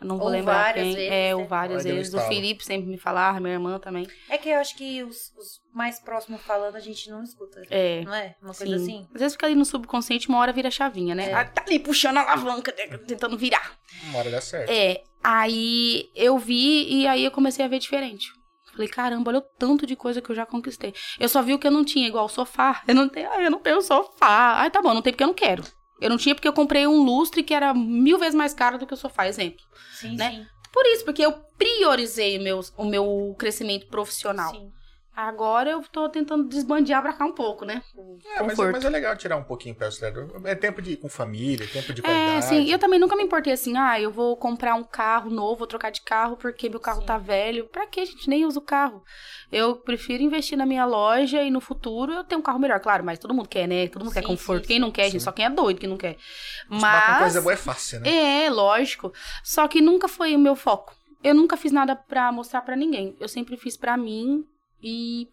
Eu não vou Ou lembrar várias quem. vezes, é, né? ou várias Aí deu um vezes. O estalo. Felipe sempre me falava, minha irmã também. É que eu acho que os, os mais próximos falando a gente não escuta. É. Não é? Uma coisa Sim. assim? Às vezes fica ali no subconsciente, uma hora vira a chavinha, né? É. Ah, Tá ali puxando a alavanca, né, tentando virar. Uma hora dá certo. É, aí eu vi e aí eu comecei a ver diferente. Falei, caramba, olha o tanto de coisa que eu já conquistei. Eu só vi o que eu não tinha, igual o sofá. Eu não tenho, ah, eu não tenho sofá. Ah, tá bom, não tem porque eu não quero. Eu não tinha porque eu comprei um lustre que era mil vezes mais caro do que o sofá, exemplo. Sim, Né? sim. Por isso, porque eu priorizei o meu, o meu crescimento profissional. sim. Agora eu tô tentando desbandear pra cá um pouco, né? É, mas, é, Conforto. mas é legal tirar um pouquinho o pé do acelerador. É tempo de ir com família, é tempo de qualidade. É, sim. E Eu também nunca me importei assim, ah, eu vou comprar um carro novo, vou trocar de carro porque meu carro Sim. tá velho. Pra que a gente nem usa o carro? Eu prefiro investir na minha loja e no futuro eu ter um carro melhor, claro, mas todo mundo quer, né? Todo mundo quer Sim, conforto. sim, quem sim. não quer, gente, Sim. só quem é doido que não quer. Acostumar com Mas coisa boa é fácil, né? é, lógico. Só que nunca foi o meu foco. Eu nunca fiz nada pra mostrar pra ninguém. Eu sempre fiz pra mim e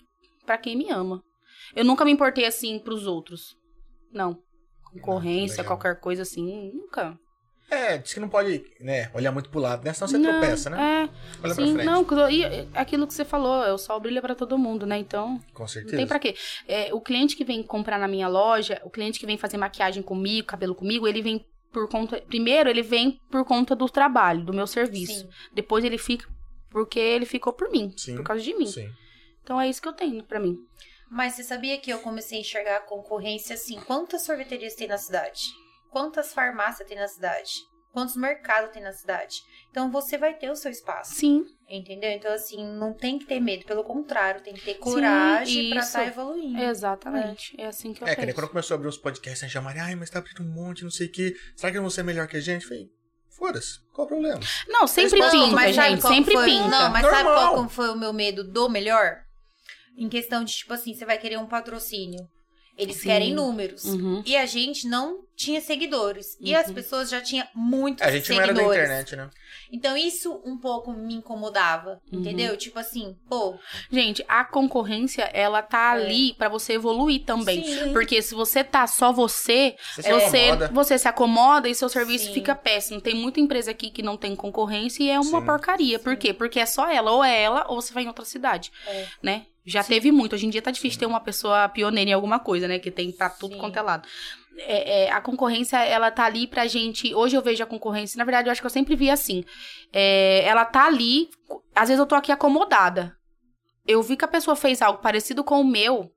pra quem me ama. Eu nunca me importei assim pros outros. Não. Concorrência, legal. qualquer coisa assim, nunca. É, diz que não pode né, olhar muito pro lado, né? Senão você tropeça, né? É, Olha pra sim, frente. não, cru- e é aquilo que você falou, é, o sol brilha pra todo mundo, né? Então, Com não certeza. tem pra quê. É, o cliente que vem comprar na minha loja, o cliente que vem fazer maquiagem comigo, cabelo comigo, ele vem por conta. Primeiro, ele vem por conta do trabalho, do meu serviço. Sim. Depois, ele fica porque ele ficou por mim, Sim, por causa de mim. Sim. Então, é isso que eu tenho pra mim. Mas você sabia que eu comecei a enxergar a concorrência assim? Quantas sorveterias tem na cidade? Quantas farmácias tem na cidade? Quantos mercados tem na cidade? Então você vai ter o seu espaço, Sim, entendeu? Então assim, não tem que ter medo, pelo contrário, tem que ter coragem pra isso. estar evoluindo. exatamente. É, assim que eu É, que nem penso. quando começou a abrir uns podcasts, a gente chamaram, ai, mas tá abrindo um monte, não sei o quê. Será que você é melhor que a gente? Eu Falei, foda-se, qual o problema? Não, sempre Não, pinta, mas sabe gente. qual Sempre foi, pinta. Não, mas sabe Normal. qual como foi o meu medo do melhor? Em questão de tipo assim, você vai querer um patrocínio. Eles Sim. querem números. Uhum. E a gente não tinha seguidores. E as Uhum. pessoas já tinham muitos É, A gente não seguidores. era da internet, né? Então isso um pouco me incomodava, Uhum. entendeu? Tipo assim, pô, Gente, a concorrência, ela tá É. ali pra você evoluir também. Sim. Porque se você tá só você, Você se você, acomoda. você se acomoda e seu serviço Sim. fica péssimo. Tem muita empresa aqui que não tem concorrência e é uma Sim. porcaria. Por quê? Porque é só ela, ou é ela, ou você vai em outra cidade, É. né? Já teve muito. Hoje em dia tá difícil ter uma pessoa pioneira em alguma coisa, né? Que tem pra tudo Sim. quanto é lado. É, é, a concorrência, ela tá ali pra gente. Hoje eu vejo a concorrência, na verdade, eu acho que eu sempre vi assim. É, ela tá ali. Às vezes eu tô aqui acomodada. Eu vi que a pessoa fez algo parecido com o meu.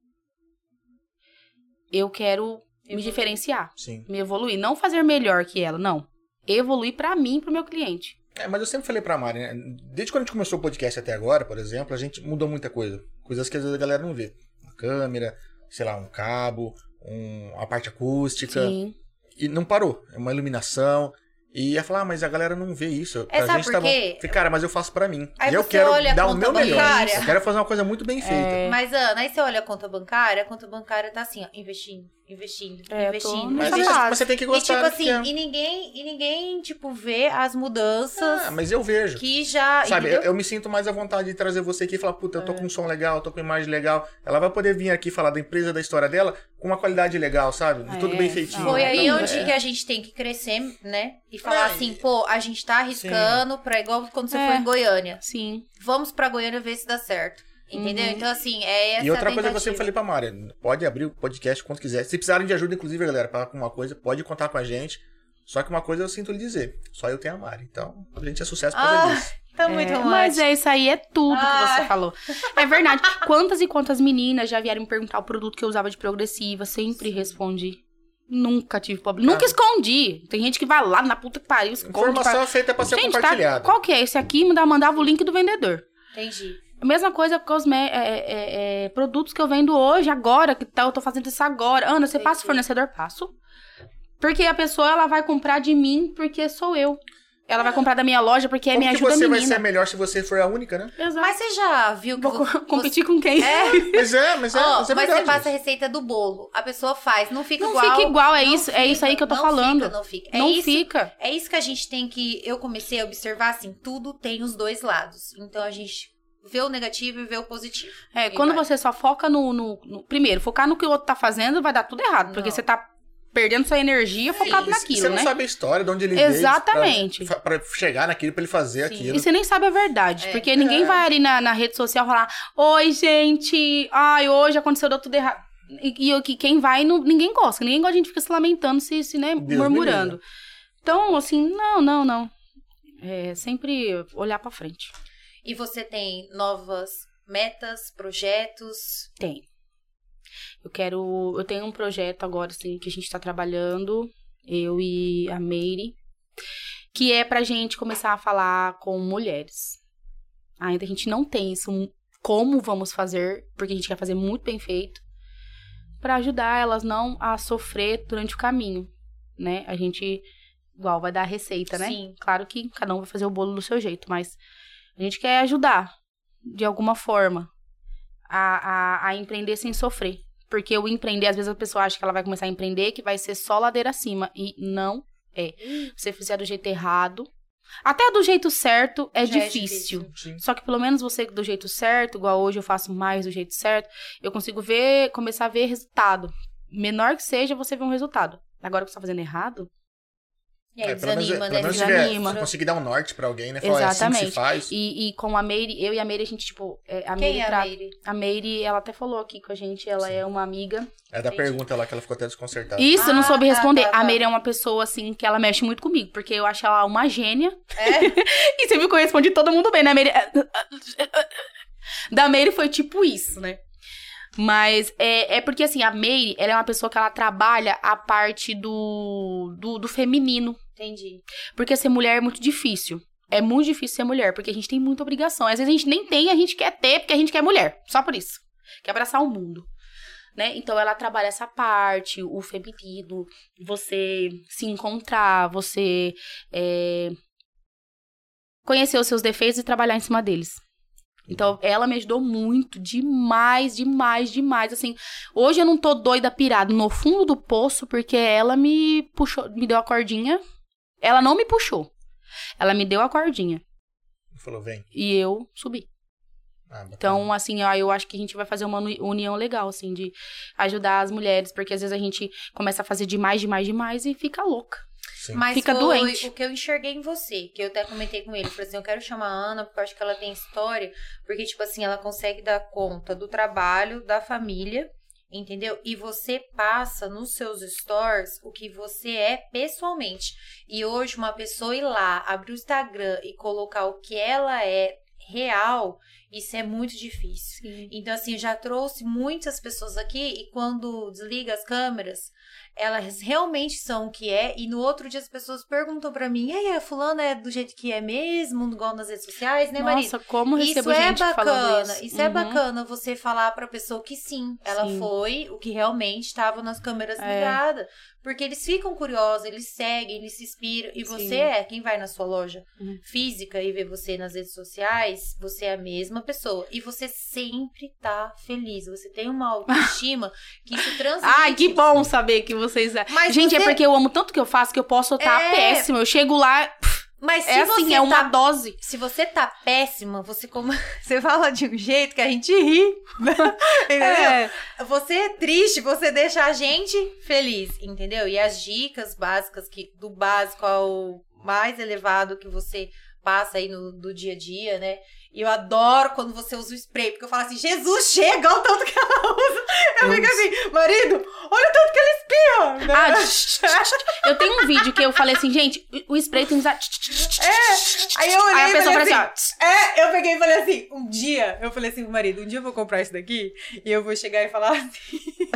Eu quero me Evoluir. diferenciar Sim. me evoluir, não fazer melhor que ela, não. Evoluir pra mim, pro meu cliente. É, mas eu sempre falei pra Mari, né? Desde quando a gente começou o podcast até agora, por exemplo, a gente mudou muita coisa. Coisas que às vezes a galera não vê. Uma câmera, sei lá, um cabo, um, a parte acústica. Sim. E não parou. É uma iluminação. E ia falar, ah, mas a galera não vê isso. É, a sabe gente por tá bom. quê? Falei, cara, mas eu faço pra mim. Aí e eu você quero olha a dar o conta meu melhor. bancária. Eu quero fazer uma coisa muito bem feita. É, Mas, Ana, aí você olha a conta bancária, a conta bancária tá assim, ó, investindo, investindo, É, tô investindo. Mas, nessa Mas isso- eu faço. mas você tem que E gostar tipo do que assim, é. e ninguém, e ninguém, tipo, vê as mudanças Ah, mas eu vejo. que já. Sabe, eu, Ah, entendeu? É. eu me sinto mais à vontade de trazer você aqui e falar, puta, eu tô com um som legal, eu tô com imagem legal. Ela vai poder vir aqui falar da empresa, da história dela, com uma qualidade legal, sabe? De tudo É, bem feitinho. Foi Ah, aí Então, onde é. que a gente tem que crescer, né? E falar É, assim, e- pô, a gente tá arriscando pra igual quando você É. foi em Goiânia. sim. Vamos pra Goiânia ver se dá certo. Entendeu? Uhum. Então, assim, é essa E outra a coisa que eu sempre tentativa. falei pra Mari, pode abrir o podcast quando quiser. Se precisarem de ajuda, inclusive, galera, pra alguma coisa, pode contar com a gente. Só que uma coisa eu sinto lhe dizer, só eu tenho a Mari. Então, a gente é sucesso por causa Ah, disso. Tá muito é, romântico. Ah. mas é isso aí, é tudo que Ai. você falou. É verdade. Quantas e quantas meninas já vieram me perguntar o produto que eu usava de progressiva? Sempre respondi. Nunca tive problema. Nunca Ah. escondi. Tem gente que vai lá na puta que pariu, esconde. Informação Pra... é feita pra ser Gente, tá, compartilhada. qual que é esse aqui? Me dá- mandava o link do vendedor. Entendi. A mesma coisa com os me- é, é, é, produtos que eu vendo hoje, agora, que tá, eu tô fazendo isso agora. Ana, você Entendi. passa o fornecedor? Passo. Porque a pessoa, ela vai comprar de mim porque sou eu. Ela vai comprar da minha loja porque é Como minha que ajuda você vai menina. ser melhor se você for a única, né? Exato. Mas você já viu que. Vou vo- co- competir com <laughs> quem? É, Mas é, mas é, ó, mas é mas verdade. você passa a receita do bolo. A pessoa faz, não fica Não igual. fica igual, é não isso, é isso aí que eu tô não falando. Fica, não fica. É não isso fica. É isso que a gente tem que. Eu comecei a observar assim: tudo tem os dois lados. Então a gente vê o negativo e vê o positivo. É, E quando vai. você só foca no, no- no- Primeiro, focar no que o outro tá fazendo, vai dar tudo errado. Porque Não. você tá perdendo sua energia focado E naquilo, Você não né? sabe a história, de onde ele tá? Exatamente. veio. pra- Pra chegar naquilo, pra ele fazer Sim. aquilo. E você nem sabe a verdade, É. porque ninguém vai ali na, na rede social falar: Oi, gente, ai, hoje aconteceu deu tudo errado. E, e que quem vai, não- ninguém gosta. Ninguém gosta, a gente fica se lamentando, se, se né, Deus murmurando. Então, assim, não, não, não. É sempre olhar pra frente. E você tem novas metas, projetos. Tem. Eu quero. Eu tenho um projeto agora, assim, que a gente tá trabalhando, eu e a Meire, que é pra gente começar a falar com mulheres. Ainda a gente não tem isso, um- como vamos fazer, porque a gente quer fazer muito bem feito, pra ajudar elas não a sofrer durante o caminho, né? A gente, igual, vai dar a receita, né? Sim. Claro que cada um vai fazer o bolo do seu jeito, mas a gente quer ajudar, de alguma forma, a, a, a empreender sem sofrer. Porque o empreender, às vezes a pessoa acha que ela vai começar a empreender, que vai ser só ladeira acima. E não é. Se você fizer do jeito errado, até do jeito certo é, Já é difícil. Sim. Só que pelo menos você do jeito certo, igual hoje eu faço mais do jeito certo, eu consigo ver, começar a ver resultado. Menor que seja, você vê um resultado. Agora que você tá fazendo errado, E aí É, pelo menos- desanima, pelo né? menos se tiver- Desanima. se conseguir dar um norte pra alguém, né? Falar, É assim que Exatamente. se faz. e, e com a Meire, eu e a Meire, a gente, tipo, é, a Meire Quem é a tra- Meire? A Meire, ela até falou aqui com a gente, ela Sim. é uma amiga. É da Entendi. pergunta lá que ela ficou até desconcertada. Isso, eu não Ah, soube tá, responder. tá, tá. A Meire é uma pessoa, assim, que ela mexe muito comigo, porque eu acho ela uma gênia. É, <laughs> E você viu que eu respondi todo mundo bem, né, Meire? Da Meire foi tipo isso, né? Mas é, é porque, assim, a Meire, ela é uma pessoa que ela trabalha a parte do, do, do feminino. entendi. Porque ser mulher é muito difícil. É muito difícil ser mulher, porque a gente tem muita obrigação. Às vezes a gente nem tem, a gente quer ter, porque a gente quer mulher. Só por isso. Quer abraçar o mundo. Né? Então ela trabalha essa parte, o feminino, você se encontrar, você é, conhecer os seus defeitos e trabalhar em cima deles. Então, ela me ajudou muito, demais, demais, demais. Assim, hoje eu não tô doida pirada no fundo do poço, porque ela me puxou, me deu a cordinha. Ela não me puxou. Ela me deu a cordinha. Ele falou, vem. E eu subi. Ah, bacana. Então, assim, ó, eu acho que a gente vai fazer uma uni- união legal, assim, de ajudar as mulheres, porque às vezes a gente começa a fazer demais, demais, demais e fica louca. Sim. Mas Fica foi doente. o que eu enxerguei em você, que eu até comentei com ele. Falei assim, eu quero chamar a Ana, porque eu acho que ela tem história. Porque, tipo assim, ela consegue dar conta do trabalho, da família, entendeu? E você passa nos seus stories o que você é pessoalmente. E hoje, uma pessoa ir lá, abrir o Instagram e colocar o que ela é real, isso é muito difícil. Então, assim, eu já trouxe muitas pessoas aqui e quando desliga as câmeras, elas realmente são o que é. E no outro dia as pessoas perguntam pra mim: Ei, a fulana é do jeito que é mesmo, igual nas redes sociais, né, Marisa? Nossa, como eu Isso recebo é gente falando bacana, isso. isso, é Uhum. bacana você falar pra pessoa que sim, ela Sim. foi o que realmente estava nas câmeras É. ligadas. Porque eles ficam curiosos, eles seguem, eles se inspiram. E você Sim. é, quem vai na sua loja Uhum. física e vê você nas redes sociais, você é a mesma pessoa. E você sempre tá feliz, você tem uma <laughs> autoestima que isso transmite. Ai, que bom saber que vocês. Mas gente, é você- porque eu amo tanto que eu faço que eu posso estar É. péssima. Eu chego lá, Mas se é assim, você é uma tá dose. Se você tá péssima, você como <laughs> você fala de um jeito que a gente <laughs> ri. entendeu? É. Você é triste, você deixa a gente feliz, entendeu? E as dicas básicas que do básico ao mais elevado que você passa aí no do dia a dia, né? E eu adoro quando você usa o spray, porque eu falo assim, Jesus, chega, olha o tanto que ela usa. Eu fico assim, marido, olha o tanto que ela espia. né? Ah, tch, tch, tch. eu tenho um vídio que eu falei assim, gente, o o spray tem que usar. tch, tch, tch, tch, tch. Aí eu olhei e Aí a pessoa fala falei assim, assim, ó. tch. É, eu peguei e falei assim, um dia, eu falei assim pro marido, um dia eu vou comprar isso daqui e eu vou chegar e falar assim. <laughs>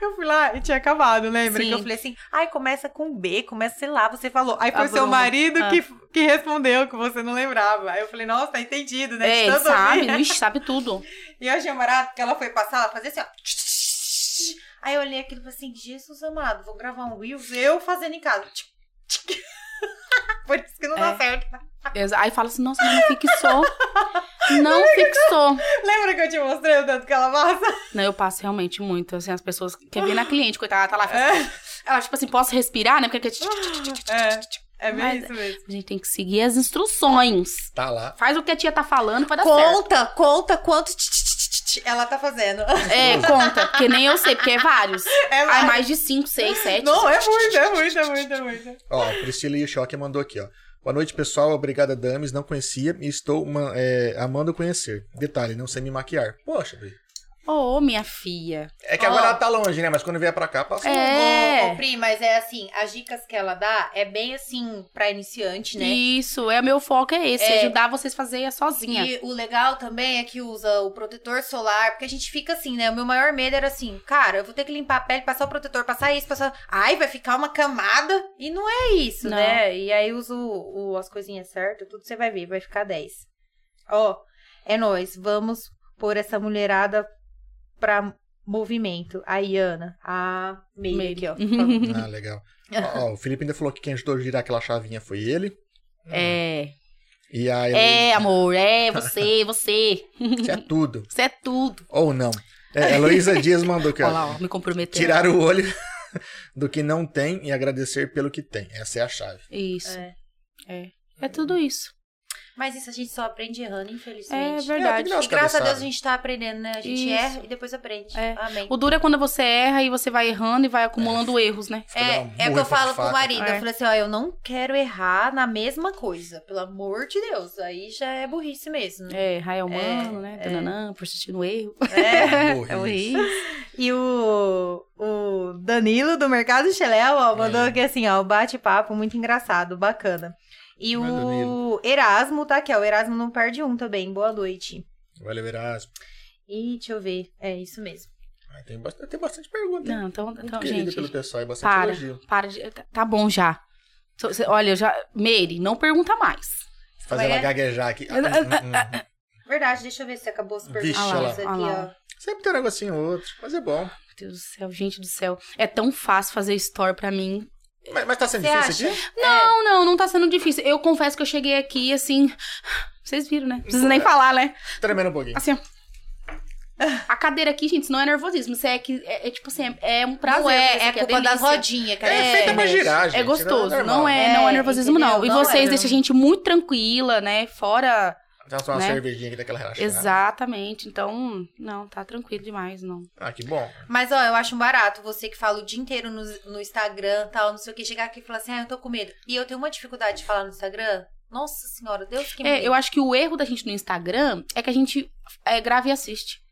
eu fui lá e tinha acabado, lembra? Sim. Que eu falei assim, ai, começa com B, começa, sei lá, você falou. Aí foi Ah, o seu Bruno. marido Ah. que, que respondeu, que você não lembrava. Aí eu falei, nossa, tá entendido, né? De É, ele tanto sabe, ouvir. vixe, sabe tudo. E eu achei barato que ela foi passar, ela fazia assim, ó. Aí eu olhei aquilo e falei assim, Jesus amado, vou gravar um Reels, eu fazendo em casa. <laughs> Por isso que não dá É. certo. Exa- Aí fala assim, nossa, mas não fixou. <laughs> Não fixou. Lembra que eu te mostrei o tanto que ela passa? Não, eu passo realmente muito, assim, as pessoas... Quer ver na cliente, coitada, ela tá lá... faz- Ela, tipo assim, posso respirar, né? Porque... É, é bem Mas- isso mesmo. A gente tem que seguir as instruções. Tá lá. Faz o que a tia tá falando pra dar certo. Conta, conta quanto tch, tch, tch, tch, tch ela tá fazendo. É, conta. Porque nem eu sei, porque é vários. É <laughs> Ai, mais- mais de 5, 6, 7. Não, é muito, é muito, é muito, é muito. Ó, a Priscila e o Choque mandou aqui, ó. Boa noite, pessoal. Obrigada, Dames. Não conhecia e estou ma- é, amando conhecer. Detalhe, não sei me maquiar. Poxa, Pri. Ô, minha filha. É que Ó. agora ela tá longe, né? Mas quando vier pra cá, passa. É. Ô, ô, Pri, mas é assim, as dicas que ela dá é bem assim pra iniciante, né? Isso, é meu foco é esse. É. Ajudar vocês a fazer sozinha. E o legal também é que usa o protetor solar, porque a gente fica assim, né? O meu maior medo era assim, cara, eu vou ter que limpar a pele, passar o protetor, passar isso, passar. Ai, vai ficar uma camada. E não é isso, Não. né? E aí uso o- as coisinhas certas, tudo você vai ver, vai ficar 10. Ó, é nóis, vamos pôr essa mulherada pra movimento. Aí, Ana, a meia aqui, Meire. ó. <laughs> Ah, legal. Ó, ó, o Felipe ainda falou que quem ajudou a girar aquela chavinha foi ele. É. E a Heloísa. É, amor. <laughs> É, você, você. Isso é tudo. Você é tudo. Ou não. É, a Heloísa Dias mandou aqui, Olha ó. lá, ó, me comprometeu. Tirar o olho <laughs> do que não tem e agradecer pelo que tem. Essa é a chave. Isso. É. É tudo isso. Mas isso a gente só aprende errando, infelizmente. É É, tem que verdade. dar E umas graças a Deus cabeçadas. a gente tá aprendendo, né? A gente Isso. erra e depois aprende. É. Amém. O duro é quando você erra e você vai errando e vai acumulando erros, né? Fica dando uma É, é o que murra eu falo faca. pro marido. É. Eu falei assim, ó, eu não quero errar na mesma coisa. Pelo amor de Deus. Aí já é burrice mesmo. né? É, raio humano, É, né? é. Tananã, persistir no erro. É. tá? Burrice. <laughs> É horrível. <laughs> E o, o Danilo do Mercado Cheléu, ó, mandou É. aqui assim, ó, o bate-papo muito engraçado, bacana. E Vai, o Danilo. Erasmo tá aqui, ó. O Erasmo não perde um também. Boa noite. Valeu, Erasmo. E deixa eu ver. É isso mesmo. Ah, tem, bastante, tem bastante pergunta. hein? Não, então, então Muito querido gente, pelo pessoal, é bastante para. elogio. para de... tá- Tá bom já. So- cê- Olha, eu já... Meire, não pergunta mais. Como Fazer é ela que gaguejar <laughs> aqui. Ah, hum, hum, hum. Verdade, deixa eu ver se acabou as Vixe, perguntas olha lá, aqui, olha lá. ó. Sempre tem um negocinho ou outro, mas é bom. Meu Deus do céu, gente do céu. É tão fácil fazer story pra mim. Mas, mas tá sendo Você difícil acha? aqui? Não, não, não tá sendo difícil. Eu confesso que eu cheguei aqui assim. Vocês viram, né? Não preciso É. nem falar, né? Tremendo um pouquinho. Assim. ó. A cadeira aqui, gente, isso não é nervosismo. Isso é que é, é tipo assim, é um prazer. Não é, fazer é isso aqui, culpa das delícia. rodinhas, cara. É, feita pra girar, gente. É gostoso, normal. não é, não é nervosismo não. E Entendeu? Não vocês é. deixam a gente muito tranquila, né? Fora, Dá só uma né? cervejinha aqui daquela relaxada. exatamente. Então, não, tá tranquilo demais, não. Ah, que bom. Mas, ó, eu acho um barato você que fala o dia inteiro no, no Instagram tal, não sei o que, chegar aqui e falar assim, ah, eu tô com medo. E eu tenho uma dificuldade de falar no Instagram. Nossa senhora, Deus que me É, livre. eu acho que o erro da gente no Instagram é que a gente é, grava e assiste.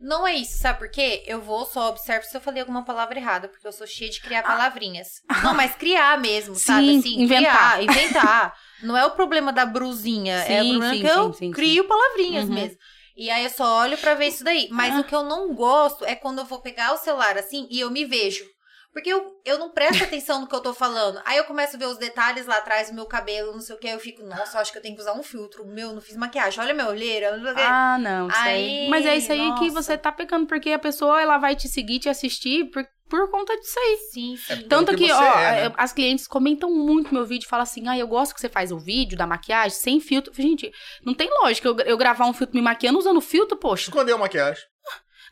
Não é isso, sabe por quê? Eu vou, só observo se eu falei alguma palavra errada, porque eu sou cheia de criar palavrinhas. Não, mas criar <laughs> mesmo, sabe? Ah. Sim, Assim, inventar. Criar, <laughs> inventar. Não é o problema da brusinha, é o Sim, problema sim, que eu sim, sim, crio palavrinhas Uhum. mesmo. E aí eu só olho pra ver isso daí. Mas Ah. o que eu não gosto é quando eu vou pegar o celular assim e eu me vejo. Porque eu, eu não <laughs> presto atenção no que eu tô falando. Aí eu começo a ver os detalhes lá atrás, o meu cabelo, não sei o que. Eu fico, nossa, eu acho que eu tenho que usar um filtro. Meu, não fiz maquiagem. Olha minha olheira. não sei o quê. Ah, não, isso aí. Aí, Mas é isso aí que nossa. você tá pecando, porque a pessoa ela vai te seguir, te assistir por, por conta disso aí. Sim, sim. Tanto Pelo que que, você ó, é, né? eu- as clientes comentam muito meu vídeo, falam assim, ah, eu gosto que você faz o vídeo da maquiagem sem filtro. Gente, não tem lógica eu, eu gravar um filtro me maquiando usando filtro, poxa. Escondeu a maquiagem.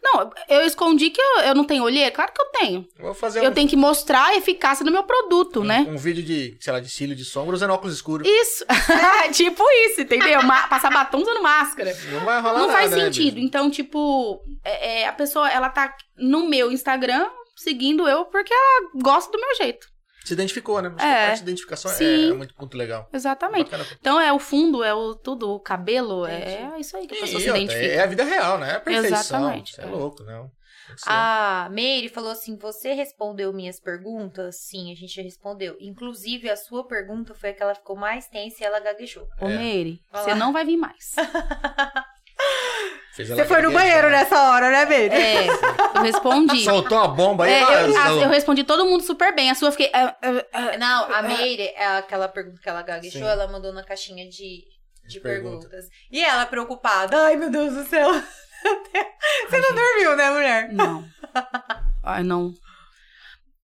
Não, eu escondi que eu, eu não tenho olheira? Claro que eu tenho. Vou fazer Eu um, tenho que mostrar a eficácia do meu produto, né? um vídeo de, sei lá, de cílio de sombra usando óculos escuros. Isso, <laughs> tipo isso, entendeu? Ma- passar batom usando máscara. Não vai rolar Não nada, faz né, sentido. bicho? Então, tipo, é- é, a pessoa, ela tá no meu Instagram seguindo eu porque ela gosta do meu jeito. Se identificou, né? Acho que É. A parte de identificação é- é, Sim. muito, muito legal. Exatamente. Bacana. Então é o fundo, é o tudo, o cabelo, é Entendi. isso aí que a E pessoa se outra, identifica. é a vida real, né? É a perfeição. Exatamente, Ah, Isso é, é. louco, não. Tem que ser. A Meire falou assim: Você respondeu minhas perguntas? Sim, a gente já respondeu. Inclusive, a sua pergunta foi a que ela ficou mais tensa e ela gaguejou. Ô, É. Meire, Vai você lá. não vai vir mais. Fez ela gaguejar. nessa hora, né, Meire? É, <laughs> eu respondi. Soltou a bomba aí, É, olha, eu, a- soltou. eu respondi todo mundo super bem. A sua eu fiquei. ah, ah, ah. Não, a Meire, é aquela pergunta que ela gaguejou, Sim. ela mandou na caixinha de, de De pergunta. perguntas. E ela preocupada: Ai, meu Deus do céu. <laughs> Você não dormiu, né, mulher? Não. Ai, não.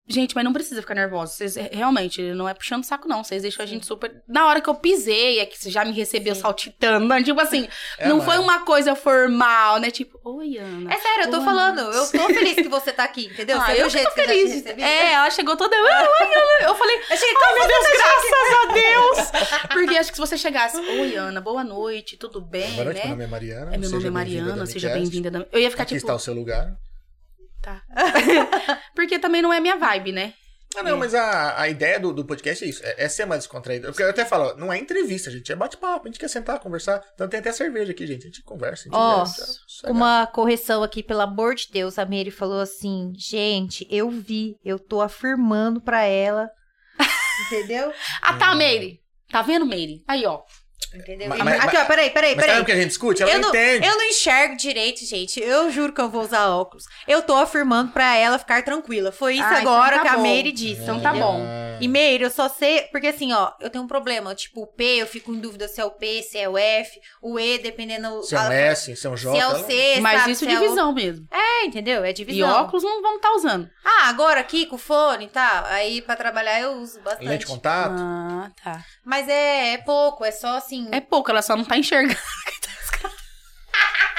Gente, mas não precisa ficar nervosa. Vocês eh, realmente não é puxando o saco, não. Vocês deixam a gente super. Na hora que eu pisei, é que você já me recebeu Sim. saltitando. né? Tipo assim, É, não mano. foi uma coisa formal, né? Tipo, oi, Ana. É sério, eu tô Oi. falando, eu tô feliz que você tá aqui, entendeu? Ah, Você viu o eu jeito tô que eu já te feliz. recebi? É, ela chegou toda. "Ah, oi, Ana." Eu falei, Eu cheguei, Ai, meu Deus, graças a Deus! Porque acho que se você chegasse, oi, Ana, boa noite, tudo bem, Boa noite, né? meu nome é Mariana. É, meu nome seja é bem-vinda Mariana, da seja Midcast. bem-vinda. da- Eu ia ficar Aqui tipo, está o seu lugar. tá. Porque também não é minha vibe, né? Ah, não, É. mas a, a ideia do, do podcast é isso. É, é ser mais descontraído. Porque eu até falo, ó, não é entrevista, gente. É bate-papo. A gente quer sentar, conversar. Então tem até cerveja aqui, gente. A gente conversa, a gente Ó, bebe, tá? Sossegado. Uma correção aqui, pelo amor de Deus, a Mary falou assim: gente, eu vi, eu tô afirmando pra ela. <laughs> Entendeu? Ah, tá, Meire. Tá vendo, Meire? Aí, ó. Entendeu? Mas- E- mas- aqui, ó, peraí, peraí, Mas sabe é? peraí. o que a gente discute? Ela eu, não não, entende. eu não enxergo direito, gente. Eu juro que eu vou usar óculos. Eu tô afirmando pra ela ficar tranquila. Foi isso Ah, então agora tá que a bom. Meire disse. Então tá entendeu? bom. Ah, E Meire, eu só sei. Porque assim, ó, eu tenho um problema. Tipo, o P, eu fico em dúvida se é o P, se é o F, o E, dependendo. Seu a- Messi, seu Jota. se é o um ela- C, Mas sabe, isso se de é o- visão mesmo. É, entendeu? É divisão. E óculos não vamos estar usando. Ah, agora aqui com o fone, tá? Aí pra trabalhar eu uso bastante. Lente de contato. Ah, tá. Mas é, é pouco, é só assim. É pouco, ela só não tá enxergando. Ah.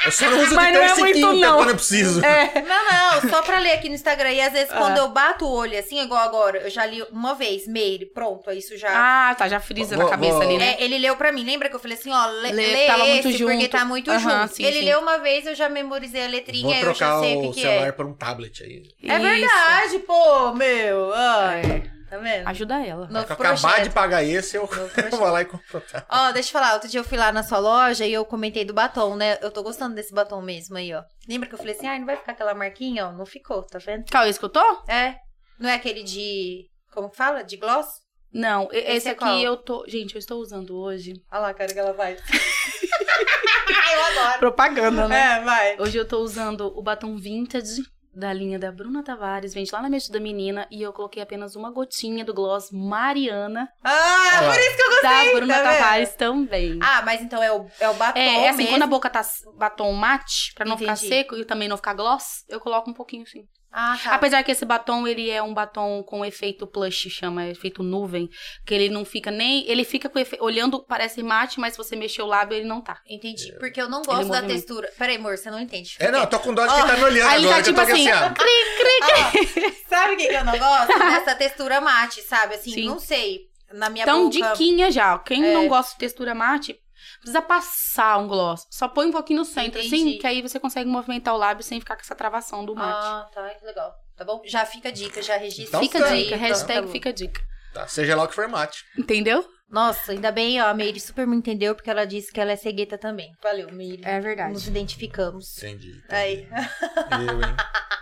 Eu só não uso de Mas não é terça e muito, quinta não. quando eu preciso. É. Não, <laughs> não, só pra ler aqui no Instagram. E às vezes Ah. quando eu bato o olho assim, igual agora, eu já li uma vez, Meire, pronto, aí isso já. Ah, tá, já frisa Vou- na cabeça vou- ali, né? É, ele leu pra mim, lembra que eu falei assim, ó, lê, Lê, lê tava muito esse, porque junto. tá muito Aham, junto. sim, ele sim. leu uma vez, eu já memorizei a letrinha, Vou eu já trocar sei o o que, que celular é. por um tablet aí. É verdade, pô, meu. Ai, tá vendo? Ajuda ela. Novo Pra acabar de projeto. pagar esse, eu Novo <laughs> eu projeto. vou lá e compro o tablet. Ó, deixa eu falar, outro dia eu fui lá na sua loja e eu comentei do batom, né? Eu tô gostando desse batom mesmo aí, ó. Lembra que eu falei assim, ai, não vai ficar aquela marquinha, ó? Não ficou, tá vendo? Calma, esse que eu tô? É. Não é aquele de. Como que fala? De gloss? Não, e- esse, Esse é aqui qual? eu tô. Gente, eu estou usando hoje. Olha lá a cara que ela <laughs> faz. eu adoro. Propaganda, É, vai. Hoje eu tô usando o batom vintage da linha da Bruna Tavares, vende lá na Mexida da Menina, e eu coloquei apenas uma gotinha do gloss Mariana Ah, Ó, por isso que eu da gostei. Bruna tá vendo? Tavares também. Ah, mas então é o, é o batom é, é assim, mesmo. quando a boca tá s- batom mate, pra não ficar Entendi. seco e também não ficar gloss, eu coloco um pouquinho assim. Ah, tá. Apesar que esse batom, ele é um batom com efeito plush, chama, é efeito nuvem. Que ele não fica nem... Ele fica com efe- olhando, parece mate, mas se você mexer o lábio, ele não tá. Entendi. Porque eu não gosto da movimenta. textura. Peraí, amor, você não entende. É, não, eu tô com dó de Ó, quem tá me olhando aí ele agora, tá que eu tô tipo assim, assim, ó. Ó, Ah, sabe o que, que eu não gosto? Dessa textura mate, sabe? Assim, Sim. não sei. Na minha Então, boca. diquinha já. Quem É. não gosta de textura mate, precisa passar um gloss. Só põe um pouquinho no centro, Entendi. assim, que aí você consegue movimentar o lábio sem ficar com essa travação do mate. Ah, tá, que legal. Tá bom? Já fica a dica, já registra. Então fica tá, a aí, dica, então hashtag tá bom. fica a dica. Tá, seja lá o que for mate. Entendeu? Nossa, ainda bem, ó, a Meire super me entendeu, porque ela disse que ela é cegueta também. Valeu, Meire. É verdade. Nos identificamos. Entendi. Aí. Eu, <laughs> hein?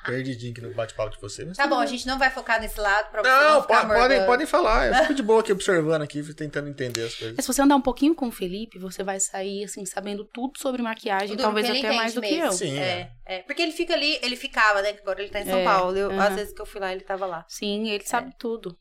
Perdidinho aqui no bate-papo de você. Mas Tá tudo bom, a bem. gente não vai focar nesse lado pra você não, Não, po- ficar podem morgando. podem falar. Eu fico de boa aqui observando aqui, tentando entender as coisas. Mas se você andar um pouquinho com o Felipe, você vai sair, assim, sabendo tudo sobre maquiagem, Tudo talvez que ele até entende mais do que mesmo. eu. Sim, É, é, porque ele fica ali, ele ficava, né? que Agora ele tá em São É, Paulo. Eu- aham. Às vezes que eu fui lá, ele tava lá. Sim, ele sabe tudo.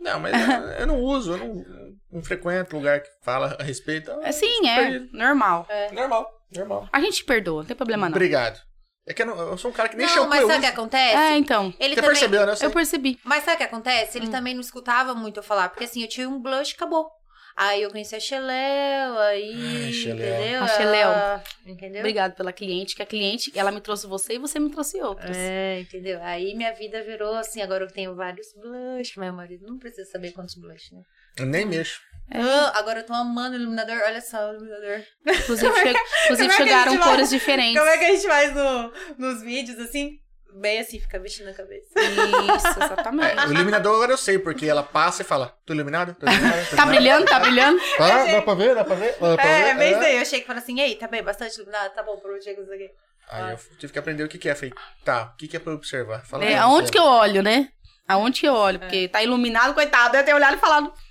Não, mas <laughs> eu, eu não uso, eu não, não frequento lugar que fala a respeito. então, É, sim, é. Perdido. Normal. Normal, normal. A gente te perdoa, não tem problema não. Obrigado. É que eu, não- eu sou um cara que nem não, shampoo mas eu sabe o uso. que acontece? É, Hum. então. Ele Você também... percebeu, né? Eu sei. Eu percebi. Mas sabe o que acontece? Ele também não escutava muito eu falar, porque assim, eu tinha um blush e acabou. Aí eu conheci a Xeléu, aí. Ai, Xeléu. entendeu? A Xeléu. Ela- Entendeu? Obrigado pela cliente, que a cliente, ela me trouxe você e você me trouxe outras. É, entendeu? Aí minha vida virou assim, agora eu tenho vários blush, meu marido não precisa saber quantos blush, né? Eu nem mexo. <laughs> É. Ah, agora eu tô amando o iluminador, olha só o iluminador. Inclusive, che- inclusive como é que a chegaram gente vai- cores diferentes. Como é que a gente faz no- nos vídeos, assim? Bem assim, fica mexendo a cabeça. Isso, exatamente. É, o iluminador agora eu sei, porque ela passa e fala, tô iluminado? Tô iluminado? Tô Tá iluminado?" brilhando, tá brilhando? Ah, dá pra ver, dá pra ver? Tá Dá pra É, né? ver? é bem Ah. isso aí. Eu achei que falou assim, ei, tá bem, bastante iluminado, tá bom, por onde chega isso aqui. Aí eu tive que aprender o que que é. Falei, tá, o que que é pra eu observar? Fala É, aí, aonde você. que eu olho, né? Aonde que eu É. olho? Porque tá iluminado, coitado. Eu tenho olhado e falado, o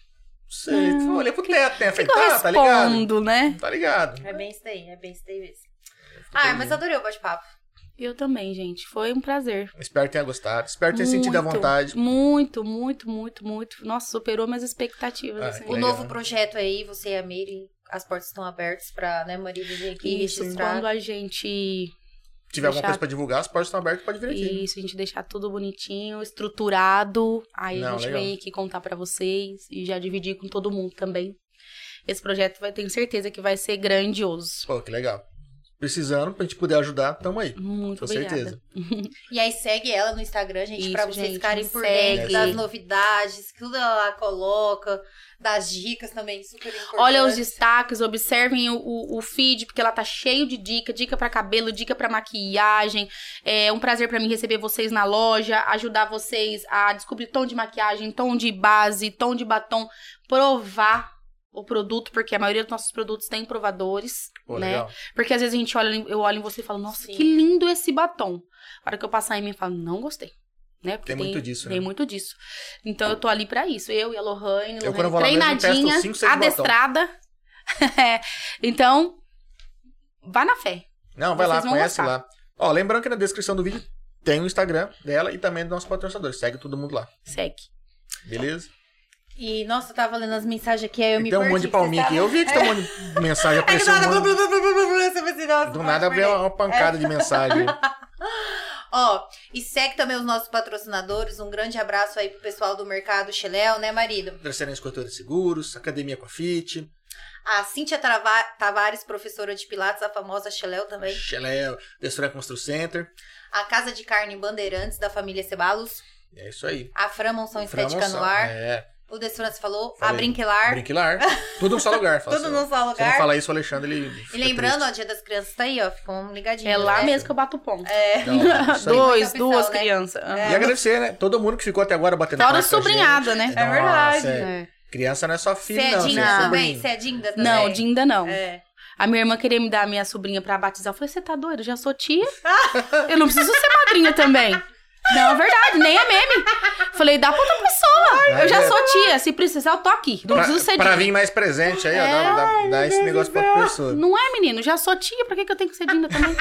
Não sei, eu olhei pro teto, né? Falei, que eu tá, tá ligado. respondo, né? Tá ligado. É bem isso daí, é bem isso daí mesmo. Ah, mas adorei o bate-papo. Eu também, gente. Foi um prazer. Espero que tenha gostado. Espero ter sentido é a Muito, vontade. Muito, muito, muito, muito. Nossa, superou minhas expectativas, Ah, assim. O Legal. novo projeto aí, você e a Meire, as portas estão abertas pra, né, marido vir aqui Isso, registrar. quando a gente Se tiver alguma Fechado. coisa pra divulgar, as portas estão abertas, pode vir aqui. Isso, a gente deixar tudo bonitinho, estruturado. Aí Não, a gente legal. vem aqui contar pra vocês e já dividir com todo mundo também. Esse projeto vai tenho certeza que vai ser grandioso. Pô, que legal. Precisando, pra gente poder ajudar, tamo aí. Muito Com obrigada. certeza. E aí segue ela no Instagram, gente, Isso, pra vocês gente, ficarem por segue. dentro das novidades, que tudo ela coloca, das dicas também, super importante. Olha os destaques, observem o, o- o feed, porque ela tá cheio de dica, dica pra cabelo, dica pra maquiagem. É um prazer pra mim receber vocês na loja, ajudar vocês a descobrir tom de maquiagem, tom de base, tom de batom, provar o produto, porque a maioria dos nossos produtos tem provadores, Pô, né? legal. Porque às vezes a gente olha, em- eu olho em você e falo, nossa, Sim. que lindo esse batom. A hora que eu passar em mim, eu falo, não gostei. Né? Tem Porque muito disso, Tem né? muito disso. Então eu tô ali pra isso. Eu e a Lohane, Eu, quando Lohane vou lá mesmo, testo treinadinha, cinco, seis adestrada. <laughs> É. então, vá na fé. Não, vai lá, Vocês vão conhece gostar. lá. Ó, lembrando que na descrição do vídeo tem o Instagram dela e também do nosso patrocinador. Segue todo mundo lá, Segue. beleza? E, nossa, eu tava lendo as mensagens aqui, aí eu E me tem um perdi, monte de que palminha vocês aqui. Eu vi que tem um monte de mensagem tavam- É que do apareceu. nada, um blu, monte- blu, blu, blu, blu, blu, blu, você fala assim, nossa, Do pode nada abriu perder. uma uma pancada de mensagem. Ó, e segue também os nossos patrocinadores. Um grande abraço aí pro pessoal do mercado Chiléu, né, marido? Terceira Corretora de Seguros, Academia com a Fit, A Cíntia Trava- Tavares, professora de Pilates, a famosa Chiléu também. Xeléu, Destroy Constru Center. A Casa de Carne Bandeirantes, da família Cebalos. É isso aí. A Fran Monção Estética Framoção. no ar. É, O Desfrance falou. A Falei. Brinquilar. Brinquilar. Tudo num só lugar. fala assim, Tudo só. num só Se eu não lugar. falar isso, o Alexandre, ele fica E lembrando, triste. ó, Dia das Crianças tá aí, ó. Ficam ligadinhos. É lá né? mesmo que eu bato ponto. <laughs> Não, isso aí. Dois, Tem muita opção, duas né? crianças. É. E agradecer, né? Todo mundo que ficou até agora batendo Fora palma com a sobrinhada, né? gente. É Nossa, verdade. é. É. Criança não é só Você filho, é não. Dinda você é também? sobrinho. Você é Dinda também? Não, Dinda não. É. A minha irmã queria me dar a minha sobrinha pra batizar. Eu falei, você tá doida? Eu já sou tia. Eu não preciso ser madrinha também. Não, é verdade, nem é meme. Falei, dá pra outra pessoa. Eu já sou tia. Se precisar, eu tô aqui. Não é Pra, preciso ser pra dinda. vir mais presente aí, ó. Dá, dá- dá esse negócio pra outra pessoa. Não é, menino? Já sou tia. Pra que, que eu tenho que ser dinda também?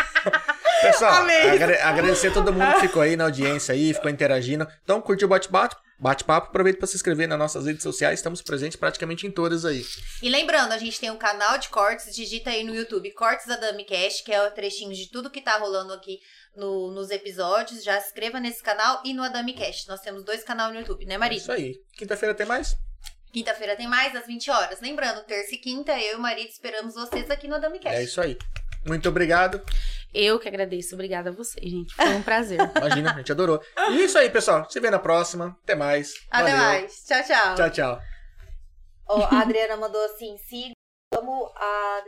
Pessoal, Amei. agra- agradecer a todo mundo que ficou aí na audiência aí, ficou interagindo. Então, curtiu o bate-papo? Bate-papo, aproveita pra se inscrever nas nossas redes sociais, estamos presentes praticamente em todas aí. E lembrando, a gente tem um canal de cortes, digita aí no YouTube Cortes da Dami Cash, que é o trechinho de tudo que tá rolando aqui no- nos episódios. Já se inscreva nesse canal e no Adami Cast. Nós temos dois canais no YouTube, né, É marido? isso aí. Quinta-feira tem mais? Quinta-feira tem mais, às 20 horas. Lembrando, terça e quinta, eu e o marido esperamos vocês aqui no Adami Cast. É isso aí. Muito obrigado. Eu que agradeço. Obrigada a vocês, gente. Foi um prazer. Imagina, a gente adorou. E é isso aí, pessoal. Se vê na próxima. Até mais. Até Valeu. mais. Tchau, tchau. Tchau, tchau. Ó, a Adriana mandou assim, siga, amo a